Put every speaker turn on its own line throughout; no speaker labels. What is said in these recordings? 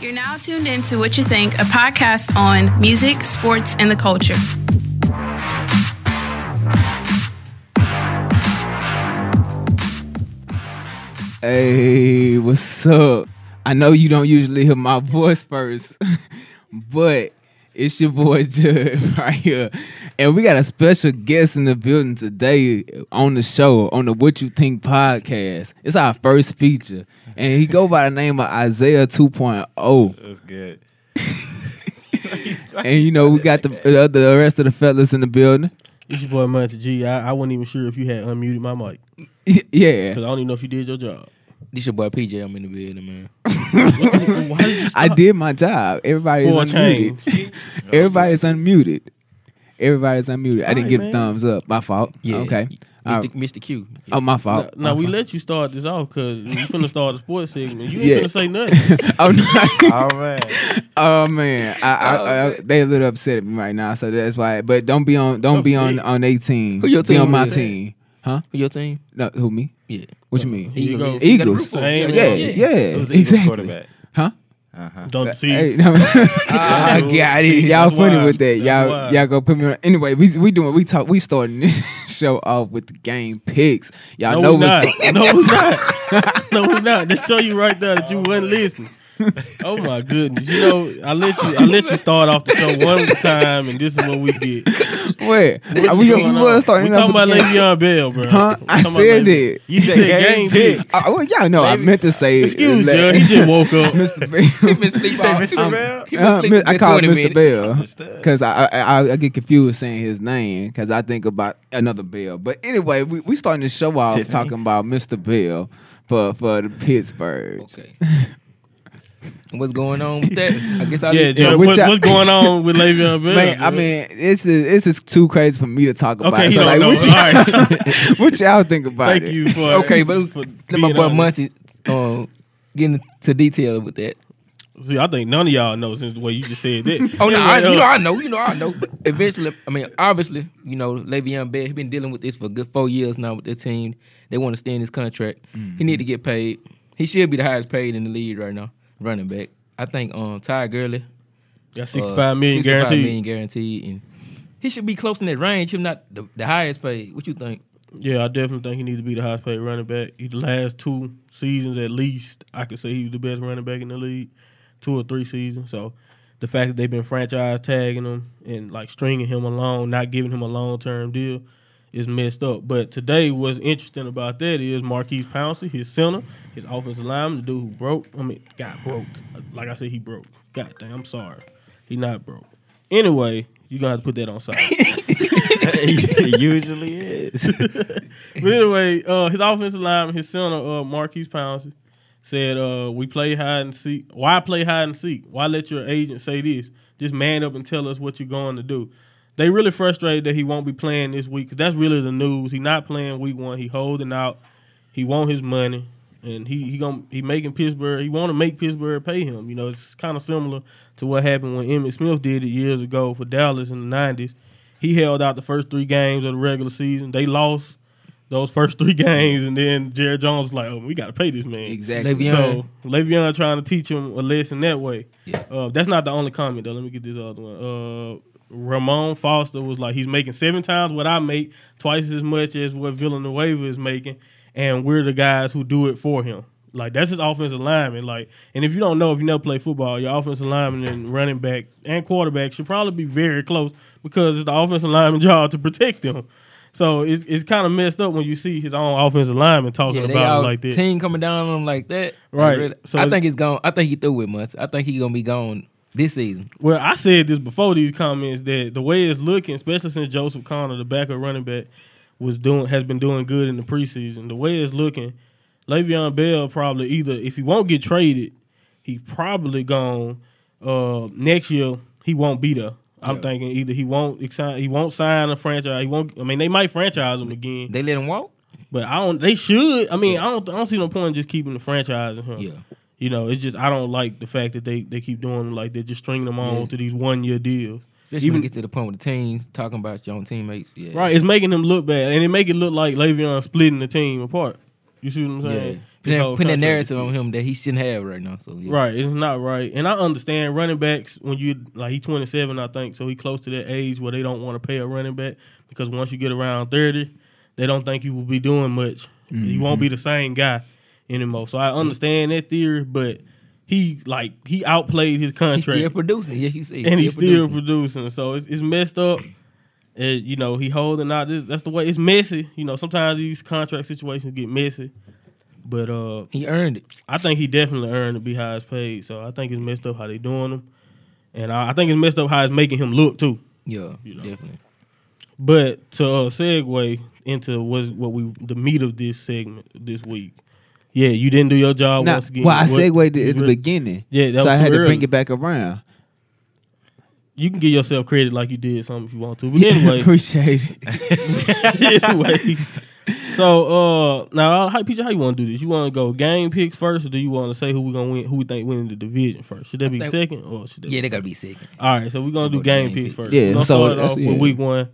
You're now tuned into What You Think, a podcast on music, sports, and the culture.
Hey, what's up? I know you don't usually hear my voice first, but it's your boy Judd right here. And we got a special guest in the building today on the show, on the What You Think podcast. It's our first feature. And he go by the name of Isaiah 2.0.
That's good.
And you know, we got the, the other- the rest of the fellas in the building.
It's your boy Monty G. I, I wasn't even sure if you had unmuted my mic
Yeah.
because I don't even know if you did your job.
This your boy PJ. I'm in the building, man.
Why did you
I
stop?
did my job. Everybody's
For a
unmuted.
change.
Everybody's unmuted. Everybody's unmuted. I didn't
Alright,
give
man.
thumbs up. My fault.
Yeah.
Okay.
Mr.
Alright.
Mr. Q.
Oh, my
Now,
fault.
now
My
we
fault.
let you start this off because you finna start the sports segment. You ain't
Yeah.
finna say nothing.
Oh, no.
All right.
oh man, I, I, I, they a little upset at me right now, so that's why. But don't be on, don't be on
Upset.
on eighteen.
Who your
be on
team
my
is?
team.
Who your team?
No, who me?
Yeah.
What
Oh,
you mean?
you go.
yeah. You got a
Eagles.
roof for
Same
him.
Yeah, yeah,
It was the Eagles
exactly.
quarterback.
Huh?
Uh-huh.
Don't see.
Hey, no. Ah,
That's
God, y'all
wild.
funny with that.
That's
Y'all,
wild.
y'all go put me on. Anyway, we we doing we talk. We starting this show off with the game picks. Y'all
no,
know
we not.
what's
no, we not. No, we not. That show you right there that you wasn't listening. Oh my goodness! You know, I let you. I let you start off the show one time, and this is what we get.
Wait,
What
we,
is
we
going
was
on?
starting
We
off with
talking about
the
uh,
game.
Le'Veon Bell, bro.
Huh? I said it.
You said game picks.
Uh, well, y'all know I meant to say
Excuse
le-
Judge, he just woke up.
Mr. Bell.
Been sleep
You say
all-
Mr.
um,
Bell?
he been
Uh,
sleep
Mi-
a
I
good
call it
20
Mr.
minutes.
Bell
Understood.
because I, I I- I get confused saying his name because I think about another Bell. But anyway, we we starting to show off
Tiffany.
talking about Mr. Bell for for the Pittsburgh.
Okay. What's going on with that? I guess I
Yeah,
did-
Joe,
what
uh, what,
y'all-
what's going on with Le'Veon Bell?
Man, I
Joe?
mean, it's just, it's just too crazy for me to talk about.
okay,
it.
you
So
don't
like,
know.
what,
All
y'all,
right,
what y'all think about
thank
it?
you for
Okay, but
for
let my
being
boy
honest.
Muncie uh, getting into detail with that.
See, I think none of y'all know since the way you just said that.
Oh no, I,
Anyway, uh,
you know I know, you know I know. But eventually, I mean, obviously, you know, Le'Veon Bell he been dealing with this for a good four years now with the team. They want to stay in his contract. He
Mm-hmm.
need to get paid. He should be the highest paid in the league right now, running back. I think um Ty Gurley,
got
uh,
sixty-five million
65
guaranteed.
million guaranteed, and he should be close in that range. Him not the, the highest paid. What you think?
Yeah, I definitely think he needs to be the highest paid running back. He, the last two seasons, at least, I could say he was the best running back in the league, two or three seasons. So the fact that they've been franchise tagging him and like stringing him along, not giving him a long term deal, is messed up. But today, what's interesting about that is Marquise Pouncey, his center, his offensive lineman, the dude who broke, I mean, got broke. Like I said, he broke. God damn, I'm sorry. He not broke. Anyway, you're going to have to put that on side.
it usually is.
But anyway, uh, his offensive lineman, his center, uh, Marquise Pouncey, said, uh, "We play hide and seek. Why play hide and seek? Why let your agent say this? Just man up and tell us what you're going to do." They really frustrated that he won't be playing this week because that's really the news. He not playing week one. He holding out. He want his money, and he he going he making Pittsburgh. He want to make Pittsburgh pay him. You know, it's kind of similar to what happened when Emmitt Smith did it years ago for Dallas in the '90s. He held out the first three games of the regular season. They lost those first three games, and then Jared Jones was like, "Oh, we got to pay this man."
Exactly.
Le'Veon.
So Le'Veon trying to teach him a lesson that way.
Yeah.
Uh, that's not the only comment though. Let me get this other one. Uh, Ramon Foster was like, "He's making seven times what I make, twice as much as what Villanueva is making, and we're the guys who do it for him." Like that's his offensive lineman. Like, and if you don't know, if you never play football, your offensive lineman and running back and quarterback should probably be very close because it's the offensive lineman job to protect them. So it's, it's kind of messed up when you see his own offensive lineman talking
Yeah, they
about
all
it like that.
team coming down on him like that. They
Right.
really-
So
I
it's-
think he's gone. I think he through with months. I think he gonna be gone this season.
Well, I said this before these comments that the way it's looking, especially since Joseph Connor, the backup running back, was doing has been doing good in the preseason. The way it's looking, Le'Veon Bell probably either if he won't get traded, he probably gone uh, next year. He won't be there. I'm
Yeah.
thinking either he won't exi- he won't sign a franchise. He won't. I mean, they might franchise him again,
They let him walk.
but I don't. They should. I mean, I don't. I don't see no point in just keeping the franchise in him.
Yeah.
You know, it's just I don't like the fact that they they keep doing them like they're just stringing them on
Yeah.
to these one year deals.
Especially when
Even-
you get to the point with the teams talking about your own teammates. Yeah.
Right, it's making them look bad, and it make it look like Le'Veon splitting the team apart. You see what I'm saying?
Yeah.
His
putting,
whole
putting that
contract.
narrative on him that he shouldn't have right now. So yeah.
Right, it's not right, and I understand running backs when you like he twenty seven, I think, so he close to that age where they don't want to pay a running back because once you get around thirty, they don't think you will be doing much. You won't
Mm-hmm.
be the same guy anymore. So I understand that theory, but he like he outplayed his
he's
contract
still producing. Yeah, you see,
and he's still
producing.
producing. So it's, it's messed up. And, you know, he holding out this. That's the way it's messy. You know, sometimes these contract situations get messy. But uh
he earned it.
I think he definitely earned to be highest paid. So I think it's messed up how they doing him. And I, I think it's messed up how it's making him look too.
Yeah,
You know.
definitely.
But to uh, segue into what what we the meat of this segment this week. Yeah, you didn't do your job
Nah,
once again.
well, I
What-
segued it at the
really-
beginning,
Yeah, that
so
was
I had
too
to bring
early.
it back around.
You can give yourself credit like you did something if you want to. But anyway,
appreciate it.
anyway. So uh now how PJ, how you wanna do this? You wanna go game picks first or do you wanna say who we gonna win who we think winning the division first? Should that be
think-
second or should that
Yeah, they gotta be sick.
all right, so we're gonna do
Go
game
game
picks
picks.
first.
Yeah,
we're gonna
so
start it
that's-
off with
yeah.
week one.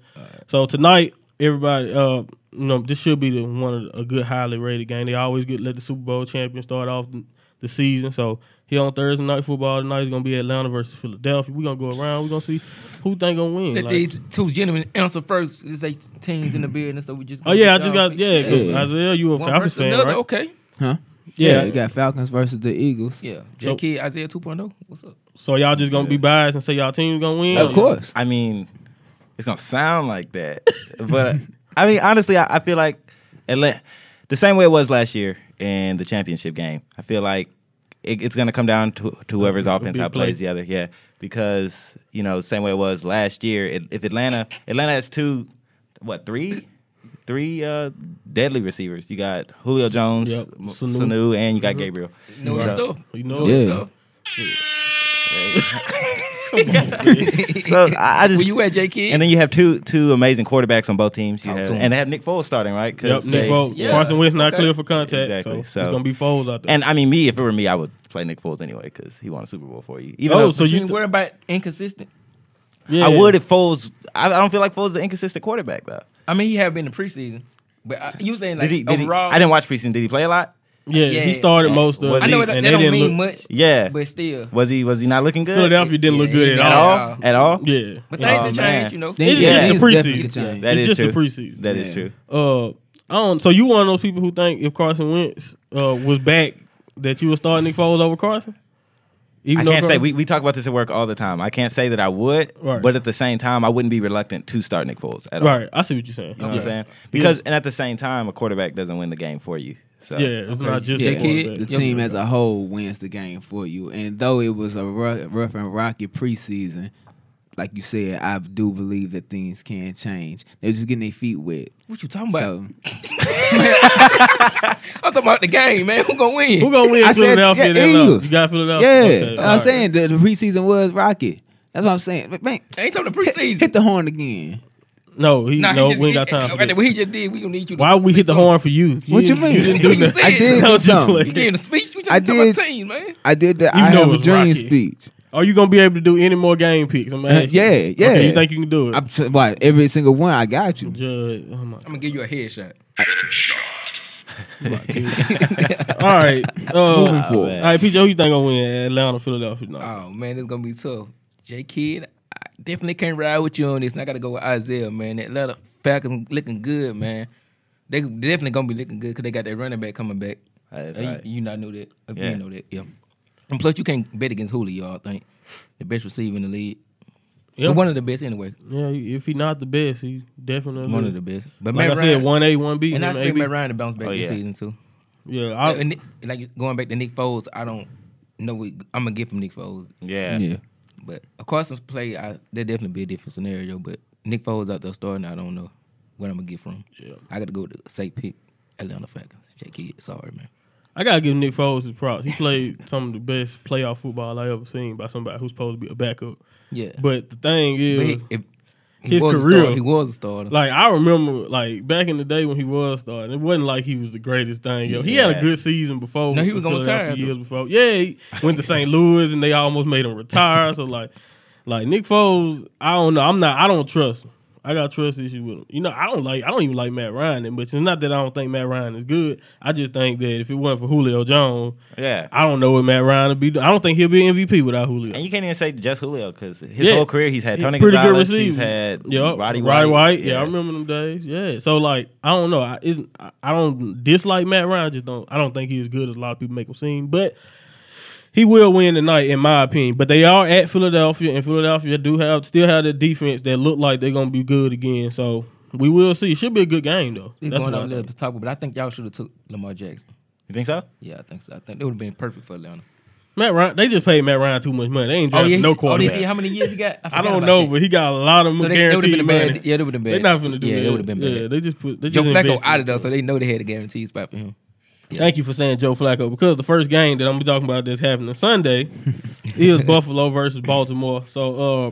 So tonight, everybody, uh, you know, this should be the one of the, a good highly rated game. They always get let the Super Bowl champion start off the- the season. So here on Thursday night football tonight is gonna be Atlanta versus Philadelphia. We're gonna go around. We're gonna see who think gonna win.
Let
Like-
these two gentlemen answer first. There's eight teams in the building, so we just.
oh yeah, I
get
just
y'all
got yeah. 'cause
Yeah.
Isaiah, you a
One
Falcons
person,
fan,
another,
right?
okay.
Huh?
Yeah.
you got Falcons versus the Eagles.
Yeah,
So-
J. Kid, Isaiah 2.0. What's up?
So y'all just gonna be biased and say y'all team's gonna win?
Of course.
I mean, it's gonna sound like that, but I mean, honestly, I, I feel like Atla- the same way it was last year in the championship game. I feel like it, it's gonna come down to, to whoever's offense
big
outplays
play.
the other. Yeah, because you know, the same way it was last year. It, if Atlanta, Atlanta has two, what three? Three uh, deadly receivers. You got Julio Jones,
Yep,
M-
Sanu.
Sanu, and you got Gabriel.
You know what
So-
stuff.
You know,
Yeah.
Stuff.
So I, I just
Where you at, J. Kid?
And then you have two two amazing quarterbacks on both teams. You
Talk
have-
to 'em.
and they have Nick Foles starting, right?
Yep,
'Cause
Nick
they-
Foles.
yeah.
Carson Wentz not
Okay.
clear for contact.
Exactly,
So, it's
so-
gonna be Foles out there.
And I mean, me, if it were me, I would play Nick Foles anyway because he won a Super Bowl for you. Even
oh,
though
so you
you worry about inconsistent.
yeah.
I would if Foles. I, I don't feel like Foles is an inconsistent quarterback though.
I mean, he have been in preseason, but I, you saying like
Did he? Did he
overall?
I didn't watch preseason. Did he play a lot?
Yeah, he
Yeah.
started most of
Was
it.
I know it,
and
that
they
don't
didn't
mean
look,
much,
Yeah.
but still,
Was he? Was he not looking good?
Philadelphia didn't look
Yeah,
good
he
at
didn't
at
all.
all? At all?
Yeah.
but things
Oh,
have
man.
changed, you know.
They-
It's
Yeah.
just
It's
the
definitely
preseason.
a change.
That
It's
is
just the
true.
preseason.
That is
Yeah.
true.
Uh, I don't. So you one of those people who think if Carson Wentz uh, was back, that you would start Nick Foles over Carson? Even
I
though
can't say
Carson-
we, we talk about this at work all the time. I can't say that I would,
Right.
but at the same time, I wouldn't be reluctant to start Nick Foles at all.
Right, I see what you're saying.
You know what I'm
Yeah.
saying? Because and at the same time, a quarterback doesn't win the game for you. So
Yeah, it's not just
Yeah,
the
kid,
quarterback.
the
Yep.
team as a whole wins the game for you. And though it was a rough, rough and rocky preseason, like you said, I do believe that things can change. They're just getting their feet wet.
What you talking about?
so
I'm talking about the game, man. Who gonna win?
Who gonna win?
I said,
Philadelphia.
yeah,
and Atlanta?
Eagles.
You got Philadelphia.
yeah,
Okay.
I'm saying that the preseason was rocky. That's what I'm saying. But man,
Ain't talking the
hit,
preseason.
hit the horn again.
No, he,
Nah,
no,
he just-
we ain't got time. For
Right there,
that.
what he just did, we gonna need you. To
Why we hit the horn for you?
What you
didn't-
mean?
You didn't do
You
that.
said-
I did
Don't
do
you
something.
play.
You giving a speech? What you
I
talking about
did-
team, man?
I did the
You
I
know it
have a
was
dream
rocky.
speech.
Are you gonna be able to do any more game picks? I'm asking.
yeah, yeah.
Okay, you think you can do it?
I'm t- why, every single one I got you.
Judge. Oh my.
I'm gonna give you a headshot.
All right. Uh,
Moving forward.
All right, PJ, who you think gonna win? Atlanta, or Philadelphia. No.
Oh man, it's gonna be tough. J. Kid, I definitely can't ride with you on this. And I gotta go with Isaiah, man. That Atlanta Falcons looking good, man. They they definitely gonna be looking good because they got that running back coming back.
That's
Uh, you-
right.
You not know that. Uh,
Yeah.
You know that. Yeah. And plus, you can't bet against Julio. I think the best receiver in the league.
Yeah.
But one of the best anyway.
Yeah, if he not the best, he's definitely
One of the best. But
Mm-hmm. Like
Matt
I said,
Ryan,
one A, one B.
and I
him,
expect
AB.
Matt Ryan to bounce back
Oh,
this
yeah.
season too.
Yeah,
Uh,
I,
and Nick- like going back to Nick Foles, I don't know what I'm gonna get from Nick Foles.
Yeah.
Yeah.
But of Carson's play, I, that definitely be a different scenario. But Nick Foles out there starting, I don't know what I'm gonna get from. him.
Yeah.
I got to go with the safe pick, Atlanta Falcons. J. Kidd, sorry man.
I gotta give Nick Foles his props. He played some of the best playoff football I ever seen by somebody who's supposed to be a backup.
Yeah,
But the thing
But
is,
he, if, he
his
was
career-
a starter. He was a starter.
like I remember, like back in the day when he was starting, it wasn't like he was the greatest thing. Yo, he had a
Yeah.
good season before.
No, he
with
was gonna
Philadelphia
retire,
years before. Yeah, he went to St. Louis and they almost made him retire. so like, like Nick Foles, I don't know. I'm not. I don't trust. him. I got trust issues with him. You know, I don't like I don't even like Matt Ryan that much. It's not that I don't think Matt Ryan is good. I just think that if it wasn't for Julio Jones,
Yeah.
I don't know what Matt Ryan would be. do- I don't think he'll be MVP without Julio.
And you can't even say just Julio because his
Yeah.
whole career he's had
He
Tony
pretty good
Gonzalez,
receiver.
he's had
Yep.
Roddy White.
Roddy Yeah. I remember them days. Yeah, so like I don't know. I isn't I I don't dislike Matt Ryan. I just don't. I don't think he's as good as a lot of people make him seem. But he will win tonight, in my opinion. But they are at Philadelphia, and Philadelphia do have still have the defense that look like they're gonna be good again. So we will see. It should be a good game though.
It's
That's
going
what
on a
I
little
think.
bit topic, but I think y'all should have took Lamar Jackson.
You think so?
Yeah, I think so. I think it would have been perfect for Atlanta.
Matt Ryan. They just paid Matt Ryan too much money. They ain't
Oh
drafted
yeah,
no
he- oh, they
quarterback.
did. how many years he got?
I don't know, but he got a lot of
So they- that would've
guaranteed
been a bad-
money.
yeah, that would've been
They're
bad.
not finna do
Yeah,
that.
that would've been
Yeah,
bad.
they just put. They
Joe
just
Flacco
invested
out of
in
there, so they know they had a guaranteed spot for him.
Thank you for saying Joe Flacco because the first game that I'm gonna be talking about that's happening Sunday is Buffalo versus Baltimore. So uh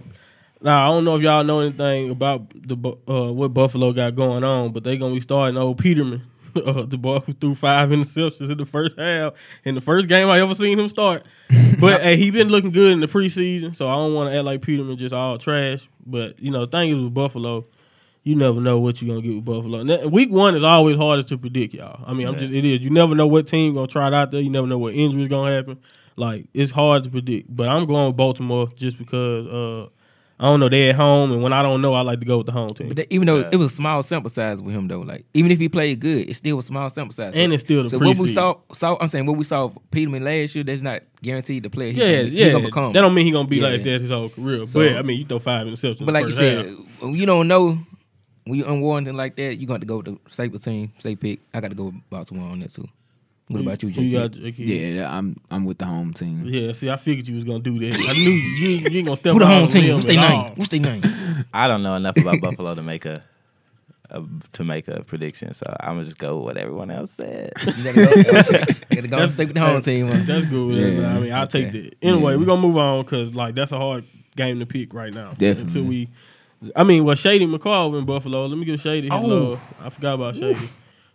now I don't know if y'all know anything about the Bu- uh what Buffalo got going on, but they gonna be starting old Peterman. Uh, the boy who threw five interceptions in the first half, in the first game I ever seen him start. But hey, he been looking good in the preseason, so I don't want to act like Peterman just all trash. But you know, the thing is with Buffalo, you never know what you're gonna get with Buffalo. And that- Week one is always hardest to predict, y'all. I mean, I'm
Yeah.
just it is. You never know what team gonna try it out there. You never know what injuries gonna happen. Like it's hard to predict. But I'm going with Baltimore just because uh, I don't know they at home, and when I don't know, I like to go with the home team.
But that, even though
Yeah.
it was a small sample size with him, though, like even if he played good, it still was small sample size.
And
So-
it's still the
so what we
preseason.
saw. saw I'm saying what we saw of Peterman last year. That's not guaranteed to play.
yeah,
gonna, be- he
yeah.
gonna become.
That don't mean he gonna be
Yeah.
like that his whole career.
So-
but I mean, you throw five interceptions.
But like you
first
said,
half.
when you don't know when you're unwarranted like that, you're going to go with the safer team, safe pick. I got to go with Baltimore on that too. What about you,
Who got,
JJ?
JK?
Yeah, I'm I'm with the home team.
Yeah, see, I figured you was gonna do that. I knew you, you, ain't- you ain't gonna step
Who the
out
home
on
team?
limb
What's their
at
name?
all.
What's their name?
I don't know enough about Buffalo to make a, a to make a prediction, so I'm gonna just go with what everyone else said.
You gotta go. you gotta go and stick with the home
that-
team. man.
That's good.
Yeah.
I mean, I'll take
Okay.
that. Anyway, we're gonna move on because like that's a hard game to pick right now.
Definitely.
Until we, I mean, well, Shady McCall in Buffalo. Let me give Shady his
Oh.
love. I forgot about Shady,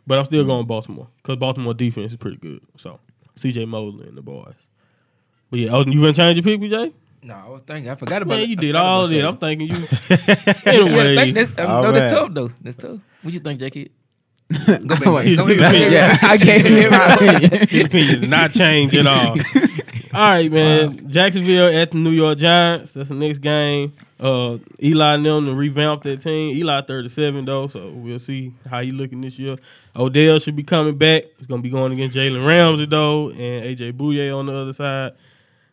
but I'm still going Baltimore because Baltimore defense is pretty good. So C.J. Mosley and the boys. But yeah, oh, you gonna change your pick, BJ?
No, I was thinking. I forgot about
Man,
it.
you
I
did
forgot
all
about
that.
Shady.
I'm thinking you.
Yeah,
anyway,
thank- that's, um,
All
no, that's
right.
tough though. That's tough. What you think, Jackie?
Wait,
His opinion-
yeah, I gave him my opinion.
His opinion did not change at all. all right, man. Jacksonville at the New York Giants. That's the next game. Uh, Eli and them to revamp that team. Eli 37 though, so we'll see how he looking this year. Odell should be coming back. He's gonna be going against Jalen Ramsey though, and AJ Bouye on the other side.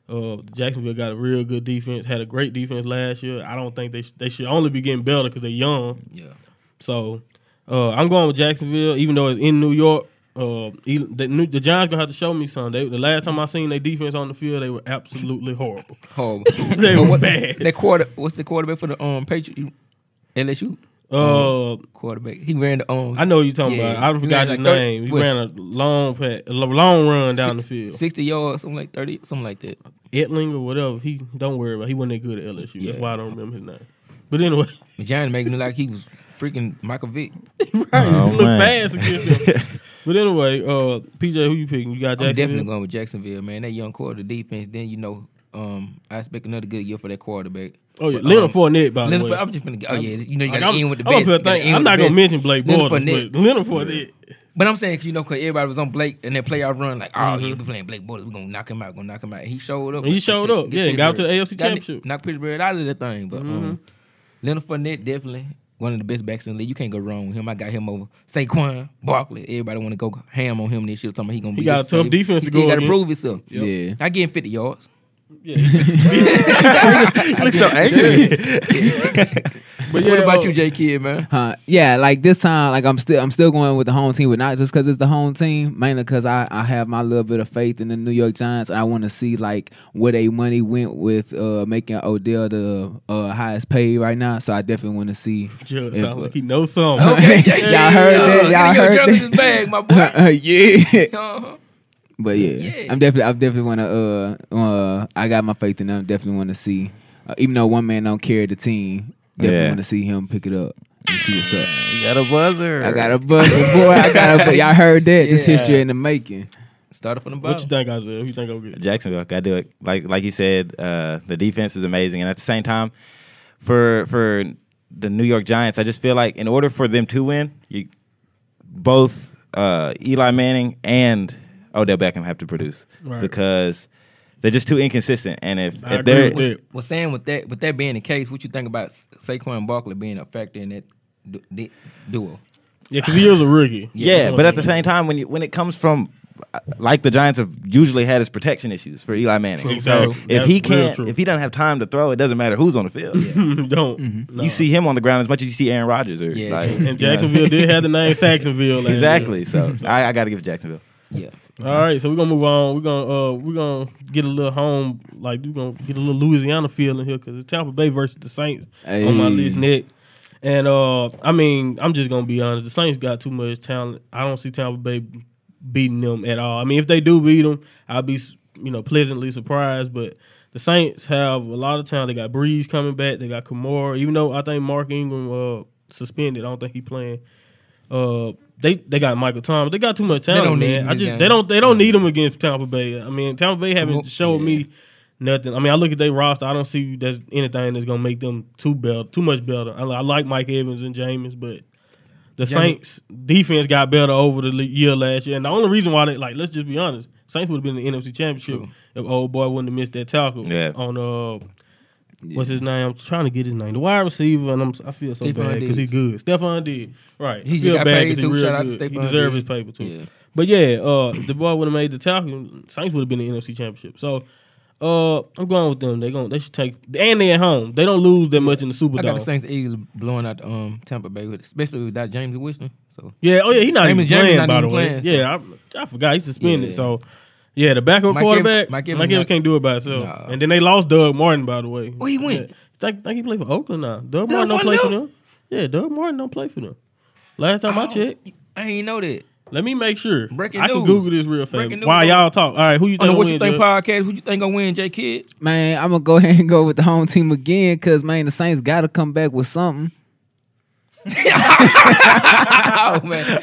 Uh, Jacksonville got a real good defense. Had a great defense last year. I don't think they sh- they should only be getting better because they're young.
Yeah.
So uh, I'm going with Jacksonville, even though it's in New York. Uh, e- the, New, the Giants gonna have to show me something. They, the last time I seen their defense on the field, they were absolutely horrible.
Horrible.
They
But
were
what-
bad.
That quarter. What's the quarterback for the um Patriot? LSU
Uh,
quarterback. He ran the um.
I know what you're talking
Mm-hmm. Yeah,
about. I
he
forgot
ran
his
like thirty-
name. He
what,
ran a long pat, a long run down
six-
the field.
Sixty yards, something like thirty, something like that.
Etling or whatever. He don't worry about. it. He wasn't that good at LSU. That's
Yeah.
why I don't remember his name. But anyway,
John making it look like he was freaking Michael Vick.
Oh,
he looked
man.
fast against them. But anyway, uh, PJ, who you picking? You got
I'm definitely
Jacksonville.
going with Jacksonville, man. That young quarter defense. Then you know, um, I expect another good year for that quarterback.
Oh yeah,
But,
Leonard
um,
Fournette. By
Leonard,
the way,
I'm just gonna. go- Oh yeah, you know you
Like,
got to end with the
I'm gonna
best. You
put a
gotta
thing-
end
I'm
with the
not gonna
best.
mention Blake
Leonard
Bortles,
Fournette.
but Leonard Fournette.
But I'm saying, 'cause, you know, cause everybody was on Blake and that playoff run, like, oh, yeah, we playing Blake Bortles, we gonna knock him out, gonna knock him out. He showed up.
He
Like,
showed
get-
up,
get
yeah, Mm-hmm. and got to the
Pittsburgh.
AFC
Got-
Championship. Mm-hmm.
Knocked Pittsburgh out of the thing, but um, Leonard Fournette definitely one of the best backs in the league. You can't go wrong with him. I got him over Saquon Barkley. Everybody want to go ham on him this year. Talking about he gonna be.
got
this-
a tough
he-
defense
He
to go
still gotta
against.
prove himself.
Yeah.
I get him 50 yards.
Look so
eh?
angry.
But
yeah,
what about
uh,
you, J Kid, man?
Huh. Yeah, like this time, like I'm still I'm still going with the home team, but not just because it's the home team, mainly because I, I have my little bit of faith in the New York Giants. and I want to see like where they money went with uh, making Odell the uh, highest paid right now. So I definitely want to see.
Judge
if-
sound like he knows something.
Okay. y'all heard that, y'all heard
Your
that.
is bag, my boy.
yeah,
Uh-huh.
but yeah,
Yeah.
I'm definitely I'm definitely want to. Uh, uh, I got my faith in them. Definitely want to see, uh, even though one man don't carry the team. Definitely
Yeah.
want to see him pick it up and see what's up.
you got a buzzer.
I got a buzzer, boy. I got a bu- Y'all heard that? This
Yeah.
history in the making.
Started from the
What you
bottom.
think, Isaiah? Who you think I'll get?
Jacksonville. Got to do it. Like like you said, uh, the defense is amazing, and at the same time, for for the New York Giants, I just feel like in order for them to win, you both uh, Eli Manning and Odell Beckham have to produce
Right.
because they're just too inconsistent. And if,
I
if
agree
they're
with that.
Well, Sam, with that with that being the case, what you think about Sa- Saquon Barkley being a factor in that du- di- duo?
Yeah, because he is a rookie.
Yeah, but at the same time, when you, when it comes from uh, like the Giants have usually had his protection issues for Eli Manning.
True,
so
true.
if
That's
he
real
can't,
true.
if he doesn't have time to throw, it doesn't matter who's on the field.
don't. no.
Mm-hmm.
You see him on the ground as much as you see Aaron Rodgers or
Yeah,
like
true.
you know
And Jacksonville did have the name Saxonville. last year.
exactly. So I, I got to give it Jacksonville.
Yeah,
All right, so we're gonna move on. We're gonna uh we're gonna get a little home, like we're gonna get a little Louisiana feel in here because it's Tampa Bay versus the Saints on my
Hey.
list next. And uh I mean, I'm just gonna be honest, the Saints got too much talent. I don't see Tampa Bay beating them at all. I mean, if they do beat them, I'll be you know pleasantly surprised. But the Saints have a lot of talent. They got Breeze coming back. They got Kamara. Even though I think Mark Ingram uh suspended, I don't think he playing. Uh, they they got Michael Thomas. They got too much talent,
don't need
man.
him
I
this
just
game.
they don't they don't need him against Tampa Bay. I mean, Tampa Bay haven't
Come on.
showed me nothing. I mean, I look at their roster. I don't see there's anything that's gonna make them too better, too much better. I, li- I like Mike Evans and Jameis, but the Saints defense got better over the le- year last year. And the only reason why they like, let's just be honest, Saints would have been in the NFC Championship if old boy wouldn't have missed that tackle
Yeah.
on uh what's his name? I'm trying to get his name. The wide receiver, and I'm, I feel so bad 'cause
Stephon
bad because he's
Diggs.
good. Stephon did. Right.
He
I feel
got
bad
paid
'cause he
too.
real
Shout out
good.
to
He
Stephon
deserved his
Diggs.
paper too.
Yeah.
But yeah, uh, if the boy would have made the tackle, Saints would have been in the NFC Championship. So uh, I'm going with them. They going they should take and they at home. They don't lose that much in the Super
I got
Bowl.
the Saints Eagles blowing out um Tampa Bay, with, especially without James Winston. So
Yeah. Oh yeah, he's not even
Raymond James
playing.
not
by
even
the way,
playing, so-
yeah, I, I forgot he's suspended.
Yeah.
So yeah, the backup
Mike Evans-
quarterback, Mike
Mike
Evans,
Evans not-
can't do it by himself.
Nah.
And then they lost Doug Martin, by the way.
Where he went?
Yeah. Think, think he played for Oakland now. Doug,
Doug
Martin don't
Martin
play for
left? Oh.
them. Yeah, Doug Martin don't play for them. Last time I checked,
I ain't know that.
let me make sure.
Breaking
I can
news.
Google this real fast
Breaking news
while
on-
y'all talk. All right, who you
On
think?
the what
win,
you think
Judge?
podcast, who you think gonna win? J Kidd.
Man, I'm gonna go ahead and go with the home team again, cause man, the Saints gotta come back with something.
Oh man,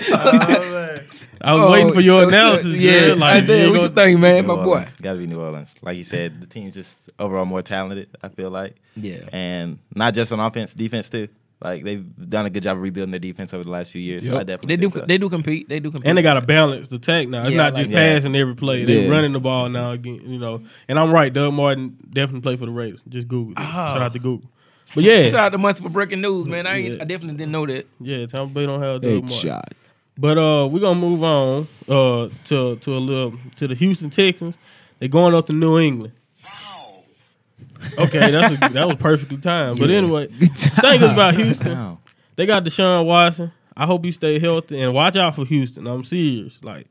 I was waiting for your analysis.
Oh, Yeah,
Judge. Like,
I said,
you
what
go-
you think, man, my boy?
got to be New Orleans. Like you said, the team's just overall more talented. I feel like.
Yeah.
and not just on offense, defense too. Like they've done a good job of rebuilding their defense over the last few years. So
Yep.
I definitely
They do,
think so.
they do compete. They do compete.
And they got a balanced attack now. It's
Yeah,
not
I like
just
that.
passing every play. They're
Yeah.
running the ball now again, you know. And I'm right, Doug Martin definitely played for the Raiders. Just Google it. Shout out to Google. But yeah,
Ah. Shout out to Munson for breaking news, man. I ain't,
Yeah.
I definitely didn't know that.
yeah, Tom Bay don't have Doug
Big
Martin.
shot.
But uh we're gonna move on uh to to a little to the Houston Texans. They're going up to New England. Okay, that's a, that was perfectly timed. But anyway,
Good job.
thing is about Houston.
Wow.
They got Deshaun Watson. I hope he stay healthy and watch out for Houston. I'm serious. Like,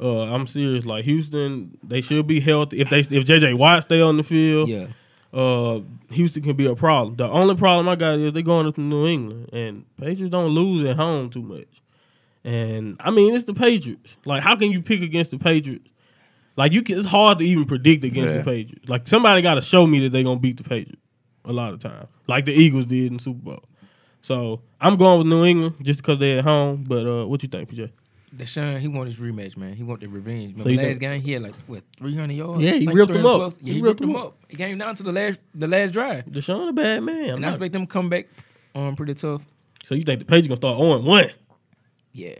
uh, I'm serious. Like Houston, they should be healthy. If they if JJ Watt stay on the field,
Yeah,
uh, Houston can be a problem. The only problem I got is they going up to New England and Patriots don't lose at home too much. And I mean, it's the Patriots. Like, how can you pick against the Patriots? Like, you can, it's hard to even predict against
Yeah.
the Patriots. Like, somebody got to show me that they gonna beat the Patriots a lot of times, like the Eagles did in the Super Bowl. So I'm going with New England just because they're at home. But uh, what you think, PJ?
Deshaun, he want his rematch, man. He want the revenge. Remember
So you
last
think-
game, he had like what 300 yards.
Yeah, he
Like,
ripped 'em
300
up.
plus. Yeah, he, ripped him up. It came down to the last, the last drive,
Deshaun a bad man. I'm
and
not-
I expect them to come back um pretty tough.
so you think the Patriots gonna start 0 one?
Yeah,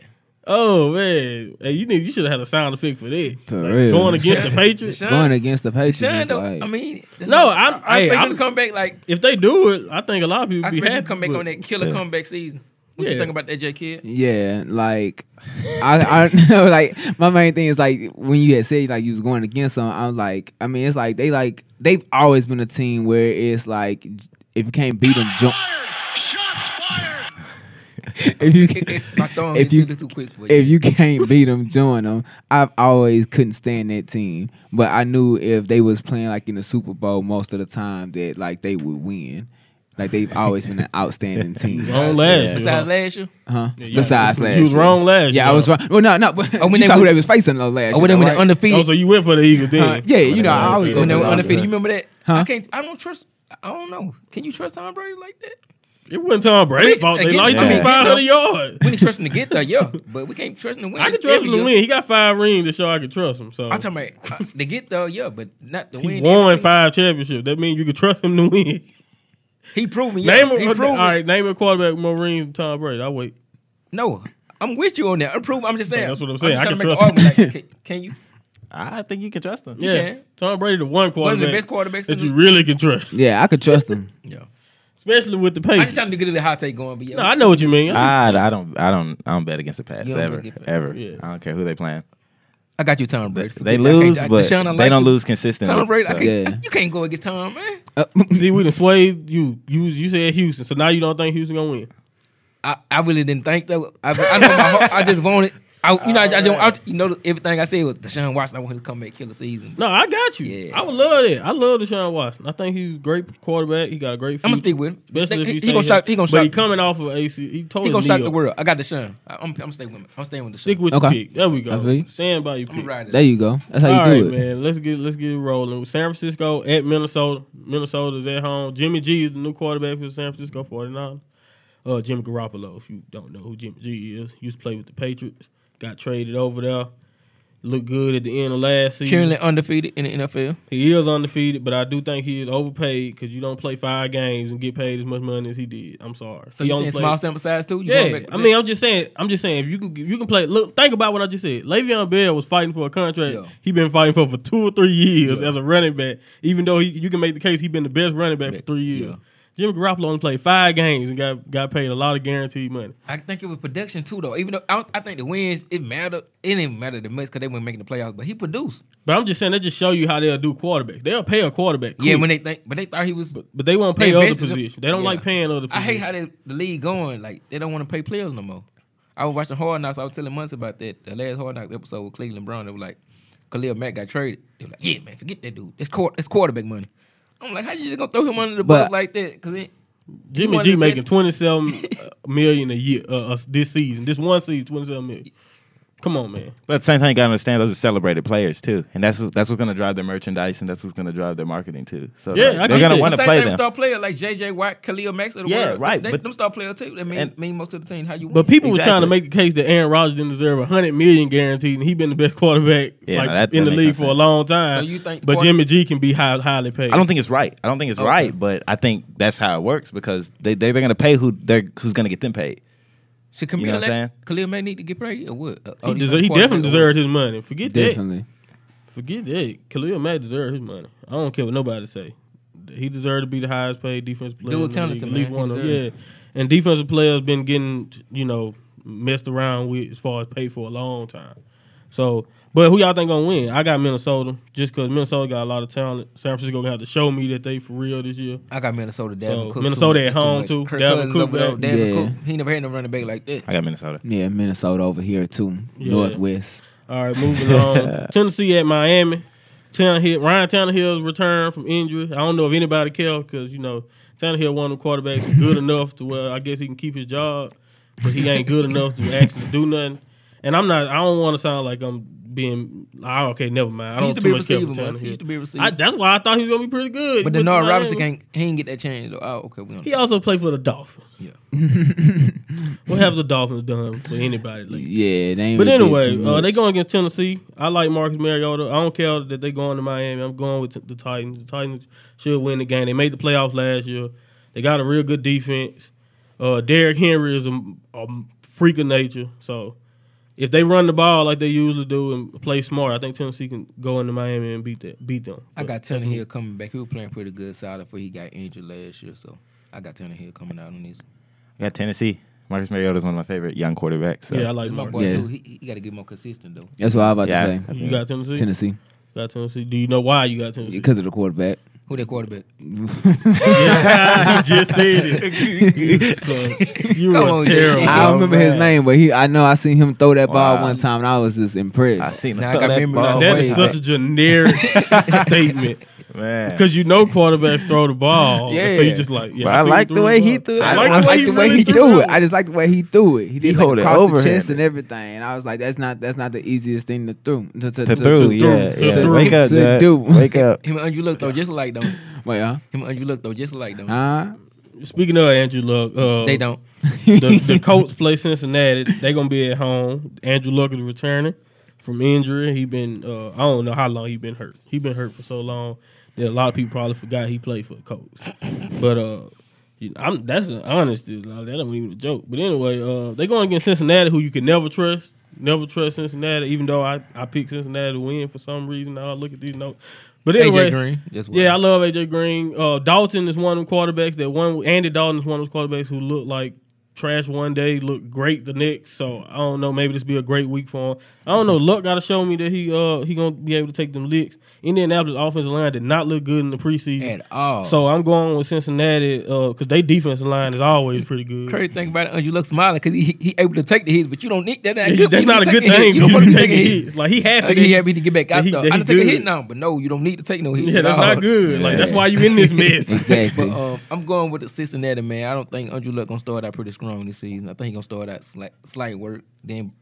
Oh man, hey, you need you should have had a sound effect for that.
For
Like,
real.
going against the Patriots.
Deshaun,
Going against the Patriots,
Deshaun
is
though,
like,
I mean, that's
No,
not-
I'm-
I, I
hey,
expect
I'm-
him to come back. Like
If they do it, I think a lot of people
I
be
expect him
happy.
to come back
but-
on that killer comeback season. What
Yeah.
you think about that, J Kid?
yeah, like I, I know, like my main thing is like when you had said like you was going against them, I was like, I mean, it's like they like they've always been a team where it's like if you can't beat them, jump. If you can,
My thumb
If
if
you-
you, too quick, but
if
yeah.
you can't beat them, join them. I've always couldn't stand that team, but I knew if they was playing like in the Super Bowl most of the time that like they would win. Like they've always been an outstanding team.
Wrong last year. huh?
besides last year, oh,
Huh?
you-
Besides last
you was
year.
wrong last year,
Yeah, I was
though.
wrong. Well, no, no. But
Oh, when
you
they
saw who
went-
they was facing though last
or when
year.
they were
though, right?
undefeated,
Oh, so you went for the Eagles then?
Huh? Uh, Yeah, you know, I always
Okay.
go
when they
for
were
the
undefeated,
Eagles.
you remember that?
Huh?
I can't. I don't trust. I don't know. Can you trust Tom Brady like that?
It wasn't Tom
I
Brady's
mean,
fault. They
again,
lost
I
him
mean,
500
you
yards.
We can trust him to get there, yeah, but we can't trust him to win.
I can trust
every
him to
year.
win. He got five rings to show I can trust him. So
I'm talking about uh, to get there, yeah, but not to
he
win.
won
every
five championships. That means you can trust him to win.
He proven. Yeah,
Name
he
a, all
proven.
right, name a quarterback more rings than Tom Brady. I wait.
No, I'm with you on that. I'm proven. I'm just saying.
That's what I'm saying.
just
I
trying
can
to
trust
make an argument, like, can, can you?
I think you can trust him.
Yeah,
can.
Tom Brady the one
One of
quarterback
the best quarterbacks.
that
in
you
the-
really can trust,
Yeah, I could trust him.
yeah.
especially with the
I'm just
Patriots.
trying to get the hot take going, but yeah.
No, I know what you mean. I-
I, I don't I don't I don't bet against the Pats
You don't bet
ever
against the Pats.
ever.
Yeah.
I don't care who they playing.
I got you, Tom
They,
Brady.
they
Forget that. I
lose,
can't- I-
but
Deshaun, I
they
like
don't
you.
lose consistently.
Tom Brady, I
so-
can't,
Yeah.
you can't go against Tom, man.
Uh,
See, we done swayed you. You you said Houston, so now you don't think Houston gonna win.
I, I really didn't think that. I, I know my heart, I just wanted. I, you know, I, I just, I, you know, everything I said was Deshaun Watson. I want his comeback killer season.
No, I got you.
Yeah.
I would love that. I love Deshaun Watson. I think he's a great quarterback. He got a great.
I'm gonna
future,
stick with him.
Especially if
he,
he,
he gonna
stay here.
shock. He gonna
But he
shock.
coming off of AC. He told
He
his
gonna shock
knee
the
up.
world. I got Deshaun. I, I'm, I'm staying with him. I'm staying with
Stick
Deshaun.
with
Okay.
the pick. There we go.
I feel you.
Stand by your pick.
I'm riding.
there you go. That's how you
All
do
right,
it.
man. Let's get let's get it rolling. San Francisco at Minnesota. Minnesota's at home. Jimmy G is the new quarterback for the San Francisco 49ers. Uh, Jimmy Garoppolo, if you don't know who Jimmy G is, used to play with the Patriots. Got traded over there. Looked good at the end of last season.
Currently undefeated in the NFL.
He is undefeated, but I do think he is overpaid because you don't play five games and get paid as much money as he did. I'm sorry.
So
He
you
only
saying
played-
small sample size too? You going
Yeah,
back to
I
that?
mean, I'm just saying. I'm just saying. If you can, you can play. Look, think about what I just said. Le'Veon Bell was fighting for a contract.
Yeah.
He been fighting for for two or three years as a running back. Even though he, you can make the case he been the best running back for three years.
Yeah.
Jimmy Garoppolo only played five games and got got paid a lot of guaranteed money.
I think it was production too, though. Even though I, don't- I think the wins it mattered, it didn't matter the much because they weren't making the playoffs. But he produced.
But I'm just saying that just show you how they'll do quarterbacks. They'll pay a quarterback.
Yeah,
quick,
when they think, but they thought he was.
but they won't
they
pay other
invested-
positions. They don't
yeah.
like paying other.
I
positions.
hate how they, the league going. Like they don't want to pay players no more. I was watching Hard Knocks. I was telling months about that. The last Hard Knocks episode with Cleveland Brown. They were like, Khalil Mack got traded. They were like, Yeah, man, forget that dude. It's court. It's quarterback money. I'm like, how you just gonna throw him under the bus
But-
like that? Because it,
Jimmy
one
G
of the
making
best-
27 million a year uh, uh, this season. This one season, 27 million. Come on, man.
But at the same time, you gotta understand those are celebrated players too, and that's that's what's gonna drive their merchandise and that's what's gonna drive their marketing too. So
Yeah, I
like,
get
they're
that.
gonna want
the
to
same
play
thing with
them.
star player like JJ Watt, Khalil Mack of the
Yeah,
world.
right,
They,
but-
them star players too. They mean,
and-
mean most of the team how you.
But
win.
people were trying to
Exactly.
make the case that Aaron Rodgers didn't deserve 100 million guaranteed, and he been the best quarterback
Yeah,
like,
no, that-
in the
that makes
league for
no
a
sense.
long time.
So you think
but
quarter-
Jimmy G can be high, highly paid?
I don't think it's right. I don't think it's
Okay.
right, but I think that's how it works because they they are gonna pay who they're who's gonna get them paid.
Should Khalil,
You know what I'm
Mack-
saying?
Khalil Mack need to get paid or what? Uh, oh,
he, deser- he definitely deserved his money. Forget
Definitely.
that. Forget that. Khalil Mack deserved his money. I don't care what nobody say. He deserved to be the highest paid defensive player. in the league,
talented,
at
man.
least
He
one of them. Yeah,
deserved
and defensive players been getting you know messed around with as far as pay for a long time. So, but who y'all think gonna win? I got Minnesota just because Minnesota got a lot of talent. San Francisco gonna have to show me that they for real this year.
I got Minnesota. Dalvin
So,
Cook
Minnesota
too,
at home,
much.
too.
Kirk
Dalvin
Cousins
Cook
over there.
back.
Dalvin
Yeah.
Cook. He never had no running back like that.
I got Minnesota.
Yeah, Minnesota over here too.
Yeah.
Northwest.
All right, moving on. Tennessee at Miami. Tannehill, Ryan Tannehill's return from injury. I don't know if anybody cares because you know Tannehill one of the quarterbacks good enough to where I guess he can keep his job, but he ain't good enough to actually do nothing. And I'm not. I don't want to sound like I'm being. ah, okay, never mind. I don't
He used to
too
be a
much care
receiver
for
once. He
Tannehill.
used to be a
I,
receiver.
that's why I thought he was gonna be pretty good.
But
with
Denard
Miami.
Robinson can't. He ain't get that chance. though. Oh, okay. We
He
understand.
also played for the Dolphins.
Yeah.
what have the Dolphins done for anybody lately?
Yeah, they ain't
But
really did
anyway,
too
uh, they
much.
going against Tennessee. I like Marcus Mariota. I don't care that they going to Miami. I'm going with t- the Titans. The Titans should win the game. They made the playoffs last year. They got a real good defense. Uh, Derrick Henry is a, a freak of nature. So if they run the ball like they usually do and play smart, I think Tennessee can go into Miami and beat that, beat them.
I
But
got Tannehill coming back. He was playing pretty good, solid before he got injured last year. So I got Tannehill coming out on this.
I got Tennessee. Marcus Mariota is one of my favorite young quarterbacks. So.
yeah, I like
My
Marcus.
boy
Yeah.
too. He, he got to get more consistent though.
That's what I was about
Yeah.
to say.
You got Tennessee.
Tennessee.
Got Tennessee. Do you know why you got Tennessee?
Because of the quarterback.
Who that quarterback?
Yeah, he just said it. You suck. You
Come
were
on,
terrible.
Jay.
I don't
Oh,
remember his
man.
name, but he I know I seen him throw that ball
Wow.
one time and I was just
I
impressed.
seen him
Now I
throw
got
that
memory now.
ball.
That
Oh, Wait,
is such a generic statement
Man.
because you know quarterbacks throw the ball.
Yeah.
so you just like. Yeah,
But I
see
like
you
the way he
ball.
threw
I,
that.
I like the way
really
he threw it.
ball.
I just like the way he threw it. He did
hold
like
it
across the
overhand.
chest and everything. And I was like, that's not that's not the easiest thing to through to, to,
To through, yeah,
to
yeah.
through.
Wake up,
To
Judd.
do.
Wake up.
Him and Andrew Luck though, just like them.
Wait, huh?
Him and Andrew Luck though, just like them.
Huh?
Speaking of Andrew Luck, uh,
They don't.
The, the Colts play Cincinnati. They're gonna be at home. Andrew Luck is returning from injury. He been. Uh, I don't know how long he been hurt. He been hurt for so long that a lot of people probably forgot he played for the Colts. But uh, You know, I'm that's an honest. dude. Like, that ain't even a joke. But anyway, uh, they going against Cincinnati, who you can never trust. Never trust Cincinnati, even though I, I picked Cincinnati to win for some reason. Now I look at these notes. But anyway,
AJ Green. That's what
yeah, I love AJ Green. Uh, Dalton is one of them quarterbacks that one. Andy Dalton is one of those quarterbacks who look like trash one day, look great the next. So I don't know. Maybe this be a great week for him. I don't know. Luck got to show me that he uh he gonna be able to take them licks. Indianapolis offensive line did not look good in the preseason.
at all.
So I'm going with Cincinnati because they defensive line is always pretty good.
crazy thing about it, oh, you look smiling because he, he able to take the hits, but you don't need that.
He-
That's, good
that's
for you
not a
to
good
take hit.
thing.
You don't
You
want to
can
take a hit.
hit. Like he happy.
Like,
that-
he happy to get back
that
out
he-
though.
that
I
he
didn't take a
good.
hit now, but no, you don't need to take no hit.
Yeah,
at
that's
all.
not good. Like that's
Yeah.
why you in this mess.
Exactly.
But um, I'm going with the Cincinnati man. I don't think Andrew Luck gonna start out pretty strong this season. I think he gonna start out slight, slight work, then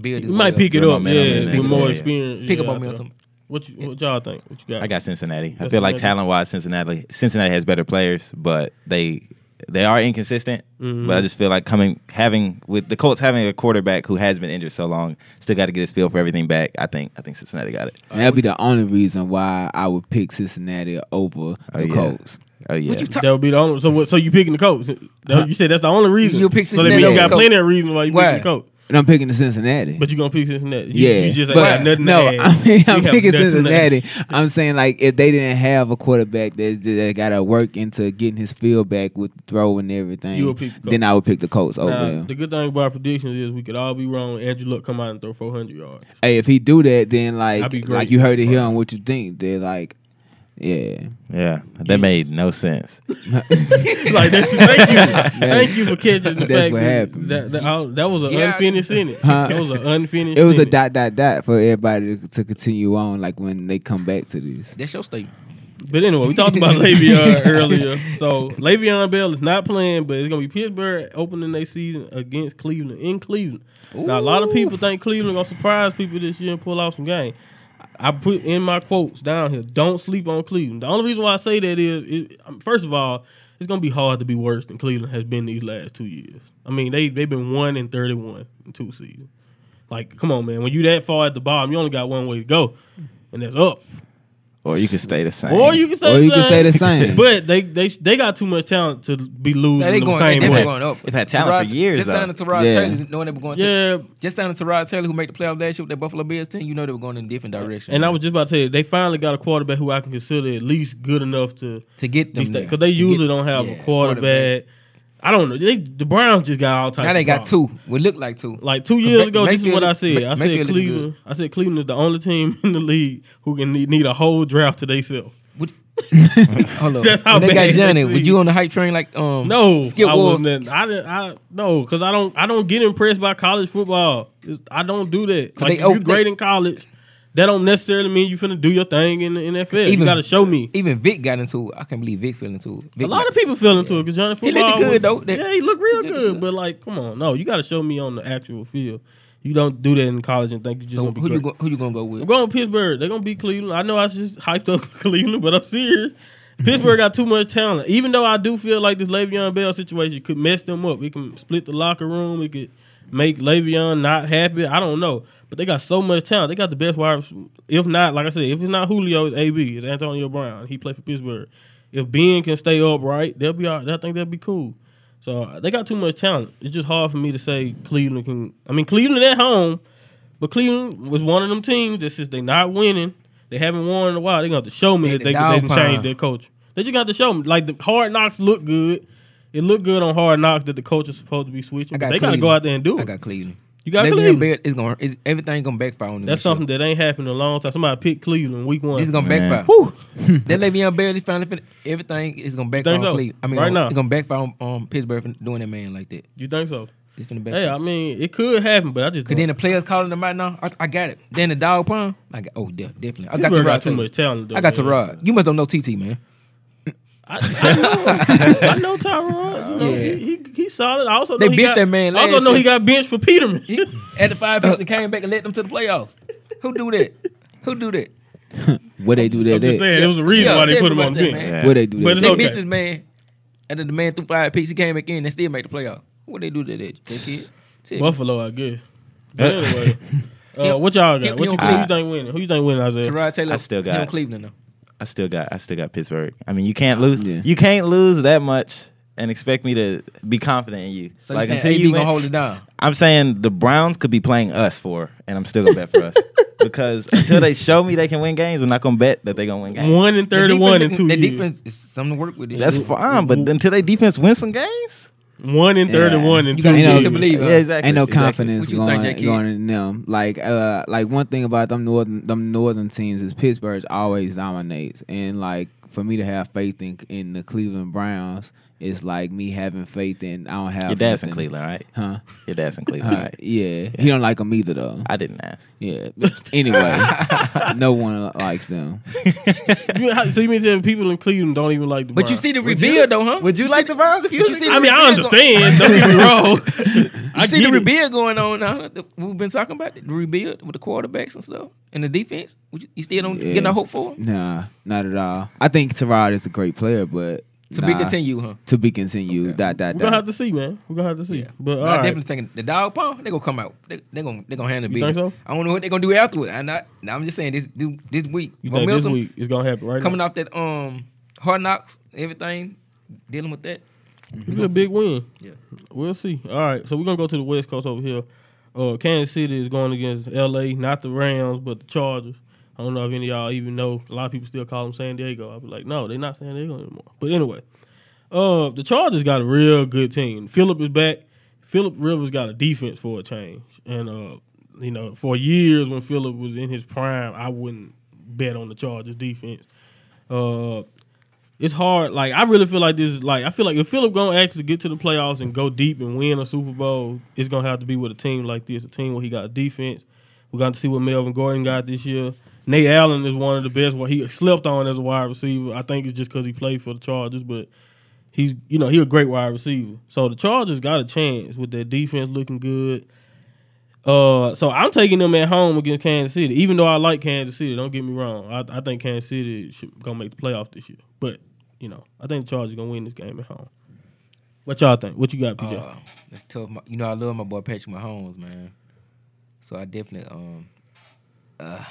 build. His
You
way
might
up.
pick it
Build
up,
momentum
yeah,
and
with
then-
more
yeah.
experience.
Pick
yeah,
up
I
momentum.
think. What you, what y'all think? What you got?
I got Cincinnati. I
That's
feel like
amazing.
talent wise, Cincinnati Cincinnati has better players, but they they are inconsistent. But I
Mm-hmm.
just feel like coming having with the Colts having a quarterback who has been injured so long, still got to get his feel for everything back. I think I think Cincinnati got it.
And that'd be the only reason why I would pick Cincinnati over
Oh,
the
yeah.
Colts.
Oh yeah,
What you
That would be the only. So what? So you picking the coach? You said that's the only reason.
You pick
So that means
Cincinnati
you got
over
plenty
Colts.
of reasons why you
Why?
picking the coach.
And I'm picking the Cincinnati.
But you gonna pick Cincinnati? You,
yeah,
You just ain't
but-
got nothing.
no,
to add.
I mean I'm
You have
picking
nothing to add.
Cincinnati. I'm saying like if they didn't have a quarterback that, that got to work into getting his field back with throwing and everything,
You would pick the Colts.
then I would pick the Colts over
Now,
them.
the good thing about predictions is we could all be wrong. Andrew Luck come out and throw 400 yards.
hey, if he do that, then
I'd
like
be great.
like you heard it here on what you think. They're like, yeah,
yeah, that made no sense.
like that's, thank you, thank you for catching the
That's
fact
what
that-
happened.
That, that, I- that was an
Yeah.
unfinished sentence.
Huh?
That was an unfinished.
it was a
sentence.
dot dot dot for everybody to, to continue on. Like when they come back to this,
That's your statement.
But anyway, we talked about Le'Veon earlier. So Le'Veon Bell is not playing, but it's gonna be Pittsburgh opening their season against Cleveland in Cleveland. Now a lot of people think Cleveland gonna surprise people this year and pull off some game. I put in my quotes down here: "Don't sleep on Cleveland." The only reason why I say that is, it, um, first of all, it's gonna be hard to be worse than Cleveland has been these last two years. I mean, they they've been one and thirty-one in two seasons. Like, come on, man! When you that far at the bottom, you only got one way to go, and that's up.
Or you could stay the same.
Or you can stay
or
the
you can
same.
stay the same.
But they they they got too much talent to be
Now,
losing
they
the
going, they
same
definitely
way.
going up.
They've had talent for
Tyrod-
years,
Just
though.
signing Tyrod
Yeah.
Taylor, knowing they were going. To,
Yeah,
just signing Tyrod Taylor, who made the playoff last year with that Buffalo Bills team. You know they were going in a different direction.
and I was just about to tell you, they finally got a quarterback who I can consider at least good enough to
to get them
because they usually don't have a quarterback. I don't know. They, the Browns just got all types.
Now they
of
got
problems.
two. We look like two.
Like two years
May-
ago, this is
Mayfield-
what I said.
May-
I said
Mayfield looking
Cleveland. I said Cleveland is the only team in the league who can need, need a whole draft to themselves.
Would- Hold up.
That's how
when they
bad
got Johnny,
they
would you on the hype train like um
No,
Skip
I
Woods?
wasn't. I didn't. I no, because I don't. I don't get impressed by college football. It's, I don't do that. Like
they
if you
open-
great
they-
in college, that don't necessarily mean you finna do your thing in the NFL. you
Even-
got to show me.
Even Vic got into it. I can't believe Vic fell into it. Vic
A lot of people fell into it because Johnny
He
football.
looked good,
was-
though. That-
yeah, he looked real
he
good,
looked good.
But like, come on, no, you got to show me on the actual field. You don't do that in college and think you just
So
gonna be
who you
great.
go, who you gonna go
I'm
with?
going with Pittsburgh. They're gonna beat Cleveland. I know I just hyped up Cleveland, but I'm serious. Pittsburgh got too much talent. Even though I do feel like this Le'Veon Bell situation could mess them up. It can split the locker room. It could make Le'Veon not happy. I don't know. But they got so much talent. They got the best wide. rec- If not, like I said, if it's not Julio, it's AB. It's Antonio Brown. He played for Pittsburgh. If Ben can stay upright, they'll be. All, I think they'll be cool. So they got too much talent. It's just hard for me to say Cleveland can. I mean, Cleveland at home. But Cleveland was one of them teams that since they not winning, they haven't won in a while. They gonna have to show me
They
that
the
they can, they
dog
can change
pound.
their culture. They just got to show me. Like the hard knocks look good. It looked good on hard knocks that the coach is supposed to be switching.
I
but
got
they gotta go
Cleveland.
out there and do
I
it.
got Cleveland.
you got
Le'Veon
Cleveland.
Bell is gonna is everything gonna backfire on him.
That's
this year.
something that ain't happened in a long time. Somebody picked Cleveland week one.
This is gonna
Man.
backfire.
Whew.
that Le'Veon Bell is finally fin- everything is gonna backfire on
so?
Cleveland. I mean,
Right
on-
now?
it's gonna backfire on, on Pittsburgh for doing that man like that.
You think so?
It's gonna
Hey,
backfire.
I mean, it could happen, but I just
Cause then
don't-
the players calling them out now. I, I got it. Then the dog pound. I got oh yeah, definitely. I got
Pittsburgh
to
got
rod.
too
Taylor.
much talent. Though,
I got to
man.
rod. You must don't know TT man.
I, I know, I know Tyrod. You know,
Yeah.
he, he, he's solid. I also know
They
he
benched
got,
that man
I also
last
know he
year.
got benched for Peterman.
He- At the five they came back and led them to the playoffs. Who do that? Who do that?
where they do
I'm
that,
just
at?
saying, it was a reason
Yeah,
why they
tell
put him
me
on
about
the
that,
bench.
man.
where they do
But
that.
it's
at?
They
okay.
missed this man, and then the man threw five picks. He came back in and still made the playoff. What they do to that? Take it. Take it.
Buffalo, I guess. But anyway, uh, what y'all got? What
Him-
you,
him
who you
Cleveland.
think winning? Who you think winning? Isaiah?
Tyrod Taylor.
I still
he
got-
on Cleveland though.
I still got I still got Pittsburgh. I mean, you can't lose.
Yeah.
You can't lose that much and expect me to be confident in you.
So you saying AB gonna
win-
hold it down?
I'm saying the Browns could be playing us for, and I'm still gonna bet for us because until they show me they can win games, we're not gonna bet that they gonna win games.
One and thirty-one in two
The
years.
defense is something to work with. this
That's
year.
fine, but until they defense wins some games,
One and thirty-one in
You
two
gotta
know
years.
to believe. uh,
yeah,
huh?
exactly.
Ain't no
exactly.
confidence
What you
going
think, J-Kid?
going in them. Like uh, like one thing about them northern them northern teams is Pittsburgh always dominates, and like for me to have faith in in the Cleveland Browns is like me having faith in I don't have
Your dad's in
nothing.
Cleveland, right?
huh?
Your dad's in Cleveland,
Uh,
right?
yeah, he don't like them either though.
I didn't ask.
Yeah. But anyway, no one likes them.
You- how- so you mean that people in Cleveland don't even like the
But you
Browns?
see the rebuild though, huh?
Would you like the Browns if you?
But
was
you
in
see
I mean, I
rebuild go-
understand. Don't get me wrong. I
You see
get
the
it.
rebuild going on now. that We've been talking about it, the rebuild with the quarterbacks and stuff and the defense. Would You, you still don't
Yeah.
get no hope for him?
Nah, not at all. I think Terod is a great player, but
to be
nah.
continued, huh?
To be continued. Dot dot
We're gonna have
dot.
to see, man. We're gonna have to see.
Yeah.
But all
But I
right.
definitely think the dog pound they gonna come out. They they gonna they gonna handle
You
business.
think so?
I don't know what they gonna do afterward. I'm not. I'm just saying this this, this week.
you think this
momentum
week is gonna happen, right?
coming
now?
off that um hard knocks, everything dealing with that.
It'll be a big win.
Yeah.
We'll see. All right, so we're gonna go to the West Coast over here. Uh, Kansas City is going against L.A. Not the Rams, but the Chargers. I don't know if any of y'all even know. A lot of people still call them San Diego. I'll be like, no, they're not San Diego anymore. But anyway, uh, the Chargers got a real good team. Phillip is back. Phillip Rivers got a defense for a change, and uh, you know, for years when Phillip was in his prime, I wouldn't bet on the Chargers defense. Uh, it's hard. Like I really feel like this is like I feel like if Philip gonna actually get to the playoffs and go deep and win a Super Bowl, it's gonna have to be with a team like this, a team where he got defense. We got to see what Melvin Gordon got this year. Nate Allen is one of the best. What he slept on as a wide receiver. I think it's just because he played for the Chargers, but he's you know he a great wide receiver. So the Chargers got a chance with their defense looking good. Uh, so I'm taking them at home against Kansas City. Even though I like Kansas City, don't get me wrong. I, I think Kansas City should gonna make the playoff this year. But you know, I think the Chargers gonna win this game at home. What y'all think? What you got, PJ?
Uh, that's tough. My- you know, I love my boy Patrick Mahomes, man. So I definitely um uh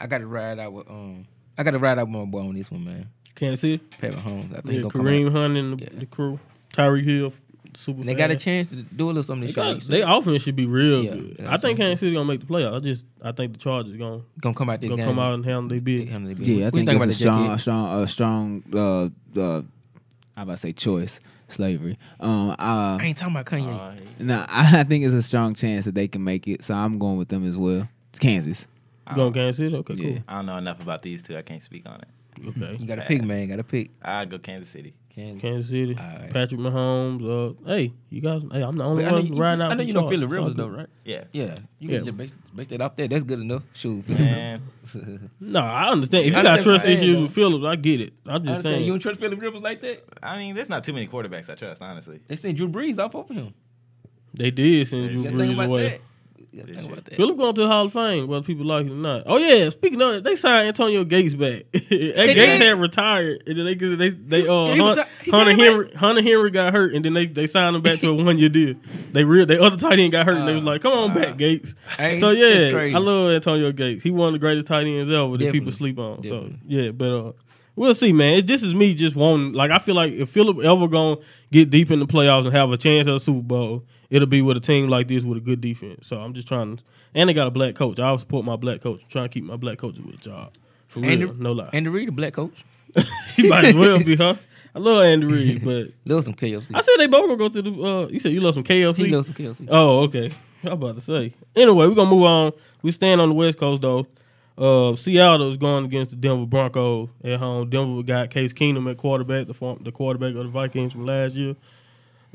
I gotta ride out with um I gotta ride out with my boy on this one, man.
Kansas City,
Pat Mahomes. I think he
yeah,
gonna come
Kareem
out.
Hunt and the,
Yeah.
the crew, Tyreek Hill, super.
And they got a chance to do a little something
They,
this year.
got, they offense should be real
Yeah,
good.
that's
I think
what I'm
Kansas City gonna make the playoffs. I just I think the Chargers gonna
gonna come out this
gonna
game.
come out and handle their bid.
handle their business.
Yeah, I
What you
think it's a
that, J-Kid?
strong, a strong, a strong, uh, uh, how about to say choice slavery. Um, uh,
I ain't talking about Kanye.
All right.
no, I think it's a strong chance that they can make it. So I'm going with them as well. It's Kansas.
You going Kansas City? Okay,
Yeah.
I don't know enough about these two. I can't speak on it.
cool. Okay,
you gotta pick, man. Gotta pick.
I go Kansas City.
Kansas.
Kansas City,
Alright.
Patrick Mahomes. Uh, hey, you guys. Hey, I'm the only
But I know
one
you,
riding out.
I know
for
you don't
Chargers,
feel the
so
rivers
I
though,
could-
right?
Yeah,
Yeah, you
Yeah.
can just base, base that off there. That's good enough. Shoot,
man.
No, I understand. If
I
you got
understand what
trust
you're saying,
issues
though.
with Phillips, I get it. I'm just
Understand, You
saying.
don't trust Philip Rivers like that?
I mean, there's not too many quarterbacks I trust, honestly.
They sent Drew Brees off over him.
They did send Drew
You gotta think
Brees
about
away.
that. You gotta
This
think about
shit.
that.
Philip going to the Hall of Fame, whether people like it or not. Oh yeah, speaking of it, they signed Antonio Gates back. and Gates
did?
had retired, and then they they they uh
He was-
Hun-
he
Hunter
came back?
Henry Hunter Henry got hurt, and then they they signed him back to a one year deal. They real they other tight end got hurt, and they was
Uh,
like, "Come on back, Gates."
Ain't-
So
that's
yeah,
crazy.
I love Antonio Gates. He one of the greatest tight ends ever that people
Definitely.
sleep on. So
Definitely.
yeah, but uh, we'll see, man. It- This is me just wanting. Like I feel like if Philip ever gonna get deep in the playoffs and have a chance at a Super Bowl, it'll be with a team like this with a good defense. So I'm just trying to. And they got a black coach. I always support my black coach. I'm trying to keep my black coaches with a job. For real,
Andy-
no lie.
Andy Reid, the black coach.
he might as well be, huh? I love Andy Reid, but
Love some KFC.
I said they both gonna go to the. Uh, you said you love some KFC.
he loves some KFC.
Oh, okay. I'm about to say. Anyway, we're gonna move on. We staying on the West Coast though. Uh, Seattle is going against the Denver Broncos at home. Denver got Case Keenum at quarterback, the form, the quarterback of the Vikings from last year.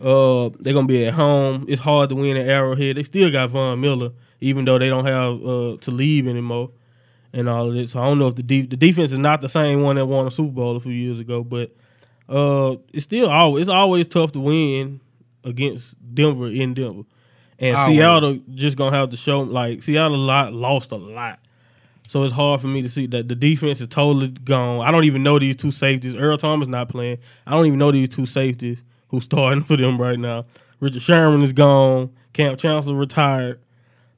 Uh, they're gonna be at home. It's hard to win at Arrowhead. They still got Von Miller, even though they don't have uh, to leave anymore and all of this. So I don't know if the de- the defense is not the same one that won a Super Bowl a few years ago, but uh, it's still always it's always tough to win against Denver in Denver, and
Always.
Seattle just gonna have to show like Seattle lot, lost a lot. So it's hard for me to see that the defense is totally gone. I don't even know these two safeties. Earl Thomas not playing. I don't even know these two safeties who's starting for them right now. Richard Sherman is gone. Camp Chancellor retired.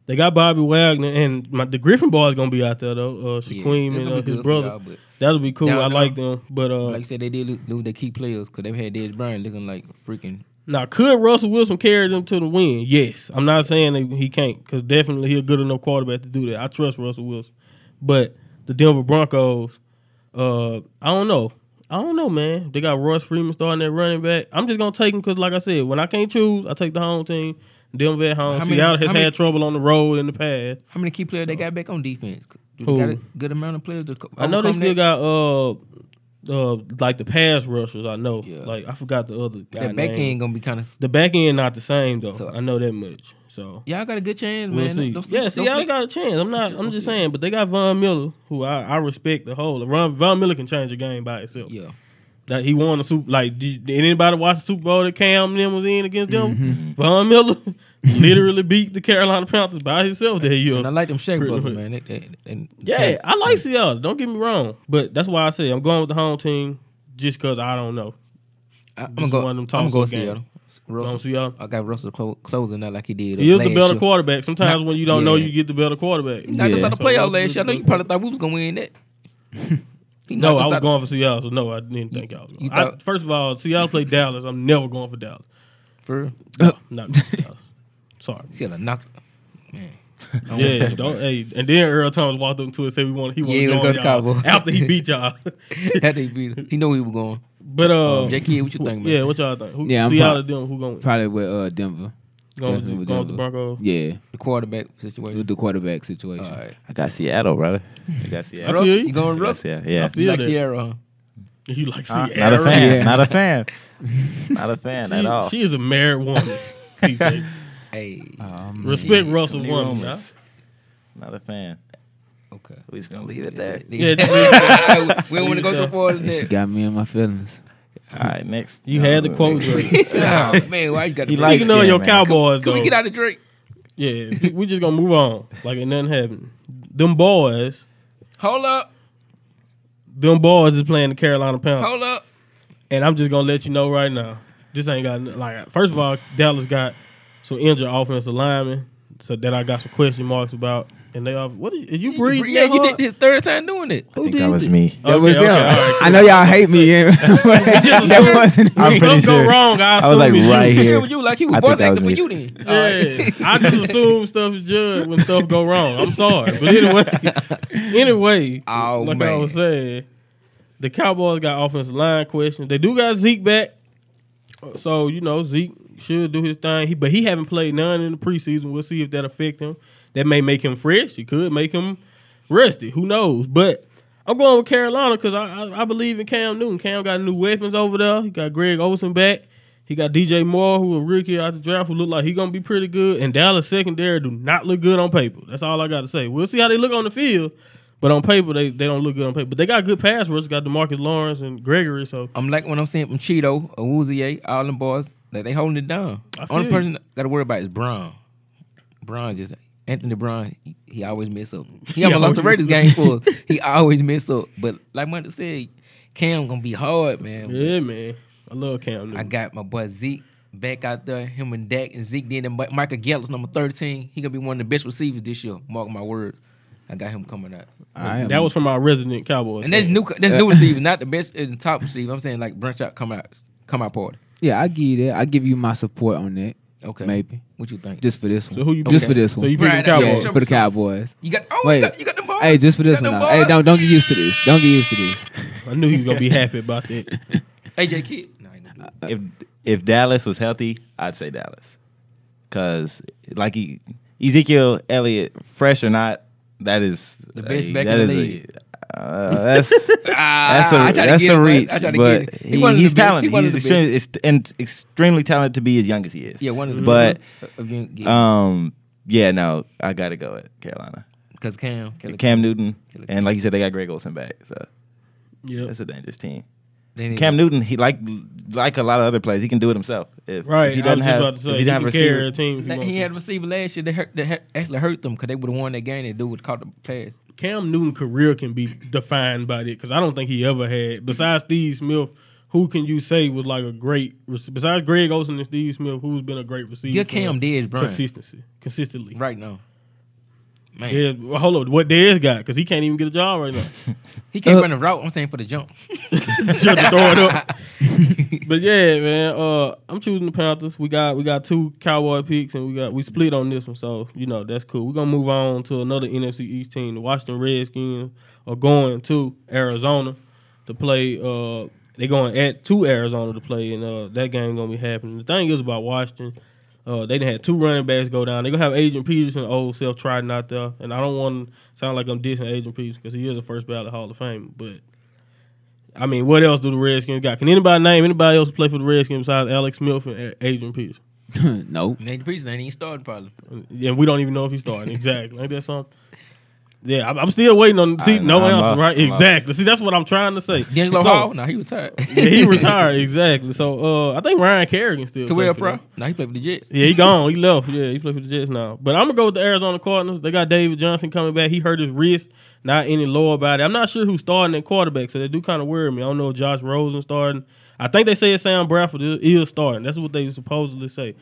They got Bobby Wagner and my, the Griffin boy is gonna be out there though. Uh,
Yeah,
Shaquem
it's
and
gonna
uh,
be
his
good for y'all,
brother.
but
That'll be cool.
Down
I
there.
like them, but uh,
like you said, they did lo- lose their key players because they had Dez Bryant looking like freaking.
Now, could Russell Wilson carry them to the win? Yes. I'm not saying that he can't, because definitely he's a good enough quarterback to do that. I trust Russell Wilson. But the Denver Broncos, uh, I don't know. I don't know, man. They got Russ Freeman starting that running back. I'm just gonna take him because, like I said, when I can't choose, I take the home team. Denver at home.
How many-
Seattle has
how
had
many-
trouble on the road in the past.
How many key players they got back on defense? Do
Who?
they got a good amount of players? To co-
I know they
overcome
still
that?
got uh, uh, like the pass rushers. I know.
Yeah.
Like I forgot the other guy.
that back
name.
end gonna be kind of.
The back end not the same though.
So-
I know that much. So
Y'all got a good chance,
We'll
man.
see.
Don't sleep-
yeah,
don't
see, y'all
sleep.
got a chance. I'm not. I'm just saying, but they got Von Miller, who I, I respect the whole. Von, Von Miller can change the game by itself.
Yeah,
Like, he won the super. Like did, did anybody watch the Super Bowl that Cam them was in against them?
Mm-hmm.
Von Miller literally beat the Carolina Panthers by himself that year.
and I like them Shaq
Pretty
brothers,
much.
man. They, they, they,
Yeah, I like Seattle. Don't get me wrong, but that's why I say I'm going with the home team just because I don't know.
I,
This
am gonna
is
go.
one
I'm
of them
gonna go
toss-up
Seattle.
Don't
Russell,
see y'all.
I got Russell clo- closing out like he did. uh,
He is the
last
better
year.
quarterback. Sometimes
Not-
when you don't know,
yeah.
you get the better quarterback.
He knocked us
Yeah.
out of
So
the playoffs
Russell is
last year. I know
the
you probably thought we was gonna win that. He
No,
knocked us
I was
out-
going for Seattle. So no, I didn't think I was. Going.
you
I-
thought-
first of all, Seattle played Dallas. I'm never going for Dallas.
for real.
No, I'm not going for Dallas. Sorry.
Seattle knocked. Man, I want
Yeah,
that.
don't. Hey, and then Earl Thomas walked up to it and said we want he want
Yeah, he
to join
wanna go to
y'all
Cowboy.
after he beat y'all.
Had to beat him. He know he was going.
but uh,
Um, J. Kidd, what you think, man?
Yeah, what y'all think? Who,
Yeah, I'm
Seattle them who going
Probably with uh Denver.
going
definitely
with,
with
going with the
Denver.
Broncos?
Yeah,
The quarterback
with
situation.
the quarterback situation.
All right.
I got Seattle, brother. I got Seattle.
Russell,
you.
you going
I got
Russell?
Seattle. Yeah.
I feel
You like
that.
Sierra? huh?
You like
Uh,
Seattle?
Not a fan.
Yeah.
Not a fan. Not a fan
She,
at all.
she is a married woman. PJ.
Hey,
Uh-huh.
Um,
Respect Russell
Tony
woman.
Romo.
huh?
Not a fan.
okay.
We just gonna leave it there.
Yeah,
we don't want to go too far than
she
that.
got me in my feelings.
All right, next. Um,
You had the quote. Drake.
Oh, man, why you got to
He likes-
Speaking of
skin,
your
man.
Cowboys,
Can we
though.
get out of Drake?
Yeah, we- we just gonna move on like it nothing happened. Them boys,
Hold up,
them boys is playing the Carolina Panthers,
hold up.
and I'm just gonna let you know right now, this ain't got n- like. First of all, Dallas got some injured offensive linemen, so that I got some question marks about. And they are what? Is, you breathing?
Yeah,
that
you
hard?
did his third time doing it.
I think
did Oh,
that was
it?
me.
That
Okay,
was
okay,
him.
all right,
I know y'all hate me. yeah. that wasn't
I'm
me.
pretty
Something go
sure.
wrong. I,
I was
assume
like
it's you.
right
Share
here.
with you like he was
I
voice
think that was
acting for
me.
you then. All right.
Yeah, I just assume stuff is judged when stuff go wrong. I'm sorry, but anyway, anyway,
Oh,
like I
man.
was saying, the Cowboys got offensive line questions. They do got Zeke back, so you know Zeke should do his thing. He, but he haven't played none in the preseason. We'll see if that affect him. That may make him fresh. It could make him rusty. Who knows? But I'm going with Carolina because I, I I believe in Cam Newton. Cam got new weapons over there. He got Greg Olsen back. He got DJ Moore, who a rookie out the draft, who look like he gonna be pretty good. And Dallas secondary do not look good on paper. That's all I got to say. We'll see how they look on the field, but on paper they, they don't look good on paper. But they got good pass rush. Got Demarcus Lawrence and Gregory. So
I'm like when I'm seeing from Cheeto, Awuzie, all them boys, like they holding it down.
I feel
Only
you.
person got to worry about is Brown. Brown just Anthony Brown. He, he always mess up. He almost lost the
always
Raiders game for us. He always mess up. But like Monty said, Cam gonna be hard, man. But
yeah, man, I love Cam
I
Newton.
got my boy Zeke back out there. Him and Dak and Zeke did. And Mi- Michael Gallup, number thirteen. He gonna be one of the best receivers this year. Mark my words. I got him coming out.
I am-
that was from our resident Cowboys.
And that's new. That's new receiver, not the best and top receiver. I'm saying like branch out, come out, come out party.
yeah, I give you that. I give you my support on that.
Okay,
Maybe
What you think?
just for this one.
So who you
just for
picking?
this
So
one.
you picking
Right,
the
that's
Cowboys?
what
yeah, for the Cowboys.
you got. Oh,
Wait.
you got, you got the ball.
Hey, just for
You
this
got
one.
the
Now.
ball.
Hey, don't don't get used to this. Don't get used to this.
I knew he was gonna be happy about that.
AJ Kidd. No, I ain't gonna do it.
If if Dallas was healthy, I'd say Dallas, because like he, Ezekiel Elliott, fresh or not, that is
The best
a-
back
that
in the
is a-
league.
uh, that's that's a
Ah, I tried to
that's
get
a
him,
reach,
I tried to get
but
him.
he-
wasn't the
he's
best.
talented.
wasn't
He's
the best.
extremely, ex- and extremely talented to be as young as he is.
Yeah, one of the
But
best.
um, yeah, no, I gotta go at Carolina.
because Cam, Kelly,
Cam Newton,
Killer.
and like you said, they got Greg Olsen back, so
Yeah,
that's a dangerous team.
they didn't-
Cam Newton, he like like a lot of other plays, he can do it himself. If,
right.
if he
I was
doesn't
just
have,
about to say,
if he doesn't have a
can carry
receiver,
a team. if
Like,
want
he
to.
had a receiver last year. They hurt. They hurt, actually hurt them because they would have won that game. That dude would caught the pass.
Cam Newton's career can be defined by that because I don't think he ever had, besides Steve Smith, who can you say was like a great, rec- besides Greg Olsen and Steve Smith, who's been a great receiver?
Give
for
Cam
him?
Dez Bryant
Consistency. Consistently.
right now. Man,
Yeah, well, hold on. What Dez got? Because he can't even get a job right now.
he can't
Uh,
run a route. I'm saying for the jump.
Shut the door up. but yeah, man. Uh, I'm choosing the Panthers. We got we got two Cowboy picks, and we got we split on this one. So you know that's cool. We're gonna move on to another NFC East team. The Washington Redskins are going to Arizona to play. Uh, they're going at to Arizona to play, and uh, that game gonna be happening. The thing is about Washington. Uh, they done had two running backs go down. They're gonna have Agent Peterson, old self Trident out there, and I don't want to sound like I'm dissing Agent Peterson because he is a first ballot Hall of Fame. But I mean, what else do the Redskins got? Can anybody name anybody else play for the Redskins besides Alex Smith and A- Adrian Peterson?
nope.
Nate Priest ain't even started probably.
And and we don't even know if he's starting. Exactly. Ain't that something? Yeah, I'm, I'm still waiting on. See,
I-
no
I'm
answer,
lost.
right?
I'm lost.
exactly. See, that's what I'm trying to say.
D'Angelo
So-
Hall? No, he retired.
Yeah, he retired. Exactly. So uh, I think Ryan Kerrigan still. play
Terrell
for
Pro?
them.
No, he played for the Jets.
Yeah, he gone. He left. Yeah, he played for the Jets now. But I'm gonna go with the Arizona Cardinals. They got David Johnson coming back. He hurt his wrist, not any lower body. I'm not sure who's starting at quarterback, so they do kind of worry me. I don't know if Josh Rosen starting. I think they say Sam Bradford is is starting. That's what they supposedly say.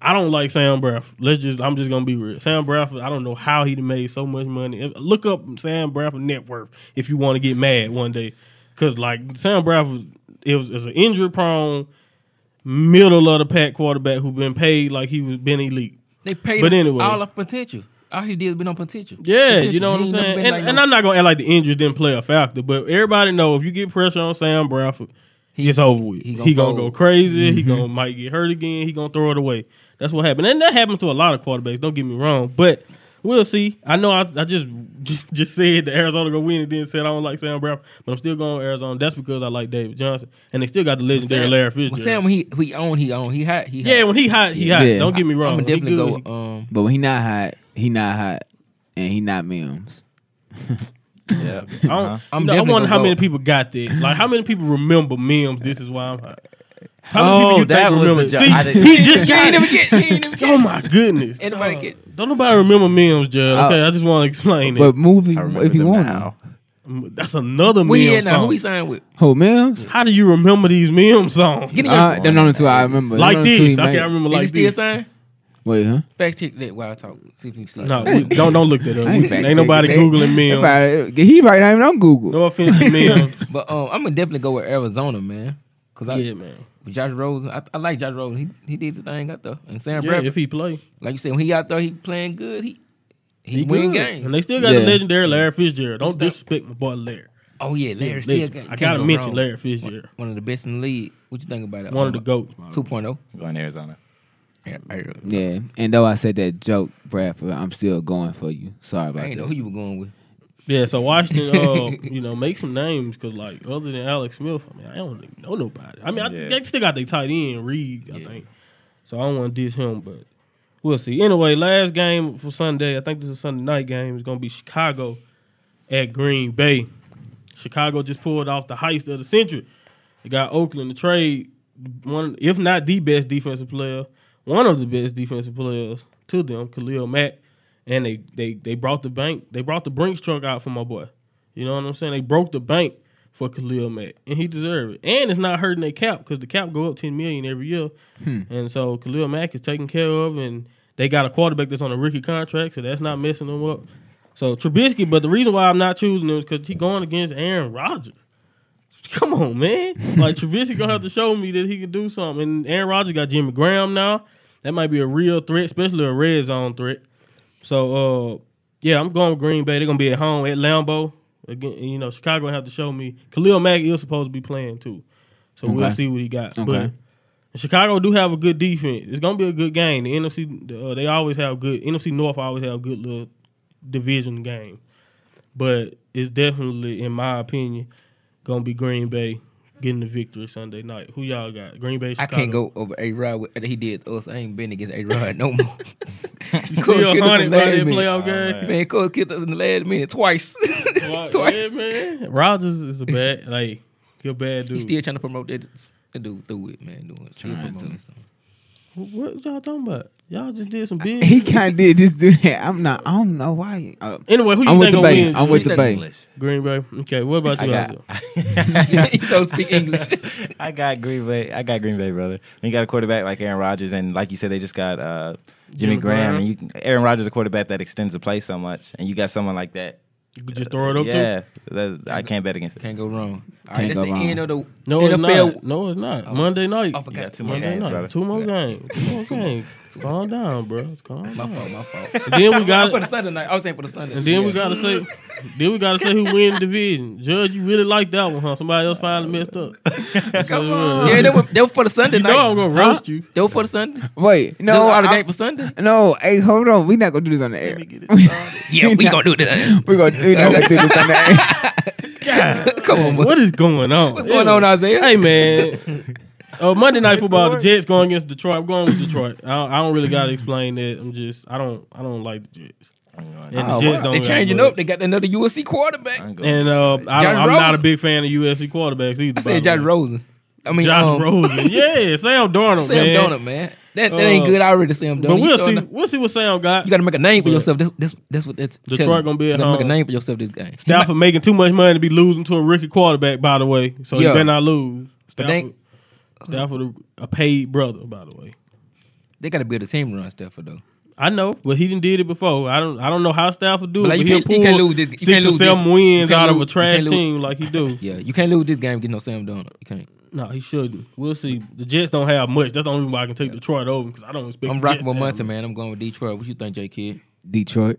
I don't like Sam Bradford. Let's just I'm just gonna be real. Sam Bradford, I don't know how he done made so much money. If- Look up Sam Bradford net worth if you want to get mad one day. Cause like Sam Bradford it was, is an injury prone middle of the pack quarterback who been paid like he was been elite.
They paid
But
him
anyway.
all of potential. All he did was been on potential.
Yeah,
Potential.
you know what
He
I'm
ain't never
saying.
been
And,
like
and
no-
I'm not gonna act like the injuries didn't play a factor, but everybody know if you get pressure on Sam Bradford, it's over with. He
he
gonna,
gonna
go,
go- Mm-hmm.
crazy. He gonna might get hurt again. He gonna throw it away. That's what happened, and that happens to a lot of quarterbacks. Don't get me wrong, but we'll see. I know I, I just just just said that Arizona gonna win, and then said I don't like Sam Bradford, but I'm still going with Arizona. That's because I like David Johnson, and they still got the legendary
Sam-
Larry
Well,
Fitzgerald.
Sam, when he he owned, he owned. He hot. He hot.
yeah, when he hot, he hot.
Yeah.
Don't get me wrong.
I'm
When
gonna
he
definitely
good,
go.
he-
with, Um,
But when he not hot, he not hot, and he not memes.
Yeah.
I, don't,
Uh-huh.
I'm
you know, I
definitely
wonder
gonna
how many
vote.
people got that. Like, how many people remember memes? This is why I'm hot. How
Oh,
many people you
that
think
was
remember?
the jo-
See,
I didn't-
he just
he
got
ain't never
it.
get. He ain't never get.
Oh my goodness!
Anybody
Dog.
get-
Don't nobody remember memes, Judge. Okay, I just want to explain
But
it.
movie,
I remember
if you
them
want,
now.
That's another meme
Where he at now? Who
song.
he signed with?
who memes?
How do you remember these meme songs?
Get him.
Uh, them only two I remember. Them
like
only two he
this, I
made.
can't remember
Is
like
he still
this.
signed?
Wait, huh?
Fact check that while I talk. See if he slept.
No, we- don't don't look that up.
I
Ain't,
fact
nobody
checking that.
googling memes.
Everybody- He right now even on Google.
No offense to memes.
But um, I'm gonna definitely go with Arizona, man. Cause I,
yeah, man.
Josh Rosen, I, I like Josh Rosen. He he did the thing out there. And Sam
Yeah,
Bradford,
if he play,
like you said, when he out there, he playing good. He he,
he
win
good. And
games.
they still got the
Yeah.
legendary Larry Fitzgerald. Don't disrespect my boy Larry.
Oh yeah, Larry still.
Legend.
Got,
I
can't
gotta
go
mention
wrong.
Larry Fitzgerald.
One of the best in the league. What you think about it? Uh,
One of the goats.
Two point oh.
I'm going to Arizona.
I
Yeah, and though I said that joke, Bradford, I'm still going for you. Sorry about
ain't know
that.
who you were going with.
Yeah, so Washington, uh, you know, make some names because, like, other than Alex Smith, I mean, I don't even know nobody. I mean, I,
Yeah.
they still got their tight end Reed, I
Yeah.
think. So I don't want to diss him, but we'll see. Anyway, last game for Sunday, I think this is a Sunday night game. It's gonna be Chicago at Green Bay. Chicago just pulled off the heist of the century. They got Oakland to trade one, if not the best defensive player, one of the best defensive players to them, Khalil Mack. And they they they brought the bank, they brought the Brinks truck out for my boy. You know what I'm saying? They broke the bank for Khalil Mack, and he deserved it. And it's not hurting their cap because the cap go up ten million every year, and so Khalil Mack is taken care of, and they got a quarterback that's on a rookie contract, so that's not messing them up. So Trubisky, but the reason why I'm not choosing him is because he's going against Aaron Rodgers. Come on, man! Like Trubisky gonna have to show me that he can do something. And Aaron Rodgers got Jimmy Graham now. That might be a real threat, especially a red zone threat. So uh yeah, I'm going with Green Bay. They're gonna be at home at Lambeau. Again, and, you know, Chicago gonna have to show me. Khalil Mack is supposed to be playing too. So we'll
Okay.
see what he got.
Okay.
But Chicago do have a good defense. It's gonna be a good game. The NFC uh, they always have good NFC North always have good little division game. But it's definitely, in my opinion, gonna be Green Bay getting the victory Sunday night. Who y'all got? Green Bay,
I
Chicago.
can't go over A Rod with he did to us. I ain't been against A Rod no more. you
Still hunting by that playoff
Oh,
game.
man.
Man, Cole killed us in the last minute twice.
Right,
twice.
Yeah, man. Rogers is a bad, like, he a bad dude.
He's still trying to promote that, that dude through it, man. Doing still
Trying to.
promoting something.
What y'all talking about? Y'all just did some big.
He kind of did this, do that. I'm not. I don't know why. Uh,
Anyway, who you
I'm with
think
the
gonna
Bay.
win?
I'm with the Bay.
English.
Green Bay. Okay, what about
I
you?
got,
Isaiah?
you don't speak English.
I got Green Bay. I got Green Bay, brother. And you got a quarterback like Aaron Rodgers, and like you said, they just got uh, Jimmy,
Jimmy
Graham.
Graham.
And you, Aaron Rodgers, a quarterback that extends the play so much, and you got someone like that.
You could just throw it up
yeah,
to.
that, I can't bet against it.
Can't go wrong. All
Can't
right, that's
go
the
wrong.
end of the
No, it's
NFL.
not. No, it's
Oh,
not. Monday night.
I forgot
Yeah, two more
Monday
games,
night.
brother.
Two more
Yeah.
games. Two more games. Calm down, bro. Calm
My
down.
fault. My fault.
And then we
I for the
got.
Sunday night. I was saying for the Sunday.
And then we gotta say, then we gotta say who win the division. Judge, you really like that one, huh? Somebody else finally
Uh,
messed up.
Come on. Yeah, they were, they were for the Sunday
uh, You
night.
know I'm gonna roast you.
They were for the Sunday.
Wait,
No, they
no,
were out of
I-
game for Sunday.
no. Hey, hold on. We not gonna do this on the air.
Yeah, we gonna do this.
We gonna we not gonna do this on the air.
Come on, boy.
What is going on? What's
going on, Isaiah?
Hey man. Uh, Monday night football, the Jets going against Detroit. I'm going with Detroit. I don't, I don't really gotta explain that. I'm just I don't I don't like the Jets. And
Oh,
the Jets
wow.
don't
They
got
changing
much.
up. They got another USC quarterback.
I'm going
And
with
uh,
Detroit.
I don't,
Johnny
I'm not a
Rosen.
big fan of USC quarterbacks either. by the
I said Josh
way.
Rosen. I mean,
Josh
um,
Rosen. Yeah, Sam Darnold,
Sam
man.
Donut, man. That, that ain't
Uh,
good already, Sam Donut.
But
You
we'll
still
see.
not-
We'll see what Sam got.
You got to make a name for
But-
yourself. That's, that's, that's what that's
Detroit
telling.
gonna be at
You gotta make
home.
a name for yourself this game.
Stafford making too much money to be losing to a rookie quarterback, by the way. So you
Yeah.
better not lose.
But they-
Stafford, Stafford, a paid brother, by the way.
They got to build a team around Stafford, though.
I know, but he didn't did it before. I don't. I don't know how Stafford do it.
But, like,
but
you
he'll
can't- you
pull
can't lose this- you
six
can't
or
lose
seven
this-
wins
you can't
out of
lose-
a
you
trash
can't lose-
team like he do.
Yeah, you can't lose this game getting no Sam Donut. You can't.
No, he shouldn't. We'll see. The Jets don't have much. That's the only reason why I can take Detroit over because I don't expect.
I'm
the
rocking
Jets
with
to have
Munson, man. I'm going with Detroit. What you think, J Kid?
Detroit.
much.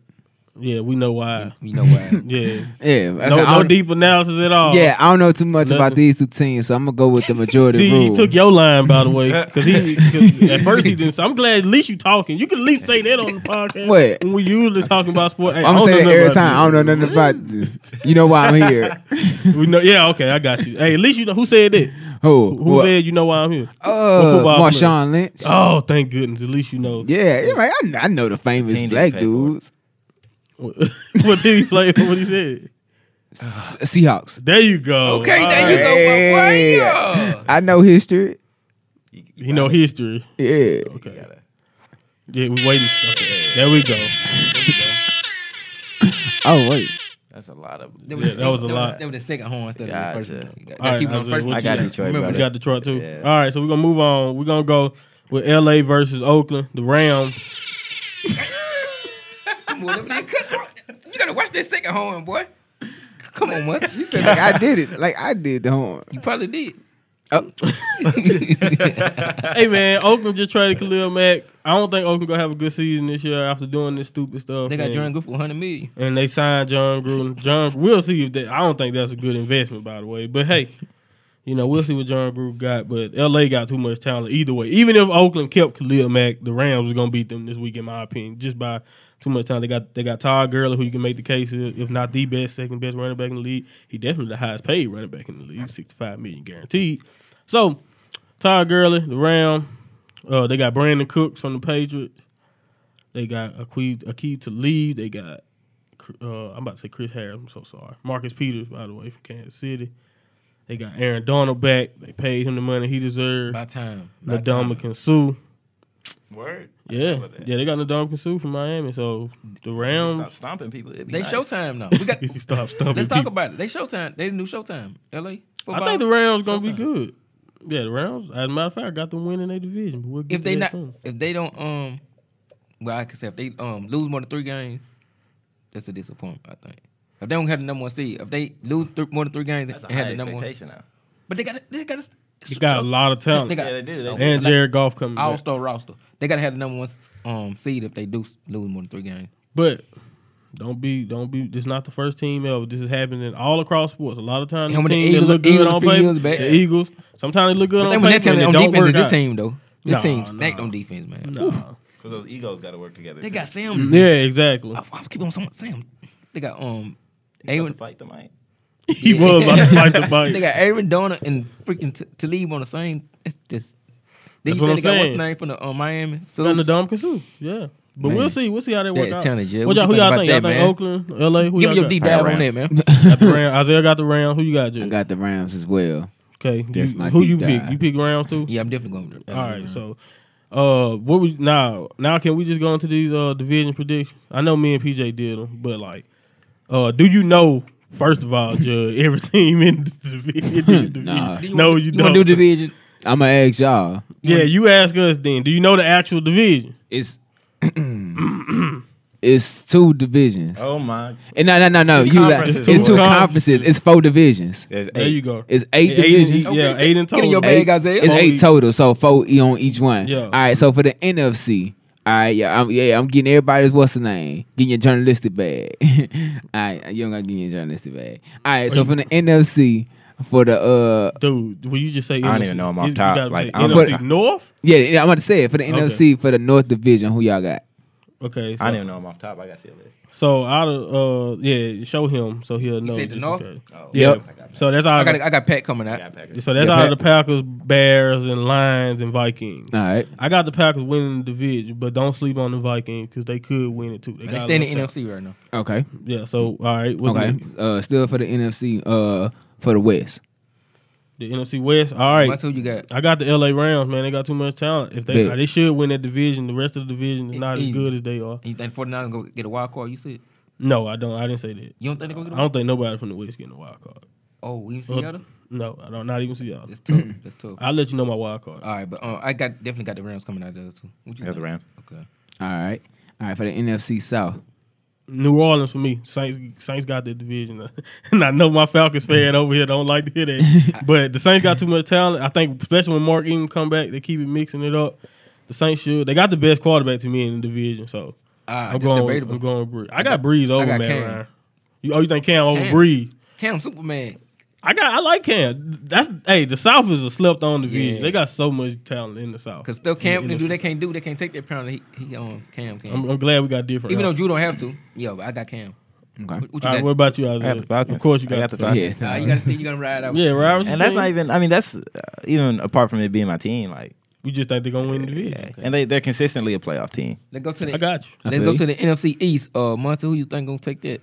Yeah, we know why.
You know why?
Yeah,
Yeah.
no, no deep analysis at all.
Yeah, I don't know too much about
Nothing.
these two teams, so I'm gonna go with the majority
See,
rule.
he took your line by the way, because he 'cause at first he didn't. So I'm glad at least you talking. You can at least say that on the podcast
What?
when we usually talking about sport. Hey, I
I'm
don't
saying
know
that every
nothing
time. I
about
don't know nothing about this. You know why I'm here?
this. We know, yeah, okay, I got you. Hey, at least you know who said that.
Who?
Who said you know why I'm here? What
Uh,
football player?
Marshawn Lynch.
Oh, thank goodness. At least you know.
Yeah, yeah like, I, kn- I know the famous
Team didn't
black
pay for
dudes.
what team he played for? What he said?
Seahawks.
There you go.
Okay,
All
there you
right.
go.
Hey.
my boy.
I know history.
you, you
You know history.
Yeah.
Okay.
gotta-
Yeah, we waiting. Okay. There we go.
Oh wait.
that's a lot of.
Yeah, that was a lot.
That was the second horn instead of the first
Gotcha.
one. You gotta
All right,
keep it on
Isaiah,
first
what
one.
I got
you
Detroit,
Remember,
We
brother.
got Detroit too.
Yeah.
All right, so we're gonna move on. We're gonna go with LA versus Oakland, the Rams.
Whatever they cut out. You gotta watch that second horn, boy. Come on, man.
You said like I did it. Like I did the horn.
You probably did.
Oh.
hey man, Oakland just traded Khalil Mack. I don't think Oakland gonna have a good season this year after doing this stupid stuff.
They got
and,
Jordan Good for 100 million.
and they signed John Gruden. John, we'll see if that. I don't think that's a good investment, by the way. But hey, you know we'll see what John Gruden got. But LA got too much talent either way. Even if Oakland kept Khalil Mack, the Rams was gonna beat them this week, in my opinion, just by too much talent. They got they got Todd Gurley, who you can make the case is, if not the best, second best running back in the league. He definitely the highest paid running back in the league, sixty five million guaranteed. So Todd Gurley, the Ram. Uh, they got Brandon Cooks from the Patriots. They got Akeem Akeem to lead. They got uh, I'm about to say Chris Harris. I'm so sorry. Marcus Peters, by the way, from Kansas City. They got Aaron Donald back. They paid him the money he deserved.
By time. By time.
Nadamakan Sue.
Word. I
Yeah.
remember that.
Yeah, they got Nadamakan Sue from Miami. So the
Stop
Rams.
stomping people. It'd be
They
nice.
Showtime now. We got.
You stop stumping
let's talk
people.
about it. They Showtime. They the new Showtime. LA.
I
Football.
think the Rams going to be
Showtime.
good. Yeah, the Rams, as a matter of fact, got the win in their division. But we'll get
If
to
they
that
not,
soon.
if they don't, um, well, I can say if they um lose more than three games, that's a disappointment. I think. If they don't have the number one seed, if they lose th- more than three games
That's a
and have
high
the number one,
expectation now.
but they got, they got,
They got a lot of talent.
They got-
Yeah, they do. They do.
and Jared Goff coming back.
all star roster. They gotta have the number one um seed if they do s- lose more than three games.
But don't be, don't be. This is not the first team ever. This is happening all across sports. A lot of times,
And
the
when the
team that
Eagles-
look good
Eagles a
on
few
paper,
years back-
the Eagles. Sometimes they look good
But
on
then when they
paper.
tell
and
me
it
on
don't
defense,
work
is this
out.
team though. This
Nah,
team
nah.
stacked on defense, man.
Nah. Mm-hmm.
Oof.
Because those egos got to work together.
They
too.
got Sam.
Yeah, exactly.
I, I keep on saying Sam. They got um.
You about
Aaron,
to fight the mic.
He was about to fight the
They
bite.
got Aaron Donald and freaking T- Talib on the same. It's just. Then
That's
you
what I'm
said they got what's
saying.
name from the uh, Miami. So
And the Dom Kasu. Yeah. But
Man.
we'll see. We'll see how they work
is
out.
talented, Jay.
What
What
y'all,
you
who
think
y'all
about
think?
that,
y'all think
man?
Oakland, LA? Who
give
y'all
me your
got?
deep
I got
dive on that,
Rams.
man.
Got the Rams. Isaiah got the Rams. Who you got,
I
Jay?
got the Rams as well.
Okay.
That's
you-
my
Who
deep
you
dive.
pick? You pick Rams too?
yeah, I'm definitely going. with the-
All right. So Uh, what we now? Now can we just go into these uh division predictions? I know me and PJ did them, but like, uh, do you know first of all, Judge, every team in the divi- in this division?
Nah.
Do
no,
wanna-
you, don't.
wanna do division.
I'm gonna ask y'all.
yeah, you ask us then. Do you know the actual division?
It's it's two divisions.
Oh my.
And no, no, no, no.
It's two
You like,
conferences.
it's two
Two
conferences. It's four divisions.
There's
There
eight.
you go.
It's eight
Eight in
divisions.
each- yeah, eight in
Get in
total.
your bag,
Eight-
Isaiah.
It's
Oh,
eight
yeah.
total, so four e on each one.
Yeah.
All right, so for the NFC, all right, yeah, I'm, yeah, I'm getting everybody's what's the name, getting your journalistic bag. all right, you don't gotta give me your journalistic bag. All right, so
you-
for the NFC, for the uh,
Dude, will you just say? I
don't even know 'em off top. Like, I don't
NFC
know.
North.
yeah, yeah, I'm about to say it for the
Okay.
NFC for the North Division. Who y'all got?
Okay,
I don't
so,
even know I'm off top. I got to see a list.
so out of uh, yeah, show him so he'll know.
said
just
the
in
North?
case.
Oh,
Yeah.
Yep.
So that's all.
I got I got Pat coming
I got
out.
Packers.
So that's
Yeah,
all
Pat-
the Packers, Bears, and Lions and Vikings.
All right,
I got the Packers winning the division, but don't sleep on the Vikings because they could win it too. They,
They
got
stay in the
enough talent.
NFC right now.
okay,
Yeah. So all right. What's
okay.
okay.
Uh, still for the NFC, uh, for the West.
The NFC West. All right.
That's who you got.
I got the LA Rams, man. They got too much talent. If they
Yeah.
they should win that division, the rest of the division is not as
Easy.
good as they are.
And you think 49 going to get a wild card? You said
No, I don't. I didn't say that.
you don't think they're going
I
to get a wild
don't think nobody from the West getting a wild card.
Oh, even
Uh,
Seattle?
No, I don't. Not even see y'all.
That's tough. That's tough.
I'll let you know my wild card.
All right, but um, I got definitely got the Rams coming out there too. What you
Yeah, the
think?
Rams.
Okay.
All right, all right for the NFC South.
New Orleans for me. Saints Saints got the division, and I know my Falcons fan over here don't like to hear that. But the Saints got too much talent. I think, especially when Mark Ingram come back, they keep it mixing it up. The Saints should. They got the best quarterback to me in the division, so
Ah,
I'm
that's
going.
debatable.
I'm going. Breeze. I got Breeze over
got
Matt
Cam.
Ryan. You, oh, you think Cam, over
Cam.
Breeze?
Cam Superman.
I got. I like Cam. That's hey. The South is a slept on division.
Yeah.
They got so much talent in the South.
Because stuff Cam
In the
can do, they
NFC.
can't do. They can't take that pound. He, he on Cam. Cam.
I'm, I'm glad we got different.
Even though
options.
Drew don't have to. Yeah, but I got Cam.
Okay,
What, what you
All right,
got?
what about you, Isaiah?
the Falcons.
Of course, you
I
got,
got the
Falcons.
yeah,
Nah, you got to see. You got to ride out.
Yeah, right.
And that's not even. I mean, that's uh, even apart from it being my team. Like,
You just think they're gonna win the division.
yeah. and they they're consistently a playoff team.
Let's go to
I
the.
got you.
Let's go to the NFC East. Uh, Monty, who you think gonna take that?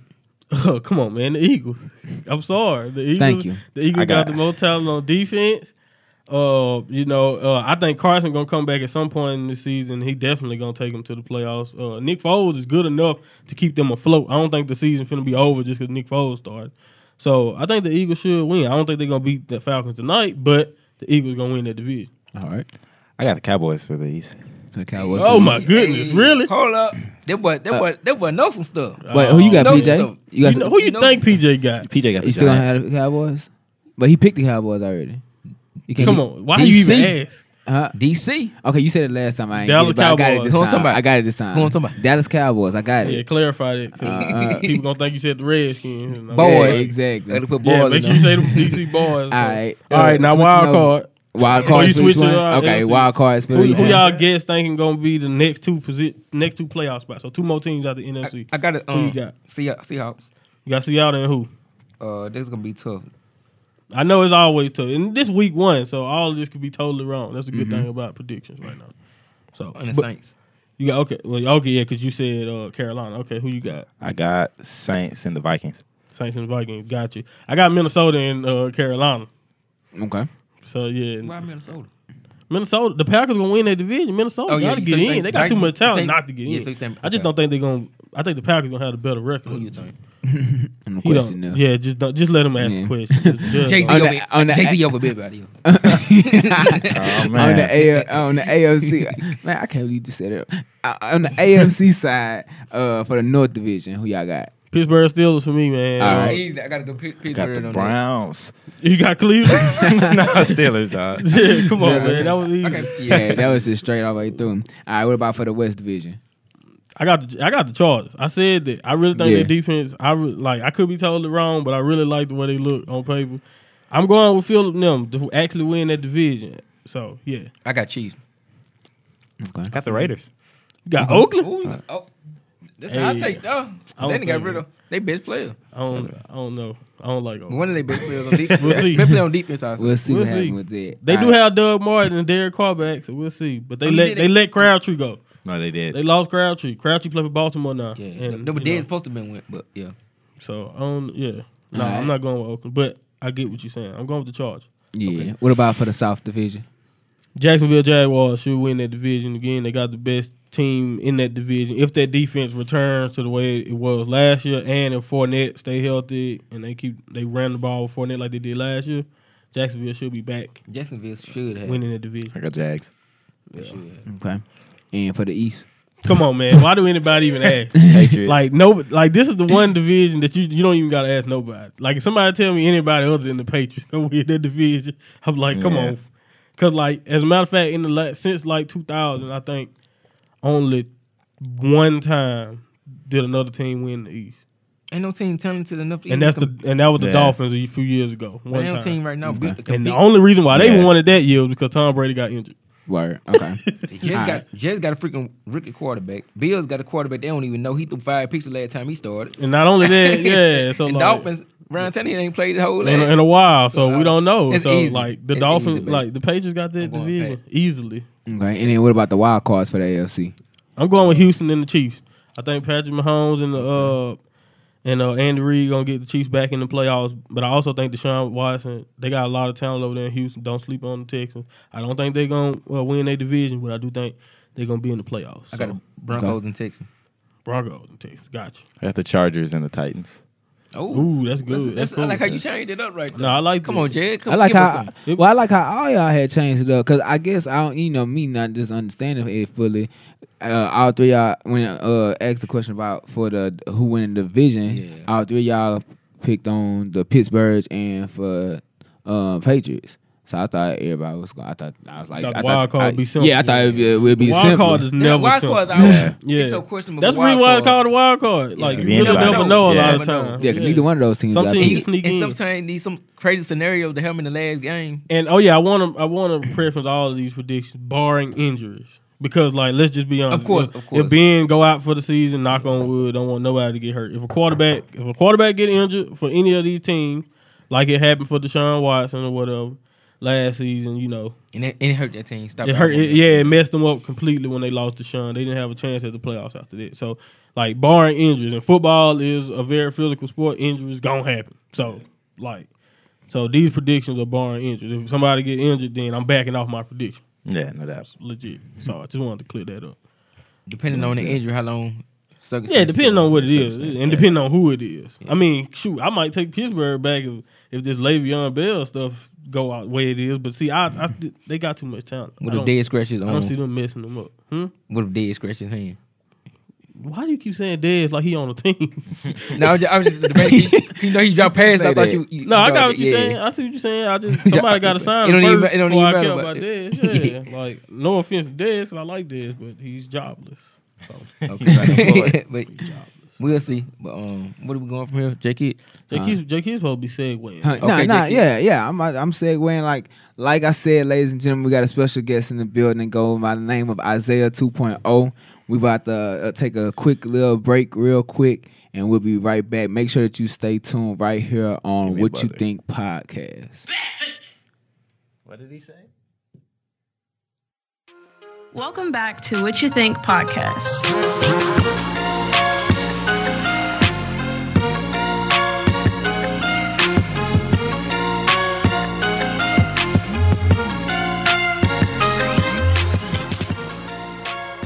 Oh, come on, man. The Eagles. I'm sorry. The Eagles.
Thank you.
The Eagles
I
got,
got-
the most talent on defense. Uh, you know, uh, I think Carson gonna come back at some point in the season. He definitely gonna take them to the playoffs. Uh, Nick Foles is good enough to keep them afloat. I don't think the season's gonna be over just because Nick Foles started. So I think the Eagles should win. I don't think they're gonna beat the Falcons tonight, but the Eagles gonna win that division.
all right.
I got the Cowboys for the East.
The Cowboys.
Oh my goodness, really? Uh,
Hold up. That boy. That boy. That boy know some stuff.
Wait, who you got,
No,
PJ?
no.
You got
You know,
some-
who you
No,
think
sir.
PJ got?
PJ got the
You still gonna
Giants.
have the Cowboys? But he picked the Cowboys already. You can't
Come
he-
on, why
Did
you
you
even
see?
ask?
Huh?
DC.
Okay, you said it last time. I ain't get
Dallas
it, but I got it
Cowboys.
this
Who I'm
time.
talking about?
I got it this time.
Who I'm talking about?
Dallas Cowboys. I got
Yeah,
it.
clarify that because
Uh, uh.
people gonna think you said the Redskins. And I'm
Boy.
Yeah,
Boys.
exactly.
Gotta put
Yeah,
balls in
make sure
them.
you say them DC boys.
All right. Uh,
all right. Now
Switching
wild
over.
card.
Wild
So
card.
you
for each
switching,
one?
uh,
okay,
NFC.
wild cards for
Who,
each
who
one.
y'all guess thinking gonna be the next two posi- next two playoff spots? So two more teams out the
I,
NFC.
I got it.
Who
Um,
you got?
Seah- Seahawks.
you got Seattle and who?
Uh, this is gonna be tough.
I know it's always tough. And this week one, so all of this could be totally wrong. That's a good thing about predictions right now. So
And the
but
Saints.
you got okay. Well, okay, yeah, because you said uh, Carolina. Okay, who you got?
I got Saints and the Vikings.
Saints and Vikings. Got you. I got Minnesota and uh, Carolina.
Okay.
So yeah,
Why Minnesota?
Minnesota, the Packers gonna win their division. Minnesota
Oh, yeah,
gotta
you-
get
so you
in.
think
They got too
Vikings-
much talent
you say-
not to get
yeah,
in.
so you saying-
I just
okay.
don't think they're gonna. I think the Packers gonna have a better record.
Who you think?
I'm
He don't-
question
yeah, just don't, just let him ask
Yeah.
the question. Just judge
Jay Z
him.
On
over
the- on the-
Jay Z over everybody.
Oh
on the
man,
A- on the AFC, man, I can't believe you said it. Uh, on the AFC side, uh, for the North Division, who y'all got?
Pittsburgh Steelers for me, man.
All
All
right.
right. I gotta go. Pit- Pittsburgh
got the
on that.
Browns.
You got Cleveland.
no Steelers, dog.
Yeah, Come on,
Yeah.
man. That was easy.
Okay.
Yeah, that was just straight all the way through. All right, what about for the West Division?
I got the I got the Chargers. I said that. I really think
Yeah.
their defense. I re, like. I could be totally wrong, but I really like the way they look on paper. I'm going with Philip them to actually win that division. So yeah,
I got Chiefs.
Okay.
Got the Raiders.
you got Oakland.
Ooh, oh, that's how I
Hey.
take though.
I
They
don't
done got
think-
rid of they best player.
I don't. I don't know. I don't like Oakland.
One of their best players on defense.
We'll see.
Best player on defense. I
We'll
say.
see
We'll
what
see.
happens with that.
They
All
do
right.
have Doug Martin and Derek Carr back, so we'll see. But they
Oh,
let
yeah,
they,
they-
let Crabtree go.
No, they did.
They lost Crabtree. Crabtree played for Baltimore now.
Yeah,
and,
they were
you
dead
know,
supposed to been went, but yeah.
So um, yeah,
All
no, I'm
right.
not going with Oakland, but I get what you're saying. I'm going with the Charge.
Yeah. What about for the South Division?
Jacksonville Jaguars should win that division again. They got the best team in that division. If that defense returns to the way it was last year, and if Fournette stay healthy and they keep they ran the ball with Fournette like they did last year, Jacksonville should be back
Jacksonville should have.
winning that division.
I got Jags.
They should have.
Okay. And for the East.
Come on, man. Why do anybody even ask?
Patriots.
Like no, like this is the one division that you you don't even gotta ask nobody. Like if somebody tell me anybody other than the Patriots go win that division, I'm like, come
Yeah.
on, because like as a matter of fact, in the la- since like 2000, I think only one time did another team win the East,
Ain't no team talented enough. to
and
even
that's the
com-
and that was the
Yeah.
Dolphins a few years ago. One
ain't no team
time.
right now. built to
And
compete.
the only reason why they
Yeah.
won it that year was because Tom Brady got injured.
Word. Okay.
The Jets
All
got Jets got a freaking rookie quarterback. Bills got a quarterback they don't even know. He threw five picks the last time he started.
And not only that, yeah, so
the
like,
Dolphins. Ryan Tannehill ain't played the whole.
in,
ass.
in a while, so
So,
we don't know.
Uh, it's
so
easy.
like the
It's
Dolphins,
easy, baby.
like the Patriots got that
I'm going
division easily.
Okay. And then what about the wild cards for the AFC?
I'm going with Houston and the Chiefs. I think Patrick Mahomes and the uh and uh Andy Reid gonna get the Chiefs back in the playoffs. But I also think Deshaun Watson, they got a lot of talent over there in Houston. Don't sleep on the Texans. I don't think they're gonna uh, win their division, but I do think they're gonna be in the playoffs.
I got the
So,
Broncos and Texans.
Broncos and Texans. Gotcha.
I got the Chargers and the Titans.
Oh,
Ooh, that's good.
That's,
That's,
that's,
cool.
I like how you changed it up right there.
No, I like
Come
that.
on, Jed. Come,
I like
give us
how
some.
It-
well I like how all y'all had changed it up because I guess I don't you know me not just understanding it fully. Uh, all three y'all when uh asked the question about for the who win the division,
Yeah.
all three y'all picked on the Pittsburghs and for uh, Patriots. So I thought everybody was going. I thought I was like,
Thought the
I
wild card
I-
would be simple.
Yeah, I thought it would- would be
The wild
simple.
card is never
wild
simple.
cards. Yeah.
Yeah.
It's so questionable.
That's the
wild
reason why it's called
cards.
a wild card. Like
Yeah.
you really
Anybody.
never know a
Yeah.
lot of
Never know.
times.
yeah, 'cause neither one of those teams.
Some
got
teams-
that.
You sneak
and
in.
sometimes need some crazy scenario to help in the last game.
And oh yeah, I want to I want to preference all of these predictions, barring injuries, because like let's just be honest.
Of course,
if,
of course.
If Ben go out for the season, knock on wood, don't want nobody to get hurt. If a quarterback, if a quarterback get injured for any of these teams, like it happened for Deshaun Watson or whatever last season, you know,
And it, and it hurt that team. Stop.
it
that
hurt.
one.
It, yeah, it messed them up completely when they lost to Sean. They didn't have a chance at the playoffs after that. So, like, barring injuries, and football is a very physical sport. Injuries gonna happen. So, like, so these predictions are barring injuries. If somebody get injured, then I'm backing off my prediction.
Yeah, no doubt.
Legit. So I just wanted to clear that up.
Depending on the injury, how long.
Yeah, depending on what it is, and depending on who it is. I mean, shoot, I might take Pittsburgh back if, if this Le'Veon Bell stuff go out the way it is. But see, I, I they got too much talent. I
With a
don't,
dead scratches
I don't see
on.
them messing them up. Hmm?
With a dead scratches hand.
Why do you keep saying Dez like he on the team?
No, I was just, I was just debating. You, you know, he dropped past.
Say
I thought
that.
you, you.
no,
you
I
know,
got what you're
yeah.
saying. I see what you're saying. I just somebody got to sign
It don't
him
even-
first
it don't
before
even
I care
matter
about
about
Dez. Yeah, like no offense to Dez, 'cause I like Dez, but he's jobless.
Okay. but we'll see. But um, what are we going from here, J Kid?
Jake, he's,
Uh-huh.
Jake, he's supposed to be segueing.
Huh,
Okay,
nah, nah,
Dickie.
yeah, yeah. I'm I'm segueing like like I said, ladies and gentlemen, we got a special guest in the building. Go by the name of Isaiah 2.0. We about to uh, take a quick little break, real quick, and we'll be right back. Make sure that you stay tuned right here on
me a
What You
buzzer.
Think podcast.
What did he say?
Welcome back to What You Think Podcast.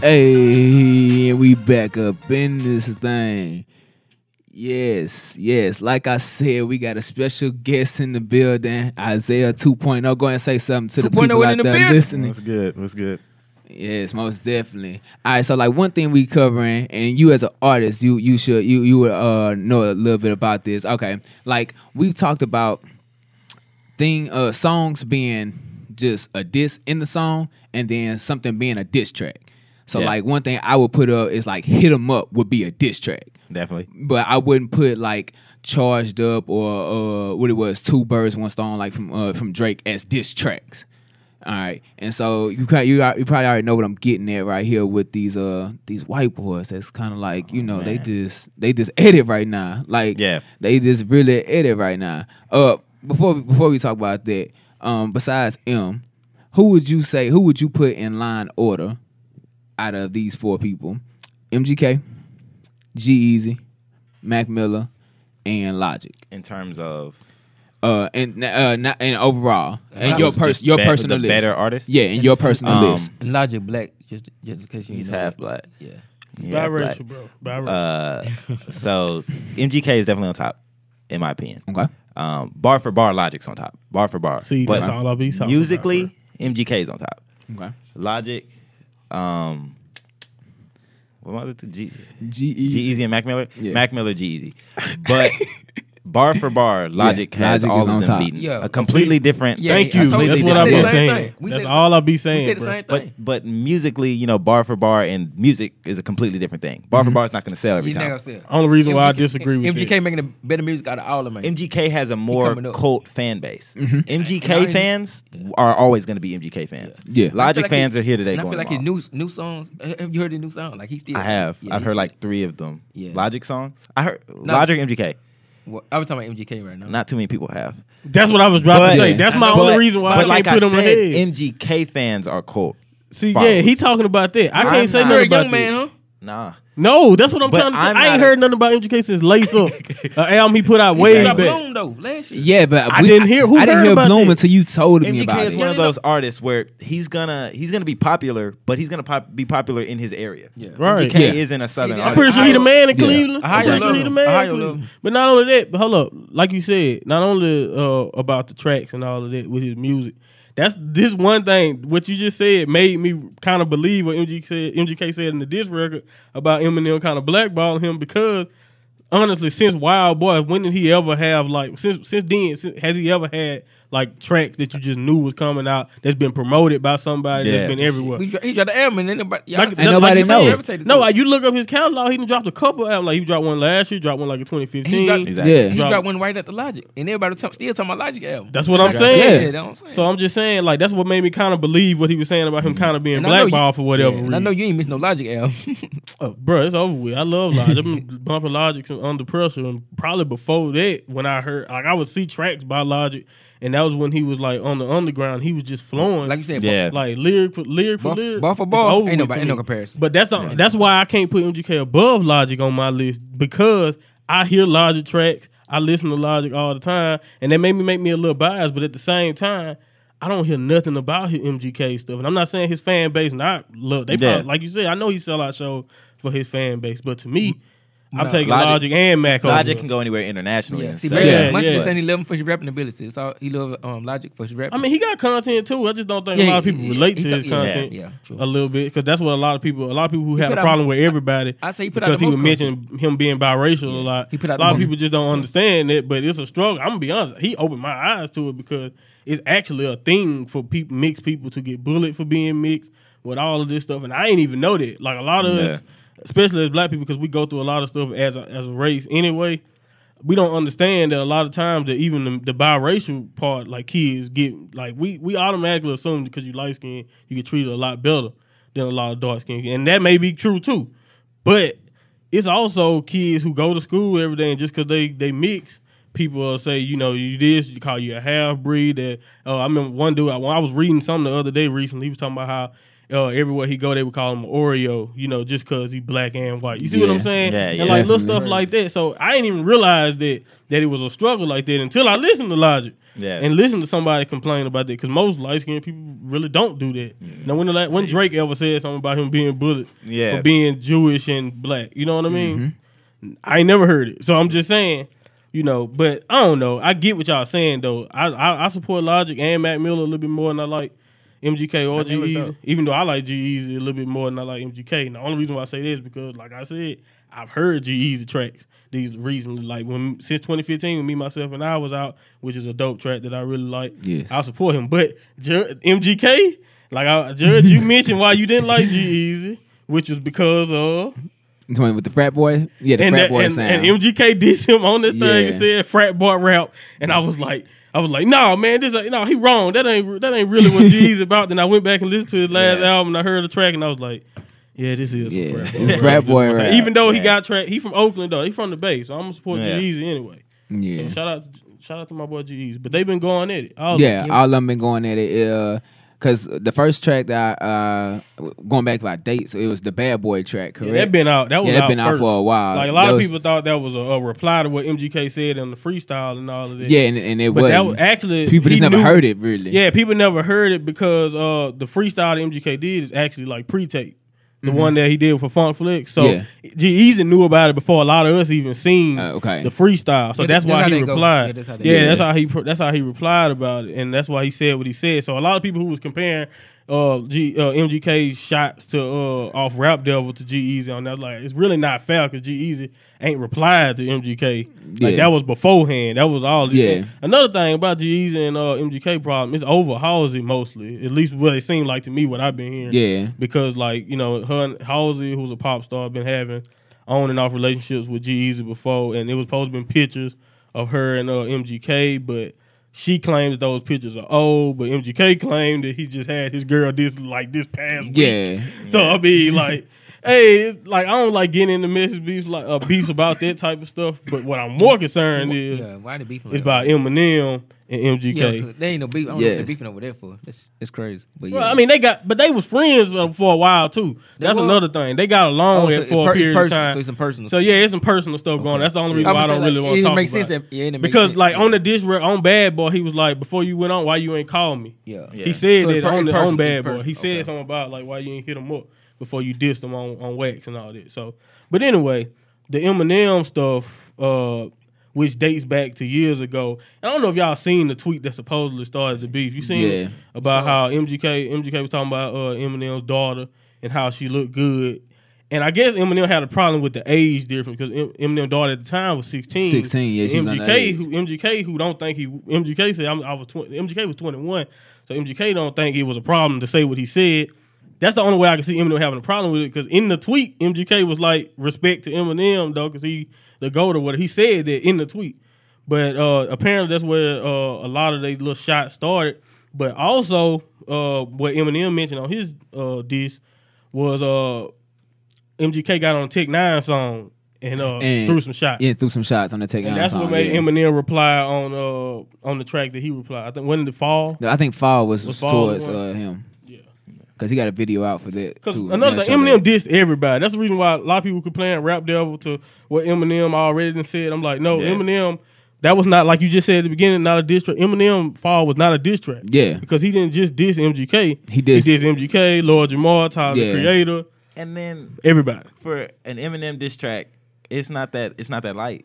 Hey, we back up in this thing. Yes, yes. Like I said, we got a special guest in the building, Isaiah 2.0. Go and say something to the
2.0
people
in
out
the
there
building.
listening.
What's good? What's good?
Yes, most definitely. All right, so like one thing we covering, and you as an artist, you you should you you would uh, know a little bit about this. Okay, like we've talked about thing uh songs being just a diss in the song, and then something being a diss track. So
Yeah.
like one thing I would put up is like "Hit 'Em Up" would be a diss track
Definitely.
but I wouldn't put like charged up or uh what it was two birds one stone like from uh, from Drake as diss tracks. All right, and so you kind you al- you probably already know what I'm getting at right here with these uh these white boys. That's kind of like you know they
Oh, man.
just they just edit right now. Like
Yeah.
they just really edit right now. Uh, before we, before we talk about that, um, besides M, who would you say who would you put in line order out of these four people? MGK, G Easy, Mac Miller, and Logic.
In terms of
uh, and uh, not and overall, and
That
your
was
person,
just
your
be-
personal
the
list,
better artist?
yeah, and your personal
Um,
list.
And Logic Black, just just in case you
He's
didn't know
half
that.
black.
Yeah.
He half black.
Biracial, bro. Biracial.
Uh, so MGK is definitely on top, in my opinion.
Okay,
Um, bar for bar, Logic's on top. Bar for bar.
See,
But
that's all I be talking about, bro.
musically, MGK's on top.
okay.
Logic, um, what my other two? G
G E.
Easy and Mac Miller.
Yeah.
Mac Miller, G Easy. But bar for bar, Logic has
Logic
all
is
of
on
them
top.
leading.
Yeah.
A completely different.
Yeah,
Thank
I
you.
told
That's
you.
what
I
I
said
be
the same
saying.
thing. We
That's
said-
all I be saying.
We said the
bro.
same
But
thing.
but musically, you know, bar for bar and music is a completely different thing. Bar
Mm-hmm.
for bar is not going to sell every
You
time.
never said.
Only reason why I
MGK
disagree with
MGK making the better music out of all of them.
MGK has a more
coming up.
cult fan base.
Mm-hmm.
And I-
MGK fans are always going to be MGK fans.
Yeah. Yeah.
Logic fans are here today.
And I
going
feel like his
tomorrow.
new new songs. Have you heard his new song? Like he still.
I have.
Yeah,
I've
he
heard
still-
like three of them.
Yeah.
Logic songs. I heard Logic MGK.
Well, I was talking about MGK right now.
Not too many people have.
That's what I was about
But-
to say.
Yeah.
That's my
But-
only reason why I
but
can't
like
put him
said,
ahead.
MGK fans are cult.
See, yeah,
followers.
he talking about that. I can't say
not-
You're a
nothing
young
about
man,
that.
huh?
Nah.
No, that's what I'm
But
trying to.
I'm
I ain't
not a-
heard nothing about MGK since Lace Up, an album he put out way
He got
Exactly.
back.
blown though last year.
Yeah, but
I
we-
didn't hear- who
I didn't
heard
hear
about
Bloom
that?
until you told me
MGK
about
is
it.
one
No, no,
of
no.
those artists where he's gonna he's gonna be popular, but he's gonna pop, be popular in his area.
Yeah.
Right.
MGK
Yeah.
isn't a
I'm
southern
I'm
artist.
pretty sure he the man in
Yeah.
Cleveland.
I
I'm pretty sure
love
he the
him.
man
I
in
love
Cleveland.
him.
But not only that, but hold up, like you said, not only uh, about the tracks and all of that with his music. That's this one thing. What you just said made me kind of believe what MGK said, MGK said in the disc record about Eminem kind of blackballing him because honestly, since Wild Boys, when did he ever have like since since then? Since, has he ever had like tracks that you just knew was coming out that's been promoted by somebody
Yeah.
that's been everywhere?
We dr- he dropped the album and then nobody. y'all
Like-
said-
Ain't nobody
you said
know.
you gravitated
No,
to
like
it.
you look up his catalog. He done dropped a couple albums. Like he dropped one last year. Dropped one like in 2015.
He dropped-
Exactly.
Yeah.
He
dropped-
dropped one right at the Logic, and everybody t- still talking about Logic album.
That's what I'm
Yeah,
saying.
Yeah, that's what I'm saying.
So I'm just saying, like that's what made me kind of believe what he was saying about him kind of being
Mm. And I know you-
blackballed for whatever
yeah,
reason.
and I know you ain't missed no Logic album.
Oh, bro, it's over with. I love Logic. I've been bumping Logic since Under Pressure, and probably before that, when I heard, like, I would see tracks by Logic, and that was when he was like on the underground. He was just flowing,
like you said,
Yeah.
like lyric for lyric for
Bar-
lyric,
bar for
It's
bar,
over
ain't
with
nobody-
to
ain't
me.
no comparison.
But that's the, that's why I can't put MGK above Logic on my list because I hear Logic tracks, I listen to Logic all the time, and that made me make me a little biased. But at the same time. I don't hear nothing about his MGK stuff, and I'm not saying his fan base not love. They
Yeah.
probably, like you said, I know he sell out shows for his fan base, but to me, I'm
Nah.
taking Logic,
Logic-
and Mac. over
Logic
him.
can go anywhere internationally.
yeah,
and
see,
sell.
Mac-
Yeah,
Mac
yeah.
just saying he love him for his rapping ability. It's all he love um, Logic for his rap.
I mean, he got content too. I just don't think a lot of people relate to his content
Yeah, true.
a little bit because that's what a lot of people, a lot of people who had a
put out-
problem with everybody.
I say he put out
because
the
he would
most
mention him being biracial a lot.
He put out
a
the
lot of
most-
people just don't understand it, but it's a struggle. I'm gonna be honest. He opened my eyes to it because it's actually a thing for people, mixed people to get bullied for being mixed with all of this stuff, and I ain't even know that. Like a lot of us, especially as black people, because we go through a lot of stuff as a, as a race anyway we don't understand that a lot of times that even the, the biracial part, like kids get like we we automatically assume because you light skinned, you get treated a lot better than a lot of dark skinned, and that may be true too. But it's also kids who go to school every day and just because they they mix. People will say, you know, you this, you call you a half breed. That uh, I remember one dude. I, when I was reading something the other day recently, he was talking about how uh, everywhere he go, they would call him Oreo, you know, just because he black and white. You see what I'm
Yeah.
saying?
Yeah, yeah.
And like little
Definitely.
stuff like that. So I didn't even realize that that it was a struggle like that until I listened to Logic.
Yeah.
And listened to somebody complain about that because most light skinned people really don't do that. Now when the, la- when Drake ever said something about him being bullied
Yeah.
for being Jewish and black, you know what I mean? I ain't never heard it. So I'm just saying, you know. But I don't know. I get what y'all saying though. I I, I support Logic and Mac Miller a little bit more than I like. MGK or
Mac Miller's
G
dope.
Easy, even though I like G Easy a little bit more than I like MGK. And the only reason why I say this is because, like I said, I've heard G Easy tracks these recently. Like when since 2015, when me, myself, and I was out, which is a dope track that I really like.
Yes.
I support him. But Ju- MGK, like I, Judge, you mentioned why you didn't like G Easy, which was because of
The one with the frat boy, yeah, the
and,
frat
that-
boy
and,
sound.
and MGK dissed him on the thing and
Yeah.
said frat boy rap, and I was like, I was like, no man, this ain't- no he wrong. That ain't that ain't really what G's about. Then I went back and listened to his last
Yeah.
album, and I heard the track, and I was like, yeah, this is some
Yeah,
frat boy.
it's
rap.
frat boy
So
rap.
Even though he
Yeah.
got track, he from Oakland though. He from the Bay, so I'm gonna support
Yeah.
G's anyway.
yeah.
So shout out, shout out to my boy G's, but they've been going at it. all-
Yeah, all of them been going at it. Uh, Cause the first track that I, uh, going back by dates, it was the Bad Boy track, correct?
Yeah, that been out. That was
Yeah, that
out
been out
first.
for a while.
Like a lot
That
of
was-
people thought that was a, a reply to what MGK said in the freestyle and all of that.
yeah, and, and it
but
was
that was actually
people
he
just never
knew-
heard it really.
Yeah, people never heard it because uh, the freestyle that MGK did is actually like pre-tape, the one that he did for Funk Flex. So
Mm-hmm. Yeah.
G Easy knew about it before a lot of us even seen
Uh, okay.
the freestyle. So
Yeah,
that's,
that's how
why he
they go.
replied.
Yeah, that's how they
yeah,
go.
that's how he pro- that's how he replied about it, and that's why he said what he said. So a lot of people who was comparing. Uh, G, uh, MGK's shots to uh off Rap Devil to G Easy on that like it's really not fair because G Easy ain't replied to MGK like
Yeah.
that was beforehand that was all
Yeah.
Another thing about G's and uh, MGK problem is over Halsey mostly. At least what it seemed like to me, what I've been hearing.
Yeah.
Because like you know, her and Halsey, who's a pop star, been having on and off relationships with G Easy before, and it was supposed to be pictures of her and uh, MGK, but she claimed that those pictures are old, but MGK claimed that he just had his girl this like this past week.
Yeah.
So I mean, like, hey, it's, like I don't like getting into message beefs like uh, beefs about that type of stuff. But what I'm more concerned is
yeah, why they beefing?
it's
over
by
that?
Eminem and MGK.
Yeah, so they ain't no beef. I don't know what they
Yes.
beefing over that for. That's, that's crazy. But yeah.
well, I mean, they got, but they was friends uh, for a while too.
They
That's
were?
another thing. They got along
Oh, so
with
it's
for a
per- it's
period of
personal,
time.
so it's some personal
So
stuff.
yeah, it's some personal stuff going. on.
Okay.
That's the only
I'm
reason why I
gonna
don't
say,
really
like,
want
it
to
didn't
talk
make
about
sense
it.
if- yeah, it didn't make
because
sense.
like on the dish rec- on Bad Boy, he was like, before you went on, why you ain't call me?
Yeah.
Yeah.
He said
So it's
that
per-
on, the,
it's
on
personal,
Bad
it's
Boy.
personal.
He said
Okay.
something about like why you ain't hit him up before you dissed him on, on wax and all that. So, but anyway, the Eminem stuff, uh, which dates back to years ago. And I don't know if y'all seen the tweet that supposedly started the beef. You seen
Yeah.
it about how MGK MGK was talking about uh, Eminem's daughter and how she looked good. And I guess Eminem had a problem with the age difference because Eminem's daughter at the time was sixteen.
16, yeah, she was
MGK,
underage.
who MGK who don't think he MGK said I'm, I was 20, MGK was 21, so MGK don't think it was a problem to say what he said. That's the only way I can see Eminem having a problem with it because in the tweet MGK was like respect to Eminem though because he the goat or what he said that in the tweet, but uh, apparently that's where uh, a lot of they little shots started. But also uh, what Eminem mentioned on his uh, diss was uh, MGK got on Tech Nine song and, uh,
And-
threw some shots.
Yeah, threw some shots on the take.
And that's what made
yeah.
Eminem reply on uh on the track that he replied. I think when did it fall?
No, I think Fall was,
Was Fall
towards
the one?
uh, him.
Yeah.
Cause he got a video out for that
Because
too.
another
Yeah,
thing,
so
Eminem
that-
dissed everybody. That's the reason why a lot of people comparing Rap Devil to what Eminem already done said. I'm like, no,
Yeah.
Eminem, that was not like you just said at the beginning, not a diss track. Eminem Fall was not a diss track.
Yeah.
Because he didn't just diss MGK.
He dissed-
he dissed MGK, Lord Jamar, Tyler
Yeah.
the Creator,
And then
everybody.
for an Eminem diss track, it's not that it's not that light.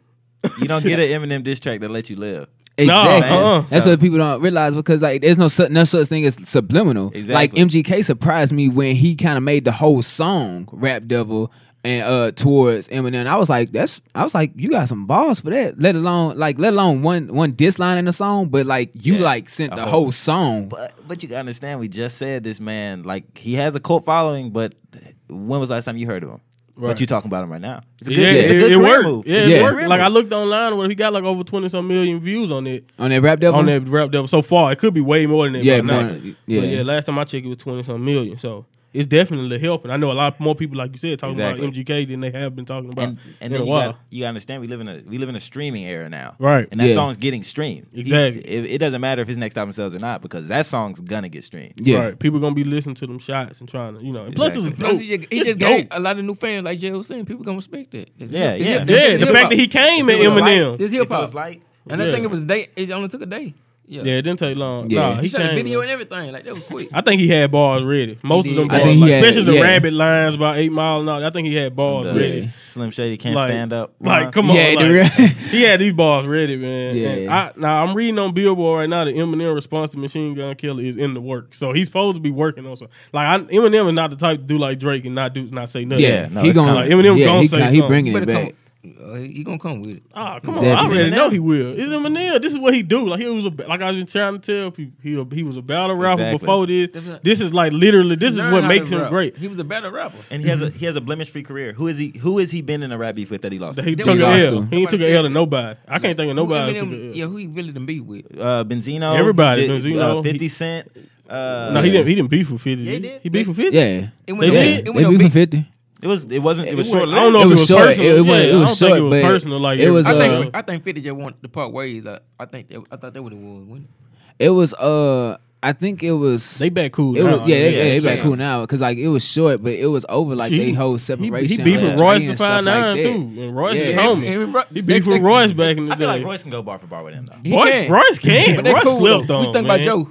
You don't get an Eminem diss track that let you live.
Exactly.
No, uh-uh.
That's
So-
what people don't realize because like there's no such no such thing as subliminal. Like
Exactly.
MGK surprised me when he kind of made the whole song Rap Devil and uh towards Eminem. I was like, that's I was like, you got some balls for that. Let alone like let alone one one diss line in the song, but like you
Yeah.
like sent
A
the
whole-
whole song.
But but you gotta understand, we just said this man like he has a cult following, but when was the last time you heard of him?
Right.
But you talking about him right now. It's a
yeah,
it's a
it,
good
it
career
worked.
move.
Yeah,
It's a
Yeah.
it
good
worked.
career
Like I
move.
looked online where he got like over twenty some million views on it.
On that Rap Devil?
on that rap devil so far. It could be way more than that.
Yeah,
Yeah, now.
more-
But
yeah.
yeah. Last time I checked, it was twenty some million. So it's definitely helping. I know a lot more people, like you said, talking
Exactly.
about MGK than they have been talking about
and, and
in
then
a
you,
while.
got, you gotta understand we live in a we live in a streaming era now,
Right.
And that
Yeah.
song's getting streamed. He's-
Exactly.
It, it doesn't matter if his next album sells or not because that song's gonna get streamed.
yeah.
Right. People gonna be listening to them shots and trying to, you know. And plus, it's
Exactly.
dope.
Plus, he just, he
It's
just
dope.
got a lot of new fans, like Jay was saying. People gonna respect that. It's
Yeah,
hip- it's
yeah.
hip-
Yeah,
it's
the
hip
fact that
hop.
he came at
It was light.
Eminem.
This hip
If it was
hop.
like
And I
Yeah.
think it was a day. It only took a day. Yeah.
Yeah, it didn't take long.
Yeah.
Nah,
He,
he,
shot a
came.
video and everything. Like that was quick.
I think he had bars ready. Most of
did.
them
I
bars,
think
he
like,
had-
especially the
yeah.
rabbit lines about eight mile and all. I think he had bars
the
ready.
Slim Shady can't
Oh, Like-
stand up. uh-huh.
Like,
line.
come on,
Yeah, the
like,
real-
he had these bars ready, man.
Yeah.
And I, now I'm reading on Billboard right now. The Eminem response to Machine Gun Kelly is in the work, so he's supposed to be working on something. Like I, Eminem is not the type to do like Drake and not do not say nothing.
Yeah,
no,
he
it's
gonna,
kinda-
Like, Eminem
yeah,
gonna
he,
say
kinda- he
something.
bringing
Better
it
come.
back.
Uh, he he gonna come with it.
Ah, come on! I
Definitely.
already know he will. It's Eminem. This is what he do. Like he was a, like I've been trying to tell people, he a- he was a battle rapper
Exactly.
before this.
Definitely.
This is like literally. This is
Learn
what
how to
makes him
rap.
great.
He was a better rapper.
and he has a he has a blemish free career. Who is he? Who has he been in a rap beef with that he lost?
He
Then
took an
we
lost
L.
him.
He ain't took an
Somebody
L to
said-
nobody. I can't think of nobody.
Who
who
Eminem-
took an L.
yeah, who he really done beat with?
uh, Benzino,
Everybody,
did-
Benzino,
uh, Fifty Cent. Uh,
No, he
Yeah.
didn't. He didn't beef for fifty.
Yeah,
did
he
he?
did.
He beef for fifty.
Yeah.
It
They
went
Yeah.
did.
on,
They
it went on
beef for
big.
fifty.
It was. It wasn't. It was
I
short.
don't know
It was
if it was
short.
personal.
It wa-
yeah,
it was
I don't
short,
think it
but
was personal. Like
it was,
I
everybody-
think I think Fifty just want the part ways. I, I think that, I thought that would have won. wouldn't it?
It was uh I think it was.
They back cool.
it was,
now.
yeah, they,
yeah,
yeah, they back
yeah.
cool now because like it was short, but it was over like
He-
they whole
He,
separation.
he beef
like,
with Royce
and
to
stuff
five
like
nine
that.
too, and Royce
Yeah.
is
Homie.
homie. He beef with Royce back in the
I
day.
feel like Royce can go bar for bar with him though.
He
Royce,
can.
Royce can.
But they
Royce
cool.
slipped
though.
on.
We think
man.
about Joe.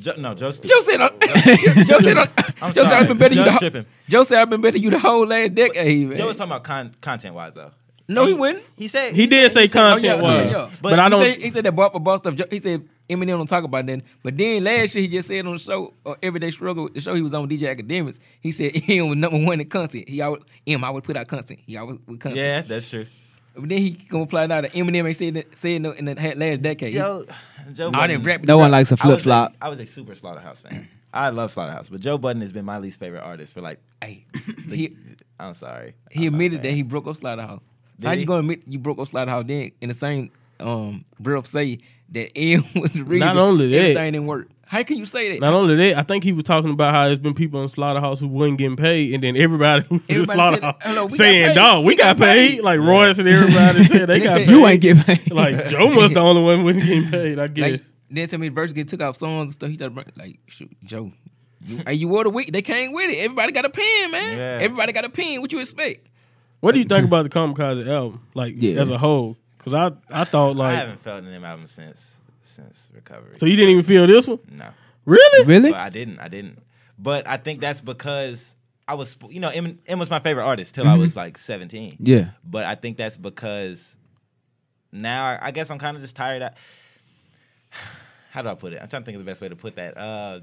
Jo- no, Joe. Steve.
Joe said, uh, Joe said, uh,
I'm
Joe said,
sorry.
I've been better you.
Joe
The, whole-
tripping.
Joe said, I've been better you the whole last decade. Man.
Joe was talking about con- content wise though.
no, he wouldn't.
He said
He did say
Oh, yeah,
content wise,
yeah.
but, I
he
don't.
Said, he said that Bob for Boss stuff. Joe- He said Eminem don't talk about that. But then last year he just said on the show, uh, Everyday Struggle, the show he was on with DJ Academics, he said Eminem was number one in content. He always, M, I would put out content. He always with content.
Yeah, that's true.
But then he gonna apply now that Eminem ain't said that, said no in the ha- last decade.
Joe, Joe.
All
Budden-
that rap.
No one likes a
I was
flip flop.
a- I was a super Slaughterhouse fan. I love Slaughterhouse, but Joe Budden has been my least favorite artist for like.
Hey,
The,
he
I'm sorry.
he
I'm not a
admitted that
fan.
he broke up Slaughterhouse.
Did
How
he?
you gonna admit you broke up Slaughterhouse? Then in the same um breath say that M was the reason.
only that-
everything didn't work. How can you say that?
Not only that, I think he was talking about how there's been people in slaughterhouse who wasn't getting paid, and then everybody who was in
Everybody
slaughterhouse
said, "Hello, we got
saying,
paid.
"Dog, we,
We
got,
got
paid.
paid."
Like Royce and everybody said they
They
got
said,
paid.
You ain't get paid.
like Joe was the only one who wasn't getting paid. I guess.
Like then tell me the verse get took out songs and stuff. He just bring- like shoot Joe. You, hey, you wore the week. They came with it. Everybody got a pen, man.
Yeah.
Everybody got a pen. What you expect?
what do you think about the Kamikaze album, like
Yeah.
as a whole? Because I I thought
I
like
haven't felt in them album since since recovery.
so you didn't even feel this one,
no,
really?
really?
but I didn't. I didn't. But I think that's because I was, sp- you know, M, M was my favorite artist till I was like 17.
Yeah.
But I think that's because now I, I guess I'm kind of just tired. I, how do I put it? I'm trying to think of the best way to put that. Uh,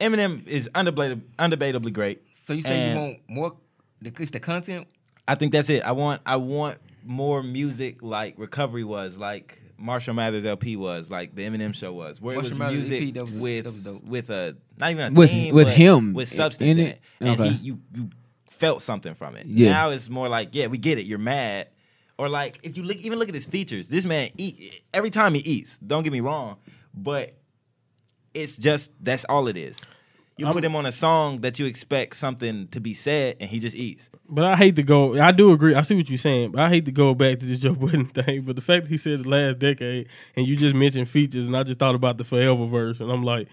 Eminem is undebated, undebatably great.
So you say
And-
you want more the, the content?
I think that's it. I want I want more music like Recovery was, like Marshall Mathers LP was, like the Eminem Show was, where
Marshall
it was
Mathers
music
EP, that was-
with
that was dope.
with a not even a
With-
theme,
with
but
him
with
in-
substance
in
in
it?
it, and
Okay.
he, you you felt something from it.
Yeah.
Now it's more like yeah, we get it. You're mad. Or like if you look, even look at his features, this man eat every time he eats. Don't get me wrong, but it's just that's all it is. You
I'm-
put him on a song that you expect something to be said, and he just eats.
But I hate to go. I do agree. I see what you're saying, but I hate to go back to this Joe Budden thing. But the fact that he said the last decade, and you just mentioned features, and I just thought about the Forever verse, and I'm like,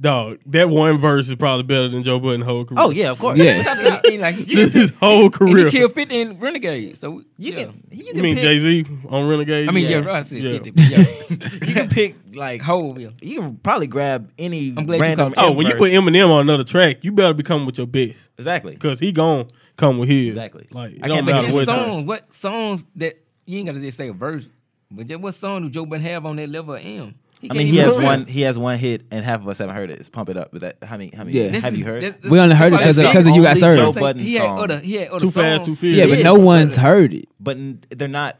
dog, that one verse is probably better than Joe Budden whole career.
Oh yeah, of course.
Yes.
And- and like he,
his whole
and he
career. You
killed 50 in Renegade. So you yeah.
can you can
mean
pick,
Jay Z on Renegade?
I mean, yeah,
Yeah.
right. I said
Yeah.
50. but Yeah.
you can pick like
Whole yeah.
you can probably grab any
I'm glad you
random.
called me
Oh, when you
verse.
put Eminem on another track, you better become with your best
exactly,
because he gon' come with his.
Exactly.
Like it
I
don't
can't think
matter
Just
of
what.
his
time.
songs. What songs that you ain't gotta just say a verse, but just what song do Joe Budden have on that level of M?
I
can't
mean he
even
has
do it.
one he has one hit and half of us haven't heard it. It's pump it up, but that how many how many
Yeah.
This
have
is-
you heard?
that-
We only heard it 'cause of-
that's
'cause of
the
You Got
only
Served.
Joe
Budden
he had
song.
other, he had other
Too fast,
songs.
too furious.
Yeah, but no one's heard it.
but n- they're not.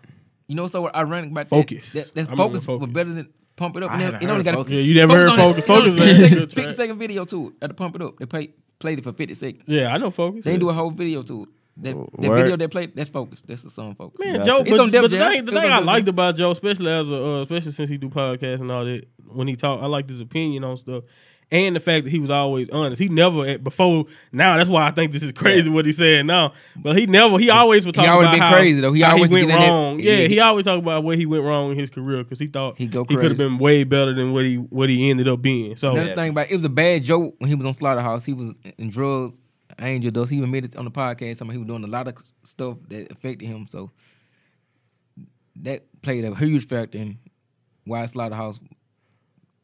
You know, so ironic about
Focus.
that. That,
I
that
remember
focus, was
Focus.
better than pump it up.
I
And
haven't
it only
heard
got a-
Focus.
Yeah, you never heard
on it.
Focus. Focus
You know,
ain't a
50
good
second- 50
track.
second video to it. At the pump it up, they play, played it for 50 seconds.
Yeah, I know Focus.
They didn't do a whole video to it. That, that
Word.
video they played, that's focus. That's the song focus.
Man,
Gotcha.
Joe,
It's
but,
on Def
but the
Jam.
thing, the
It's
thing
on
I
Def
liked
Jam.
about Joe, especially as a, uh, especially since he do podcasts and all that, when he talk, I liked his opinion on stuff, and the fact that he was always honest. He never at- before now. That's why I think this is crazy what he's saying now. But he never, he always was
He
talking
always
about
been
how-
crazy, though. He
how
always
went
get in that-
wrong. yeah,
yeah.
he always talk about where he went wrong in his career because he thought
He go
could have
crazy.
been way better than what he what he ended up being. So
Another
Yeah.
thing about it was a bad joke when he was on Slaughterhouse. He was in drugs, angel dust. He admitted on the podcast. I mean, he was doing a lot of stuff that affected him. So that played a huge factor in why Slaughterhouse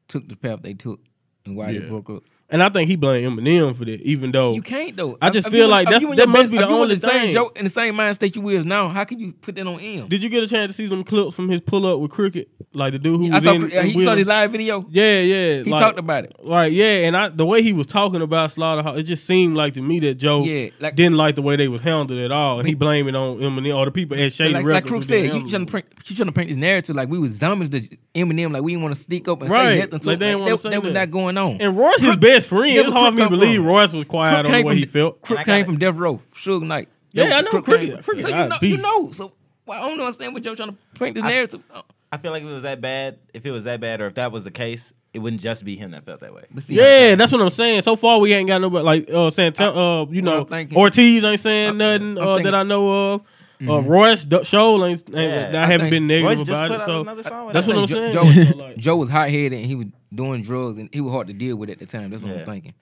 took the path they took and why
Yeah.
they broke up.
and I think he blamed Eminem for that, even though
You can't though.
I just
If- if
feel
you-
like
if
that's-
you in
that
your
must be the
best- if you in
only thing.
Same joke in the same mindset you is now. How can you put that on him?
Did you get a chance to see them clips from his pull up with Cricket, like the dude who
I
was
saw,
in? in
he saw
Wheeler?
his live video.
Yeah, yeah.
He
like-
talked about it.
Like, yeah, and I the way he was talking about Slaughterhouse, it just seemed like to me that Joe
Yeah, like-
didn't like the way they was handled at all, and he blamed it on Eminem or the people at
But
Shady
like, like
Records.
Crook
who didn't
said, you
handle
trying,
it.
to paint, you trying to paint this narrative like we was zombies to Eminem, like we didn't want to sneak up and
Right.
say nothing to
Like,
him.
they didn't wanna
that,
say
that was
that.
not going on.
And Royce his best friend.
Yeah,
it's
but
hard for me to
Crook
believe
come from-
Royce was quiet
Crook
on the
came
way
from
he felt.
Crook
And I got
came
it.
from Death Row, Suge Knight.
Yeah,
That
I
was
know
Crook
Crook-
came-
Crook is
So
a
you know, you
beast.
know. So well, I don't understand what y'all trying to paint this narrative. Uh, on.
I feel like if it was that bad, if it was that bad, or if that was the case, it wouldn't just be him that felt that way.
But see,
Yeah, that's what I'm saying. So far, we ain't got nobody like uh, Santan- uh you
what
know,
I'm thinking-
Ortiz ain't saying
I'm-
nothing
I'm
uh, that
thinking- Mm-hmm.
I know of. Uh, Royce D- Shoal ain't, ain't
Yeah,
I,
I
haven't
think
been
Royce
negative
just
about
put
it.
out
So
another song.
that's
I
what I'm saying.
think Joe, Joe,
So, like,
Joe was hot headed and he was doing drugs and he was hard to deal with at the time. That's what
Yeah.
I'm thinking.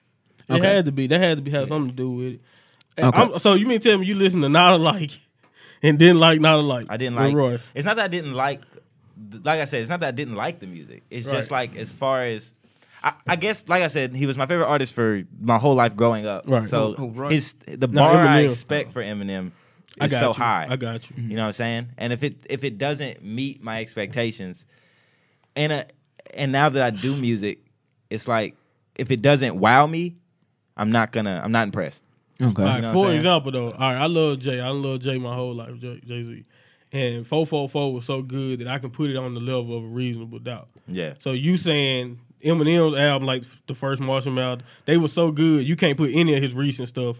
It
Okay.
had to be. That had to be have something to do with it. And
Okay.
I'm- so you mean tell me you listen to Not Alike and didn't like Not Alike?
I didn't
with
like.
Royce.
It's not that I didn't like. th- Like I said, it's not that I didn't like the music. It's just
Right.
like as far as. I, I guess, like I said, he was my favorite artist for my whole life growing up.
Right.
So
Oh, right.
his the
No,
bar I
Eminem.
expect for Eminem
I
is
got
so
you.
high.
I got you.
You know what I'm saying? And if it if it doesn't meet my expectations, and uh, and now that I do music, it's like if it doesn't wow me, I'm not gonna I'm not impressed.
Okay.
All right,
know what I'm
for
saying?
example, though, all right, I love Jay. I love Jay my whole life, Jay Z. And 444 was so good that I can put it on the level of a reasonable doubt.
Yeah.
So you saying Eminem's album, like the first Marshall Mathers, they were so good you can't put any of his recent stuff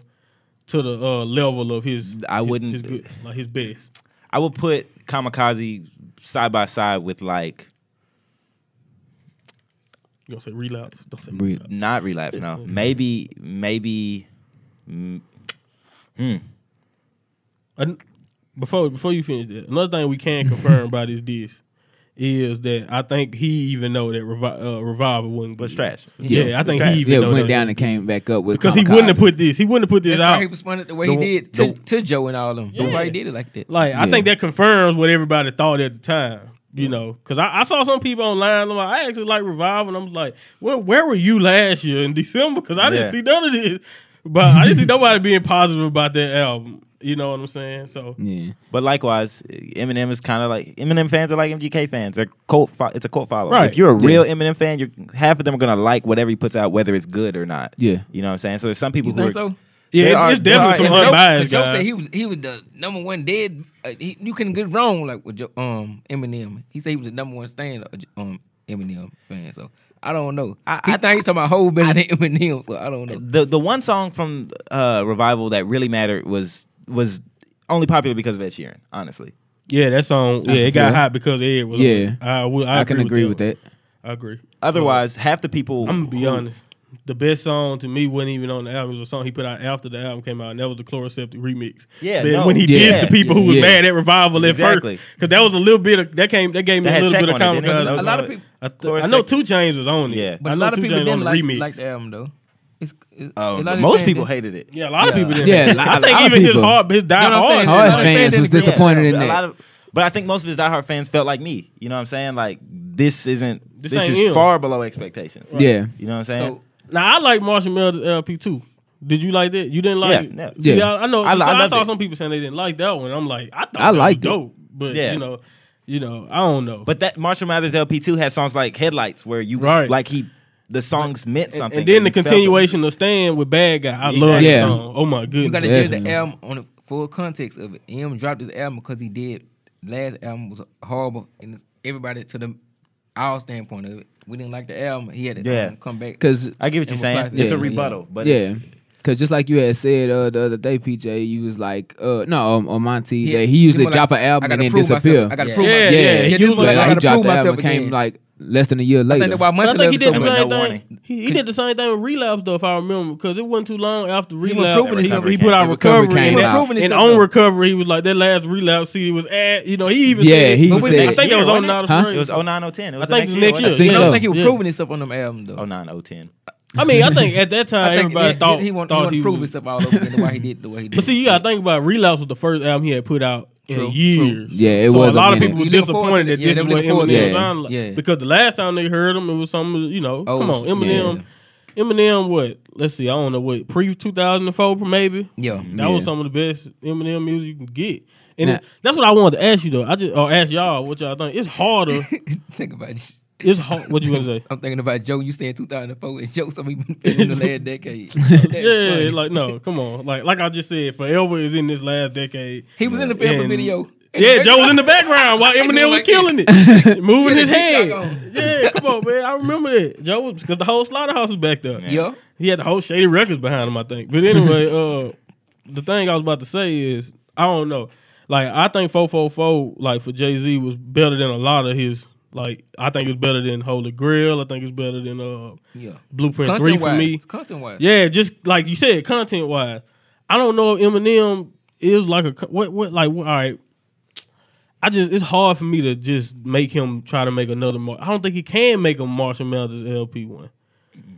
to the uh, level of his.
I
his-
wouldn't-
his good, like his best.
I would put Kamikaze side by side with like
You gonna say relapse? Don't say
Re-
relapse.
not relapse now. Maybe maybe mm, hmm.
An- before before you finish that, another thing we can confirm by this diss is that I think he even know that Revi- uh, Revival wasn't
But it's
good.
trash.
Yeah, I think he even
yeah,
know
went
that.
down and came back up with
because he
Kamikaze.
wouldn't have put this. He wouldn't have put this
That's why
out.
he responded the way
The
he
one-
did to,
the-
to Joe and all them. That's why he did it like that.
Like I
Yeah.
think that confirms what everybody thought at the time. You know, because I, I saw some people online. I'm like, I actually like Revival, and I'm like, well, where were you last year in December? Because I didn't
Yeah.
see none of this, but I didn't see nobody being positive about that album. You know what I'm saying? So
Yeah.
But likewise, Eminem is kind of like Eminem fans are like MGK fans. They're cult. Fo- it's a cult follow.
Right.
If you're a real Eminem fan, you're half of them are gonna like whatever he puts out, whether it's good or not.
Yeah.
You know what I'm saying? So there's some people
You
who are,
think so?
yeah,
They
it-
are-
it's
they are
definitely some
in-
Joe,
unbiased
'cause Joe said
guys.
he was he was the number one dead. Uh, he, you couldn't get wrong like with Joe, um Eminem. He said he was the number one stand up um Eminem fan. So I don't know.
I-
he
I-
think he's talking about whole better than Eminem. So I don't know.
the the one song from uh, Revival that really mattered was was only popular because of Ed Sheeran. Honestly,
yeah, that song. Yeah,
can
it got
feel
hot because Ed was. on
Yeah.
it. I, will, I,
I can agree with that.
I agree.
otherwise half the people.
I'm gonna be
who-
honest. The best song to me wasn't even on the album. It was a song he put out after the album came out, and that was the Chloroceptic remix.
Yeah,
Then
no.
when he
Yeah,
dissed the people who was
yeah.
mad at Revival at
Exactly.
first, because that was a little bit of that came that gave me
That
a
had
little
Tech
bit of
on it, didn't it?
kamikaze.
That was
A lot of
on it.
people-
I, th- I know Two Chains was on it.
Yeah.
I
But a
know
lot of
Two
people
Chains on
didn't
the
like,
remix.
like the album though. It's, it's,
Oh,
a lot of
most
fans
people
didn't-
hated it.
Yeah, a lot of
Yeah.
people didn't.
Yeah,
I
a
think
lot of
even his
people.
hard, his die
You know what I'm
hard.
saying?
didn't
Hard
Hard lot of
like-
fans
fans was
didn't agree.
disappointed in
a lot
that.
of, but I think most of his diehard fans felt like me. You know what I'm saying? Like this isn't
This
this,
ain't
is
him.
far below expectations.
Yeah.
You know what I'm saying?
So
Now I like Marshall Mathers LP too. Did you like that? You didn't like
Yeah,
it?
yeah.
See,
Yeah.
I, I know.
I
I,
li- I
I,
loved
saw
it.
some people saying they didn't like that one. I'm like, I thought
I
that
liked it.
was dope, but
Yeah.
you know, you know, I don't know.
But that Marshall Mathers LP two has songs like Headlights, where you
Right.
like he the songs meant
and,
something.
and then the
you felt
continuation of Stand with Bad Guy. I love that
Yeah.
song. Oh my
you gotta
goodness.
judge
Definitely.
the album on the full context of it. M dropped his album because he did last album was horrible, and it's- everybody to the our standpoint of it, we didn't like the album. He had to
Yeah.
um, come back
Because
I get what you're
And
saying.
reply-
It's a
Yeah.
rebuttal, but
yeah,
it's,
because just like you had said uh, the other day, PJ, you was like, uh, no, um, on Monty,
Yeah,
that he usually
more like,
drop an
I
album and
gotta
then
prove myself.
disappear.
I gotta
Yeah.
prove
Yeah,
myself.
yeah,
It
he
didn't
was
look
like,
I
he
gotta
dropped
prove
the album,
myself
came
again.
like less than a year
I
later.
think that's why
But I think
Montel
he
was so
did the
With
much.
no
same thing.
warning.
He, he did the same thing with relapse though, if I remember, because it wasn't too long after
was
relapse.
proving
He,
himself.
he put out
Recovery
recovery,
came
and,
out.
that-
Proving
and
himself,
on
though.
recovery, he was like that last relapse CD was at. You know, he even
Yeah,
said,
he
But when-
said-
I think that was
Huh?
on not
it
afraid.
was 0910. It Oh was
I think
the
it
next
was
year.
next
year.
I
so.
don't think he was
Yeah.
proving himself on them album though.
09 010.
I mean, I think at that time
I think
everybody
he,
thought
he wanted,
thought
he wanted to prove
was-
himself all over again. Why he did the way he did.
But see, you gotta think about it. relapse was the first album he had put out
True,
in
true.
years.
Yeah, it
so
was
a
a
lot of
minute.
people were
You look forward to
disappointed that
it. Yeah,
this
they
is
look
what
forward
to
Eminem
it.
sounded like.
Yeah.
Because the last time they heard him, it was some you know,
Oh,
come on, Eminem. Eminem, what? Let's see, I don't know what pre two thousand and four, maybe.
yeah,
That was
Yeah.
some of the best Eminem music you can get. And
Now-
that's what I wanted to ask you though. I just or ask y'all what y'all think. It's harder.
think about it.
it's hard. What you gonna say?
I'm thinking about Joe. You saying 2004 and Joe something he been in the last decade. That's
yeah,
funny.
like no, come on. Like like I just said, forever is in this last decade.
he was in the Forever
And-
video.
Yeah, Joe was in the background while Eminem was
like
killing it, moving his
He
head.
had the G-Shock
Yeah, come on, man. I remember that. Joe was because the whole slaughterhouse was back there.
Yeah,
He had the whole Shady Records behind him, I think. But anyway, uh, the thing I was about to say is, I don't know. Like, I think 444, like, for Jay Z was better than a lot of his. Like, I think it was better than Holy Grail. I think it was better than uh,
yeah.
Blueprint 3
Content
for me.
wise, content wise.
Yeah, just like you said, content wise. I don't know if Eminem is like a co- what what like what, all right. I just it's hard for me to just make him try to make another. Mar- I don't think he can make a Marshall Mathers LP one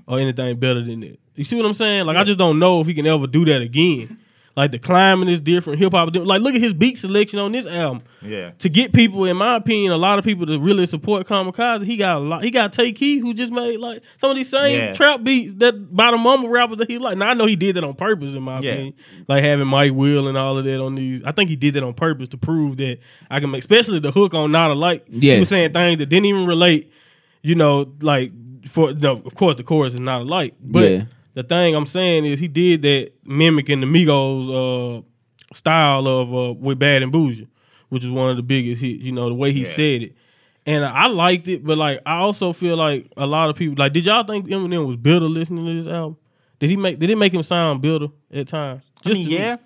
or anything better than that. You see what I'm saying? Like I just don't know if he can ever do that again. Like the climbing is different, hip hop. is different. Like look at his beat selection on this album.
Yeah.
To get people, in my opinion, a lot of people to really support Kamikaze, he got a lot. He got Tay Key, who just made like some of these same
Yeah.
trap beats that by the mama rappers that he like. Now I know he did that on purpose, in my
Yeah.
opinion. Like having Mike Will and all of that on these. I think he did that on purpose to prove that I can make, especially the hook on Not a Like. He was
Yes.
saying things that didn't even relate you know, like for no, of course the chorus is not alike. But
Yeah.
the thing I'm saying is he did that mimicking the Migos uh, style of uh, with Bad and Bougie, which is one of the biggest hits. You know the way he
Yeah.
said it, and I liked it. But like I also feel like a lot of people like, did y'all think Eminem was bitter listening to this album? Did he make? Did it make him sound bitter at times?
I mean, yeah,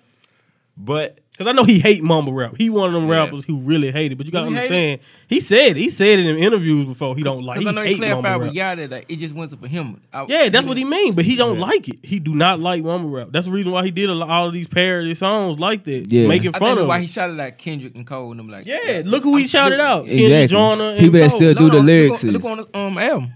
but
Cause I know he hate mumble rap. He one of them
Yeah.
rappers who really hate it. But you gotta
Who hate it?
understand, he said it. he said it in interviews before. He don't like.
Because
He
I know
hate
he clarified
mumble
with
rap.
y'all that like, it just wasn't for him. I-
Yeah, that's what he mean, but he don't
Yeah.
like it. He do not like mumble rap. That's the reason why he did a lot, all of these parody songs like that,
Yeah.
making
I
fun
think
of.
why
it.
he shouted like Kendrick and Cole and them like.
yeah, look who he shouted out. Kendrick
Exactly.
Joyner and
People that
Cole.
still do-
No,
the
no,
lyrics
Look
is-
on, look on the um, album.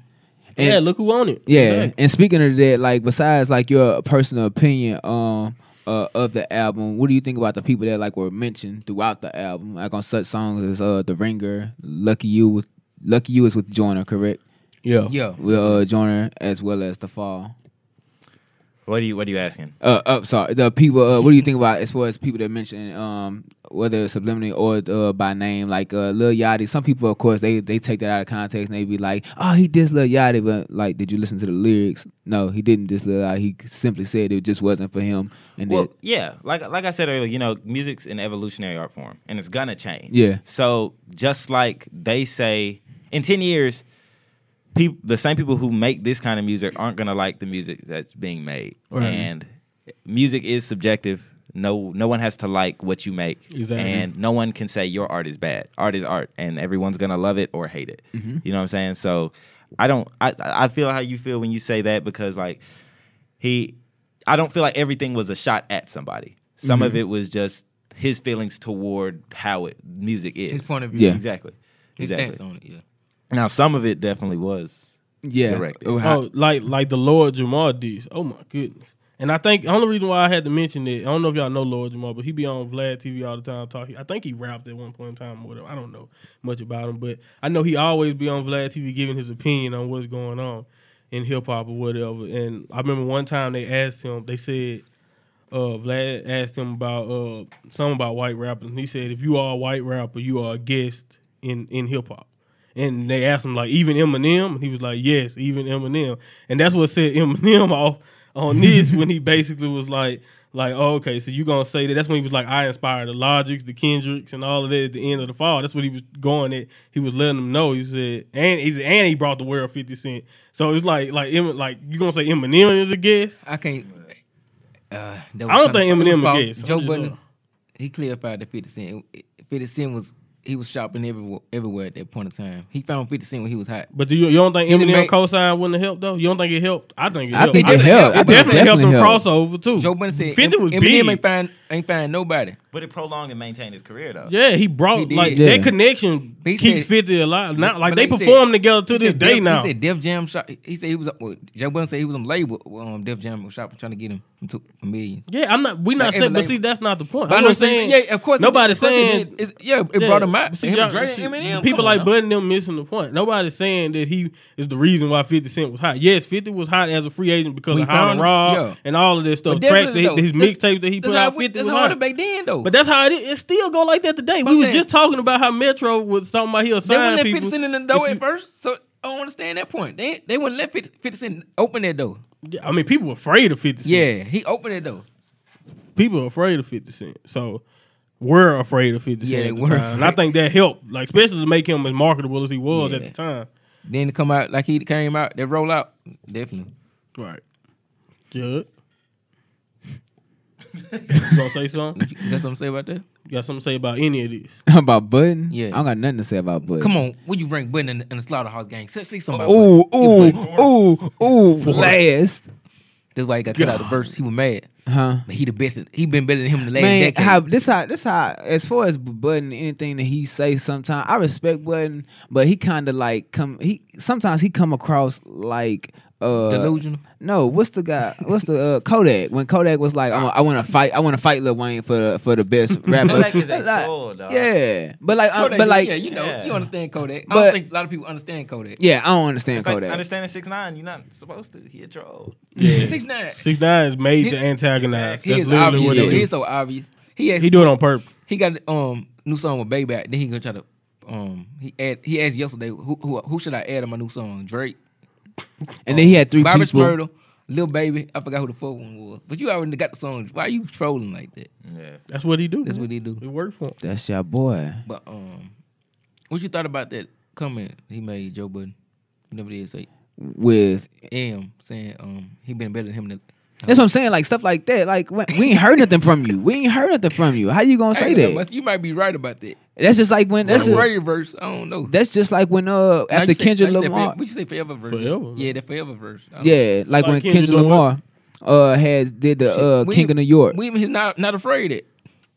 yeah, look who on it.
Yeah,
Exactly.
and speaking of that, like besides like your personal opinion um uh, of the album, what do you think about the people that like were mentioned throughout the album, like on such songs as uh The Ringer, Lucky You with Lucky You is with Joyner, correct?
yeah,
Yeah.
With uh, Joyner as well as The Fall.
what are you what are you asking?
Uh, uh sorry, the people. Uh, what do you think about as far as people that mentioned um whether it's subliminally or uh, by name, like uh, Lil Yachty? Some people, of course, they they take that out of context and they be like, "Oh, he dissed Lil Yachty," but like, did you listen to the lyrics? No, he didn't diss Lil Yachty. He simply said it just wasn't for him. And
Well,
that-
yeah, like like I said earlier, you know, music's an evolutionary art form, and it's gonna change.
Yeah.
So just like they say, in ten years, people the same people who make this kind of music aren't gonna like the music that's being made,
Right.
and music is subjective. No, no one has to like what you make,
Exactly.
and no one can say your art is bad. Art is art, and everyone's gonna love it or hate it.
Mm-hmm.
You know what I'm saying? So I don't. I I feel how you feel when you say that because like he I don't feel like everything was a shot at somebody. Some
Mm-hmm.
of it was just his feelings toward how it music is.
His point of view.
Yeah.
Exactly.
His
exactly.
stance on it. Yeah.
Now some of it definitely was.
yeah,
directly.
Oh, how-
Oh, like like the Lord Jamar dish. Oh my goodness. And I think the only reason why I had to mention it, I don't know if y'all know Lord Jamar, but he be on Vlad TV all the time talking. I think he rapped at one point in time or whatever. I don't know much about him, but I know he always be on Vlad TV giving his opinion on what's going on in hip hop or whatever. And I remember one time they asked him, they said, uh, Vlad asked him about uh, something about white rappers, and he said, "If you are a white rapper, you are a guest in in hip hop." And they asked him like, "Even Eminem?" And he was like, "Yes, even Eminem." And that's what set Eminem off on this when he basically was like, "Like, oh, okay, so you gonna say that?" That's when he was like, "I inspired the Logics, the Kendricks, and all of that at the end of the fall." That's what he was going at. He was letting them know. He said, "And he said, and he brought the world Fifty Cent." So it's like, like, Em- like you gonna say Eminem is a guest?
I can't. Uh, that
I don't
was kinda-
think
it was
Eminem
false.
would guess. I'm
Joe
just
Budden,
saying.
he clarified the 50 Cent. It- 50 Cent was, he was shopping everywhere, everywhere at that point in time. He found 50 Cent when he was hot.
But do you, you don't think
He didn't
Eminem
make-
co-sign wouldn't have helped though? You don't think it helped? I think it
I
helped.
think
I
it
think-
helped.
It
I think
definitely, helped him
helped.
crossover too.
Joe Budden said,
Fifty
"Em-
was
Eminem
big.
ain't find, ain't find nobody.
But it prolonged and maintained his career though.
yeah, he brought
He did.
like
Yeah.
that connection
But he
keeps
said-
Fifty alive. Now,
But-
like
but
they
he said-
perform together to
he
this
said
day
Def-
now.
He said Def Jam shop. He said he was. Well, Joe Budden said he was on label. Um, Def Jam was shopping trying to get him to a million.
yeah, I'm not. We not
Like,
saying, but
Eminem-
see, that's not the point.
But I
I'm
know
not
what you're
saying.
Yeah, of course. it-
Nobody's
of course it
saying
did. It's- yeah, it brought him out.
See,
Him,
y'all-
Dre,
see,
Eminem, come
people
on
like
now.
Button them missing the point. Nobody's saying that he is the reason why 50 Cent was hot. Yes, 50 was hot as a free agent because
We
of Hot
found
and
him,
Raw
yeah.
and all of this stuff.
But Def
Tracks, that,
Jam, though,
his
this-
mixtapes that he
this
put
how
out,
it-
50
This
was
harder
hot.
back then though.
But that's how it is. It still go like that today.
I'm
we were
saying-
just talking about how Metro was talking about he'll
They wouldn't
sign
let
people.
50 Cent in the door
If
at
you-
first, so I don't understand that point. They they wouldn't let 50, 50 Cent open that door.
Yeah, I mean, people were afraid of 50 Cent.
Yeah, he opened that door.
People were afraid of 50 Cent. So we're afraid of 50
Yeah,
Cent.
they
at the
were
time. And I
afraid.
think that helped, like especially to make him as marketable as he was at
Yeah.
the time.
Then to come out like he came out, they roll out. Definitely.
Right. Judd. you gonna say something?
You- That's what I'm saying about that.
You got something to say about any of this?
about Button.
Yeah.
I don't got nothing to say about Button.
Oh. Come on, would you rank Button in, in the slaughterhouse gang? Say, say something. about Budden.
Ooh,
He was
ooh,
like,
ooh, ooh, last.
That's why he got cut out of the verse. He was mad.
Huh?
But he the best. He been better than him in the last
Man,
decade.
how this how this how as far as Button anything that he say sometimes I respect Button, but he kind of like come he sometimes he come across like uh
Delusional.
No, what's the guy? What's the uh, Kodak? When Kodak was like, I'm a, I want to fight, I want to fight Lil Wayne for the for the best rapper.
Kodak is a
Like,
troll, dog.
Yeah, but like, um,
Kodak,
but like,
yeah,
yeah,
you know,
yeah.
you understand Kodak. I
But-
don't think a lot of people understand Kodak.
I don't understand
It's like
Kodak.
understanding six nine. You're not supposed to. He a troll.
Six nine.
Six nine is made to
He-
antagonize.
He
That's
is
literally what
obvious.
it
He is
is.
so obvious. He asked,
He do it on purpose.
he got um new song with Baby out. Then he gonna try to um he add he asked yesterday who who who should I add to my new song Drake,
and then he had three
Bobby
people.
Smyrtle, Lil Baby. I forgot who the fourth one was, but you already got the song. Why you trolling like that?
Yeah.
That's what he do.
That's what he do.
It worked for him.
That's your boy.
But um, what you thought about that comment he made Joe Budden? Whatever it is, say
With
M saying um he been better than him. Than,
that's what I'm saying, like stuff like that. Like when, we ain't heard nothing from you. We ain't heard nothing from you. How you gonna say
Hey,
that?
must- You might be right about that.
That's just like when that's
That's
just,
radio verse. I don't know.
that's just like when uh
Like
after
you said-
Kendrick
like you said,
Lamar.
for- What you say forever verse?
Forever.
Yeah, the forever verse. I don't-
Yeah, like,
Like
when
Kendrick
Kendrick
doing
Lamar uh has did the uh
We-
King of New York.
We he's not not afraid of it.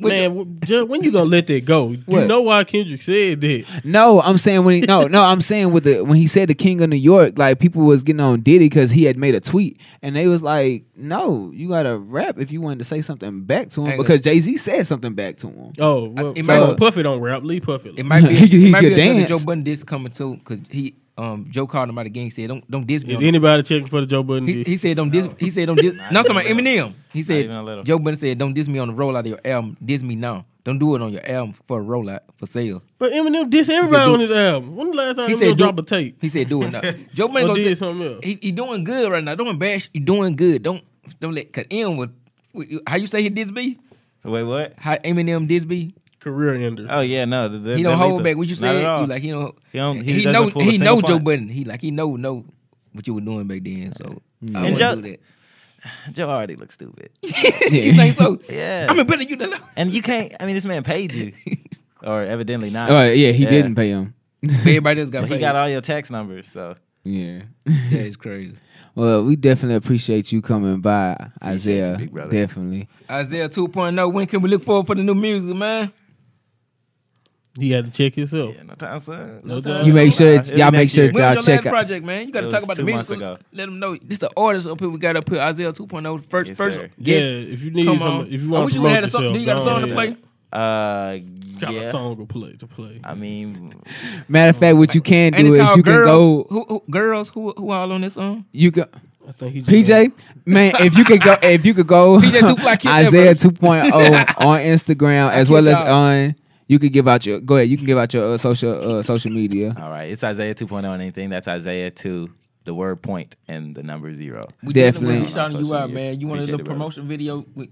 What
Man, w- Judge, when you gonna let that go?
What?
You know why Kendrick said that?
No, I'm saying when he no no I'm saying with the when he said the King of New York, like people was getting on Diddy because he had made a tweet and they was like, no, you gotta rap if you wanted to say something back to him
Hang
because Jay Z said something back to him.
Oh, well,
it
so
might-
Puff it on rap. Leave Puff it.
It might be
He could- he
it might
could
be another
dance.
Joe Budden diss coming too because he um Joe called him out of gang said don't don't diss me.
Is
on the-
anybody checking for the Joe Budden?
He,
He,
he said don't diss. He said don't diss. no, I'm talking about
even a
Eminem. He said
even a little.
Joe Budden said don't diss me on the rollout of your album. Diss me now. Don't do it on your album for a rollout for sale.
but Eminem diss everybody
do-
on his album. When the last time
He
he
said
Eminem
do-
dropped a tape?
He said do it now. Joe Budden
Or
gonna
did
say-
something else.
He, he doing good right now. Don't embarrass. You doing good. Don't don't let. Cause M was how you say he diss me.
Wait, what?
How Eminem diss me.
Career ender.
Oh yeah, no. The, the,
he don't
the
hold
lethal.
back. What you
Not
said?
at all.
You like he don't.
He don't- he
he
doesn't
know.
pull a
He
single
know Joe
punch.
Budden. He like he know know what you were doing back then. So I
Mm. And
wouldn't
Joe-
do that.
Joe already looks stupid.
you think so?
Yeah.
I mean, better you than
And you can't. I mean, this man paid you, or evidently not.
Oh yeah, he
Yeah.
didn't pay him.
everybody else got
But
paid.
he got all your tax numbers, so
Yeah.
that is crazy.
Well, we definitely appreciate you coming by,
Appreciate you,
Isaiah.
big brother.
definitely.
Isaiah 2.0. When can we look forward for the new music, man?
He had to check himself.
yeah, no time soon.
No time.
You make sure that
It'll be
y'all make
next
sure
year.
that
When
y'all
was your
check
last
out.
project, man? You
It
got to
was
talk about the
two
music.
months
so
ago.
Let them know. This the artist up here we got up here. Isaiah 2.0. First,
Yes,
first
sir.
Yeah,
guest.
if you need
Come
some,
on.
if you
I
want
wish
to
you would've
promote
had a
yourself,
song. Do you got a
go
song
on
to
ahead.
play?
Uh,
Got a
yeah.
song to play to play.
I mean,
Matter of fact, what you can
Oh, And
do
it's
is you
called
can
girls.
go
Who, who girls? Who who all on this song?
you can
I think he just-
PJ, man, if you could go, if you could go,
PJ Tupla, kiss that,
Isaiah
bro.
2.0 on Instagram as
kiss
well as
y'all.
on. You could give out your go ahead. You can give out your uh, social uh, social media.
all right. It's Isaiah 2.0 and anything. That's Isaiah 2, the word point and the number zero.
We did-
Definitely.
We shouting you
Social
out,
media.
man. You want a
Appreciate
little
it, brother.
promotion video? We,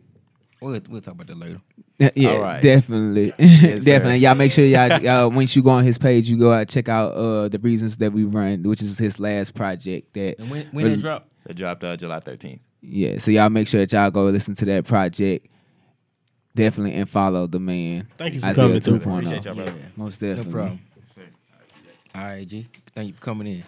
we'll, we'll talk about that later.
Yeah,
All right.
definitely,
sir.
definitely. Y'all make sure y'all, y'all once you go on his page, you go out check out uh, the reasons that we run, which is his last project. That
And when, when it drop?
It dropped uh, July 13th.
yeah, so y'all make sure that y'all go listen to that project. Definitely and follow the man.
Thank you for
Isaiah
coming, too.
2.0.
Appreciate y'all, brother.
Most
No
definitely.
problem. All right, G. Thank you for coming in.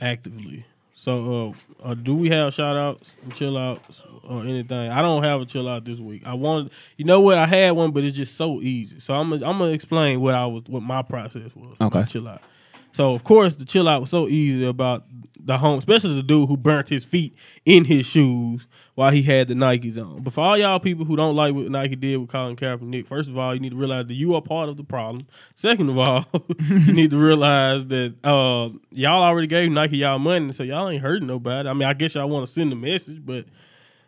actively. So, uh, uh, do we have shout outs, chill outs, or anything? I don't have a chill out this week. I wanted, you know what? I had one, but it's just so easy. So I'm gonna I'm gonna explain what I was, what my process was. for my
Okay.
chill out. So of course the chill out was so easy about the home, especially the dude who burnt his feet in his shoes while he had the Nikes on. But for all y'all people who don't like what Nike did with Colin Kaepernick, first of all, you need to realize that you are part of the problem. Second of all, you need to realize that uh, y'all already gave Nike y'all money, so y'all ain't hurting nobody. I mean, I guess y'all want to send a message, but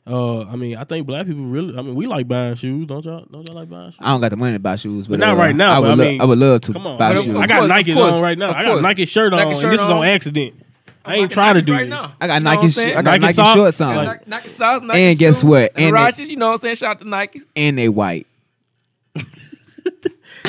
uh, I mean, I think black people really. I mean, we like buying shoes, don't y'all? Don't y'all like buying shoes?
I don't got the money to buy shoes, but,
But not
uh,
right now,
I
but
would,
I
lo-
mean,
I would love to
Come on,
buy
But of-
shoes.
I
of
got
course,
Nikes
of course,
on right now.
of
I
course.
got Nike shirt on.
Nike
and
shirt
this is
on.
on accident. I ain't trying to do this.
I got
You know what
Nike.
I'm
sho-
saying?
I got
Nike
Nike,
socks,
shorts on,
like-
Nike, Nike socks, Nike
And guess
shoes,
what?
And,
And
Rogers, you know what I'm saying? Shout out to Nike.
and they white.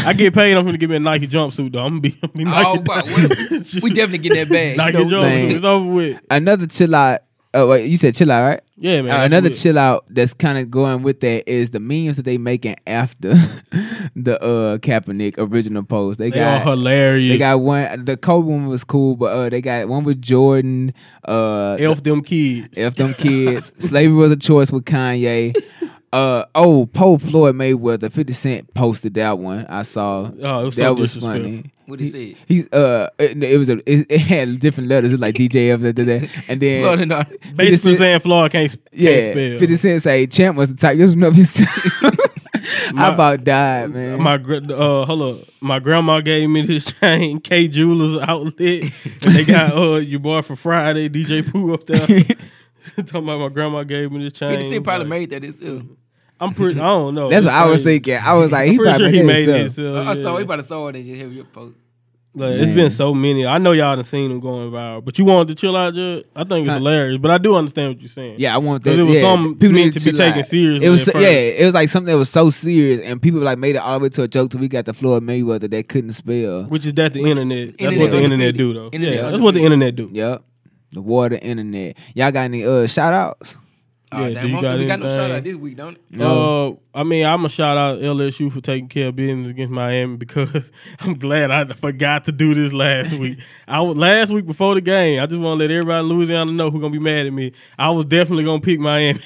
I get paid. I'm gonna give me a Nike jumpsuit though. I'm gonna be, I'm gonna be
Oh,
Nike.
wow. We definitely get that bag.
Nike
you know?
jumpsuit.
man.
It's over with.
Another chill out Oh, wait, you said chill out, right?
Yeah, man.
Uh,
that's
another
what-
chill out that's kind of going with that is the memes that they making after the uh Kaepernick original post. They,
They
got
are hilarious.
they got one. The Kobe one was cool, but uh, they got one with Jordan. Uh,
elf them kids.
F them kids. Slavery was a choice with Kanye. Uh oh, Poe Floyd Mayweather, Fifty Cent posted that one. I saw.
Oh, it was
that
so
was
disrespectful.
funny.
What he said?
He's uh, it, it was a it, it had different letters. It's like DJ of the day, and then
Well, uh, no,
Basically
Cent-
saying Floyd can't, can't
yeah,
spell.
Fifty Cent say Champ was the type. This one of his. I
My-
about died, man.
My gr- uh, hold up. My grandma gave me this chain, K Jewelers outlet. And they got uh, your boy for Friday, DJ Pooh up there. Talking about my grandma gave me this chain.
Fifty Cent probably
Like,
made that uh, himself.
I'm pretty. I don't know.
That's what
It's
I was
crazy.
thinking. I was like, he
I'm pretty
probably
sure he made
made
it.
this.
So,
I
Oh, yeah.
saw he probably saw it and just have your post.
Like, it's
Man.
been so many. I know y'all done seen them going viral, but you wanted to chill out, Judge. I think it's
Huh.
hilarious, but I do understand what you're saying.
Yeah, I want that.
'Cause it was
yeah. need
something meant to be
chill
taken
out.
seriously
It was,
at
so-
first.
yeah, it was like something that was so serious, and people like made it all the way to a joke till we got the Floyd Mayweather that couldn't spell.
which is that the internet. That's
internet
what the internet
undefeated.
do, though.
Internet
yeah, that's what the internet do.
Yep, the war, of the internet. Y'all got any uh shout outs?
Oh,
Yeah,
damn,
do you
I'm-
got
we got no
anything?
shout out this week, don't it?
No.
Uh, I mean, I'm gonna shout out LSU for taking care of business against Miami because I'm glad I forgot to do this last week. I was, last week before the game. I just want to let everybody in Louisiana know who's gonna be mad at me. I was definitely gonna pick Miami.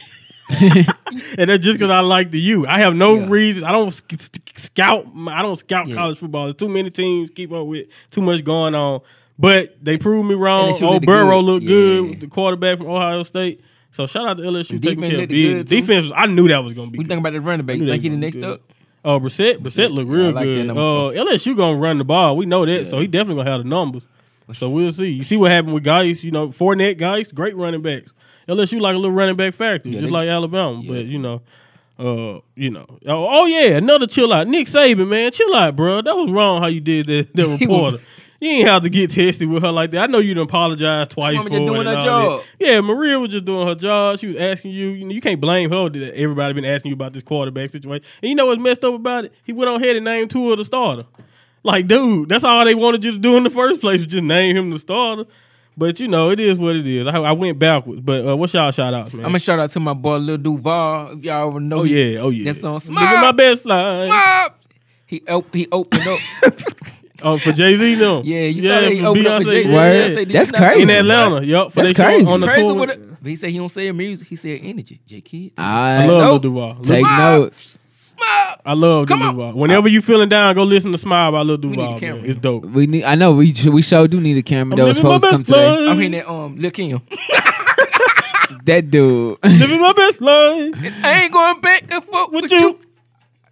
and that's just because I like the U. I have no
Yeah.
reason. I don't sc- sc- scout. I don't scout
Yeah.
college football. There's too many teams. Keep up with too much going on. But they proved me wrong.
LSU
Old
looked
Burrow
good.
looked
Yeah.
good. with The quarterback from Ohio State. So shout out to LSU taking
Defense
care of
looked
business.
good, too.
Defense, was- I knew that was gonna be.
We
good.
think about the running back.
Who they
Think he the
gonna
next
do?
up?
Oh, Brissett, Brissett look
I
real
like that
good.
number
Uh, LSU gonna run the ball. We know that, so he definitely gonna have the numbers. So we'll see. You see what happened with guys? You know, Fournette guys, great running backs. LSU like a little running back factory,
Yeah,
just
they-
like Alabama.
yeah.
But you know, uh, you know. Oh, oh, yeah, another chill out. Nick Saban, man, chill out, bro. That was wrong how you did that. The reporter. You ain't have to get tested with her like that. I know you done apologized twice
Woman
for
just
it.
doing
and
her
all
job.
that. Yeah, Maria was just doing her job. She was asking you. You, know, you can't blame her that everybody been asking you about this quarterback situation. And you know what's messed up about it? He went on ahead and named two of the starter. Like, dude, that's all they wanted you to do in the first place was just name him the starter. But you know, it is what it is. I, I went backwards. But uh, what's y'all shout outs, man?
I'm gonna shout out to my boy Lil Duval. If y'all ever know,
oh
he-
yeah, oh yeah.
that song. Smile,
Living my best life.
Smile. He op- he opened up.
Oh, for Jay Z, no.
yeah, you saw that he
for
opened up for
Beyonce.
Jay Z.
Word. That's crazy.
in Atlanta. Yup, for
That's
they show
crazy.
on the
Crazy
tour.
with it. But he said he don't sell music. He said energy. J Kid.
I
I love Lil
notes.
Duval.
take
Smile.
notes.
Smile.
I love
Come
Lil
on.
Duval. Whenever you feeling down, go listen to Smile by Lil
need
Duval.
a camera
man.
here.
It's dope.
We need. I know we sh- we sure do need a camera
I'm
that was
living my
supposed to come
best
today.
life.
I'm hearing that um Lil Kim.
That dude.
living my best life.
I ain't going back and forth
With
with
you.
you.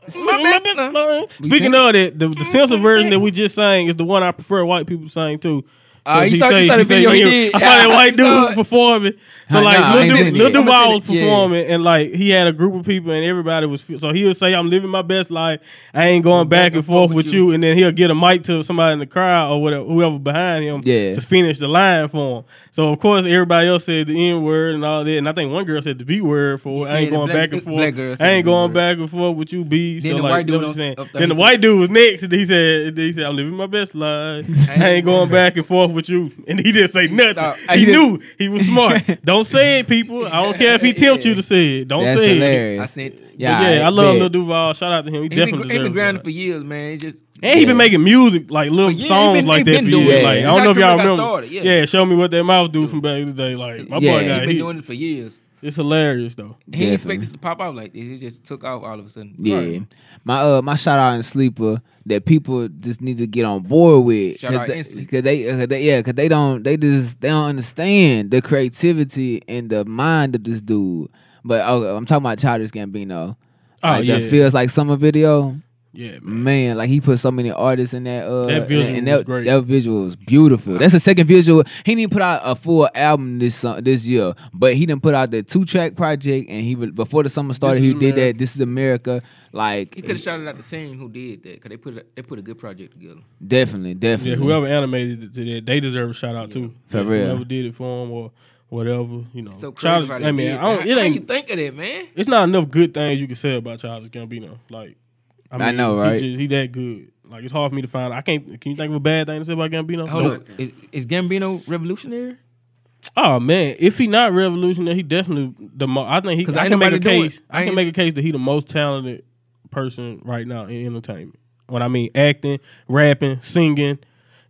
Living my best
life.
life.
We
Speaking
sing-
of that, the, the censor version that we just sang is the one I prefer white people sing too.
Ah,
'Cause
you saw- you
say-
saw the
say
video he
I
did.
saw that white
I saw
dude
it.
performing. So
Nah,
like
nah, I ain't
Lil,
seen
Du-
it
Lil
yet.
Duval was
Yeah.
performing, and like he had a group of people, and everybody was fe- so he would say, "I'm living my best life. I ain't going back, and forth with you. And then he'll get a mic to somebody in the crowd or whatever, whoever behind him,
Yeah.
to finish the line for him. So of course everybody else said the N word and all that, and I think one girl said the B word for I
Yeah,
ain't
the
going
black-
back and
black girl
forth.
said
I
the
ain't going
B-word.
back and forth with you, B.
Then
so
the
like,
white dude
that was
on-
saying-
up there,
then
he
the
said-
white dude was next, and he said, he said, I'm living my best life. I ain't going back and forth with you. And he didn't say
Nah,
nothing.
he
He
didn't-
knew he was smart. Don't say it, people. I don't care if he tempts you to say it. Don't
That's
say it.
I
hilarious.
said.
But
Yeah,
yeah, I love
bet.
Lil Duval. Shout out to him. He,
He been,
definitely
he been
deserves
grinding
it.
for years, man. He just
And he been
Yeah.
making music like little
Yeah, he
songs
been-
like
he
that
been
for
doing
years.
it.
Like I
How
don't know if
Crip
y'all
got
remember.
started,
yeah.
yeah.
show me what that mouth do from back in the day. Like my
Yeah.
boy
He
he
got
been
hit.
doing it for years.
It's hilarious though.
He didn't expect
Definitely.
this to pop out like this. It just took off all of a sudden.
Yeah.
Right.
My uh my shout out and sleeper that people just need to get on board with
Shout out
because
instantly.
they, 'cause they, uh, 'cause they yeah because they don't they just they don't understand the creativity and the mind of this dude. But oh, I'm talking about Childish Gambino.
Oh
like,
yeah,
that feels like summer video.
yeah, man.
Man, like he put so many artists in that. Uh,
That
and-
visual
and
was
that,
great.
that visual was beautiful. That's the second visual. He didn't put out a full album this su- this year, but he didn't put out the two track project. And he re- before the summer started,
This
he
is
did
America.
that. This is America. Like
He could have shouted out the team who did that because they put a, they put a good project together.
definitely, definitely.
Yeah, whoever animated it to that, they deserve a shout out too.
For
Yeah,
real.
Whoever did it for them or whatever, you know.
So
Childish-
crazy. how they
I mean,
did
I
that.
don't, it
how, how you
ain't.
think of that, man?
It's not enough good things you can say about Childish Gambino. Like, I, mean,
I know, right?
He, just, he that good. Like, it's hard for me to find. I can't. Can you think of a bad thing to say about Gambino?
Hold
Nope.
on, is, is Gambino revolutionary?
Oh man, if he not revolutionary, he definitely the most. I think he.
'Cause
I
ain't
can make a
nobody do it.
case. I
Ain't-
can make a case that he the most talented person right now in entertainment. When I mean acting, rapping, singing,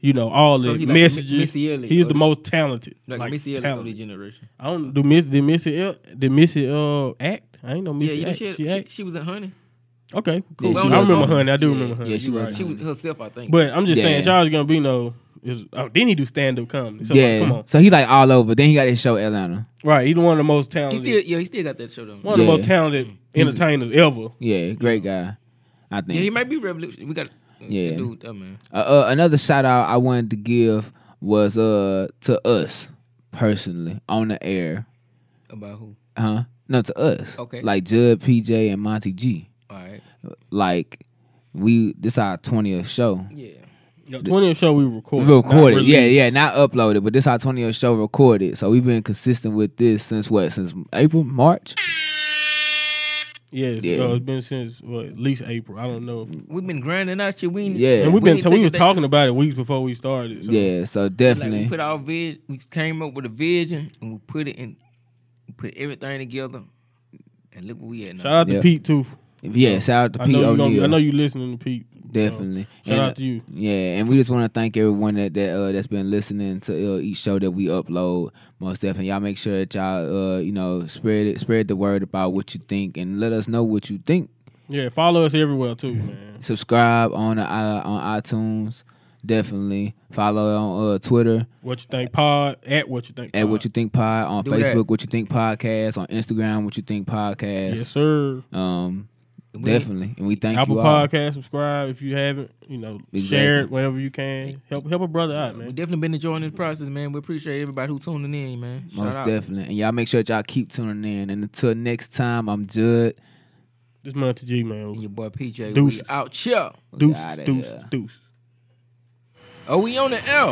you know, all
So
the
he like Mi-
messages.
Missy Elliott
he's
or
the
the-
most talented.
Like,
Like,
Missy Elliott of
talented.
this generation.
I don't do Miss. Did Missy? El- Did Missy uh, act? I ain't no
Yeah,
Missy.
you know
act.
she,
She,
she,
act.
she was in Honey.
Okay, cool.
she
I
was
remember
on-
Honey. I do
Yeah.
remember Honey.
Yeah, she
You
was
right.
She was herself, I think.
But I'm just
Yeah.
saying, Charles Gambino is. Oh, then he do stand up comedy. So
yeah.
like, come on,
So he like all over. Then he got his show Atlanta.
right? He's one of the most
he
talented.
still, yeah, he still got that show though.
one of
Yeah.
the most talented entertainers ever.
Yeah, great guy. I think.
Yeah, he might be revolutionary. We got
Yeah.
that dude, that man.
Uh, uh, another shout out I wanted to give was uh to us personally on the air,
About who?
huh? No, to us.
Okay.
Like Judd, PJ, and Monty G.
All right.
Like we, this our twentieth show.
Yeah.
Yeah, 20th show we recorded.
We recorded,
not
yeah,
released.
yeah, not uploaded, but this our twentieth show recorded. So we've been consistent with this since what? Since April, March.
yeah. it's,
Yeah.
uh, it's been since what, at least April. I don't know.
We've been grinding out shit. We ain't-
Yeah.
And we've
we
been
ain't
t- we
taking
was
that-
talking about it weeks before we started. So.
Yeah, so
Like
definitely.
we put our vision, we came up with a vision, and we put it in, we put everything together, and look where we at now.
Shout out to
Yeah.
Pete too.
yeah, shout out to
I
Pete
know you gonna, I
O'Neal.
know you listening to Pete. so
Definitely.
shout
And,
out
uh,
to you.
Yeah, and we just want to thank everyone that that uh, that's been listening to uh, each show that we upload. Most definitely, y'all make sure that y'all uh, you know spread it, spread the word about what you think, and let us know what you think.
Yeah, follow us everywhere too, man.
Subscribe on the, uh, on iTunes. Definitely follow on uh, Twitter
What you think pod at what you think
at
pod.
What You Think Pod on
Do that.
Facebook What You Think Podcast on Instagram What You Think Podcast.
Yes, sir.
Um,
We-
definitely, and we thank
Apple
you all.
Podcast, subscribe if you haven't. You know, share
Exactly.
it wherever you can. Help help a brother out,
We
man.
definitely been enjoying this process, man. We appreciate everybody who tuning in, man. Shout
Most
out.
definitely, and y'all make sure that y'all keep tuning in. And until next time, I'm Judd.
This month to G
And
man.
your boy PJ,
Deuces.
we out here.
Deuce,
outta
deuce,
here.
deuce.
Oh, Are we on the L?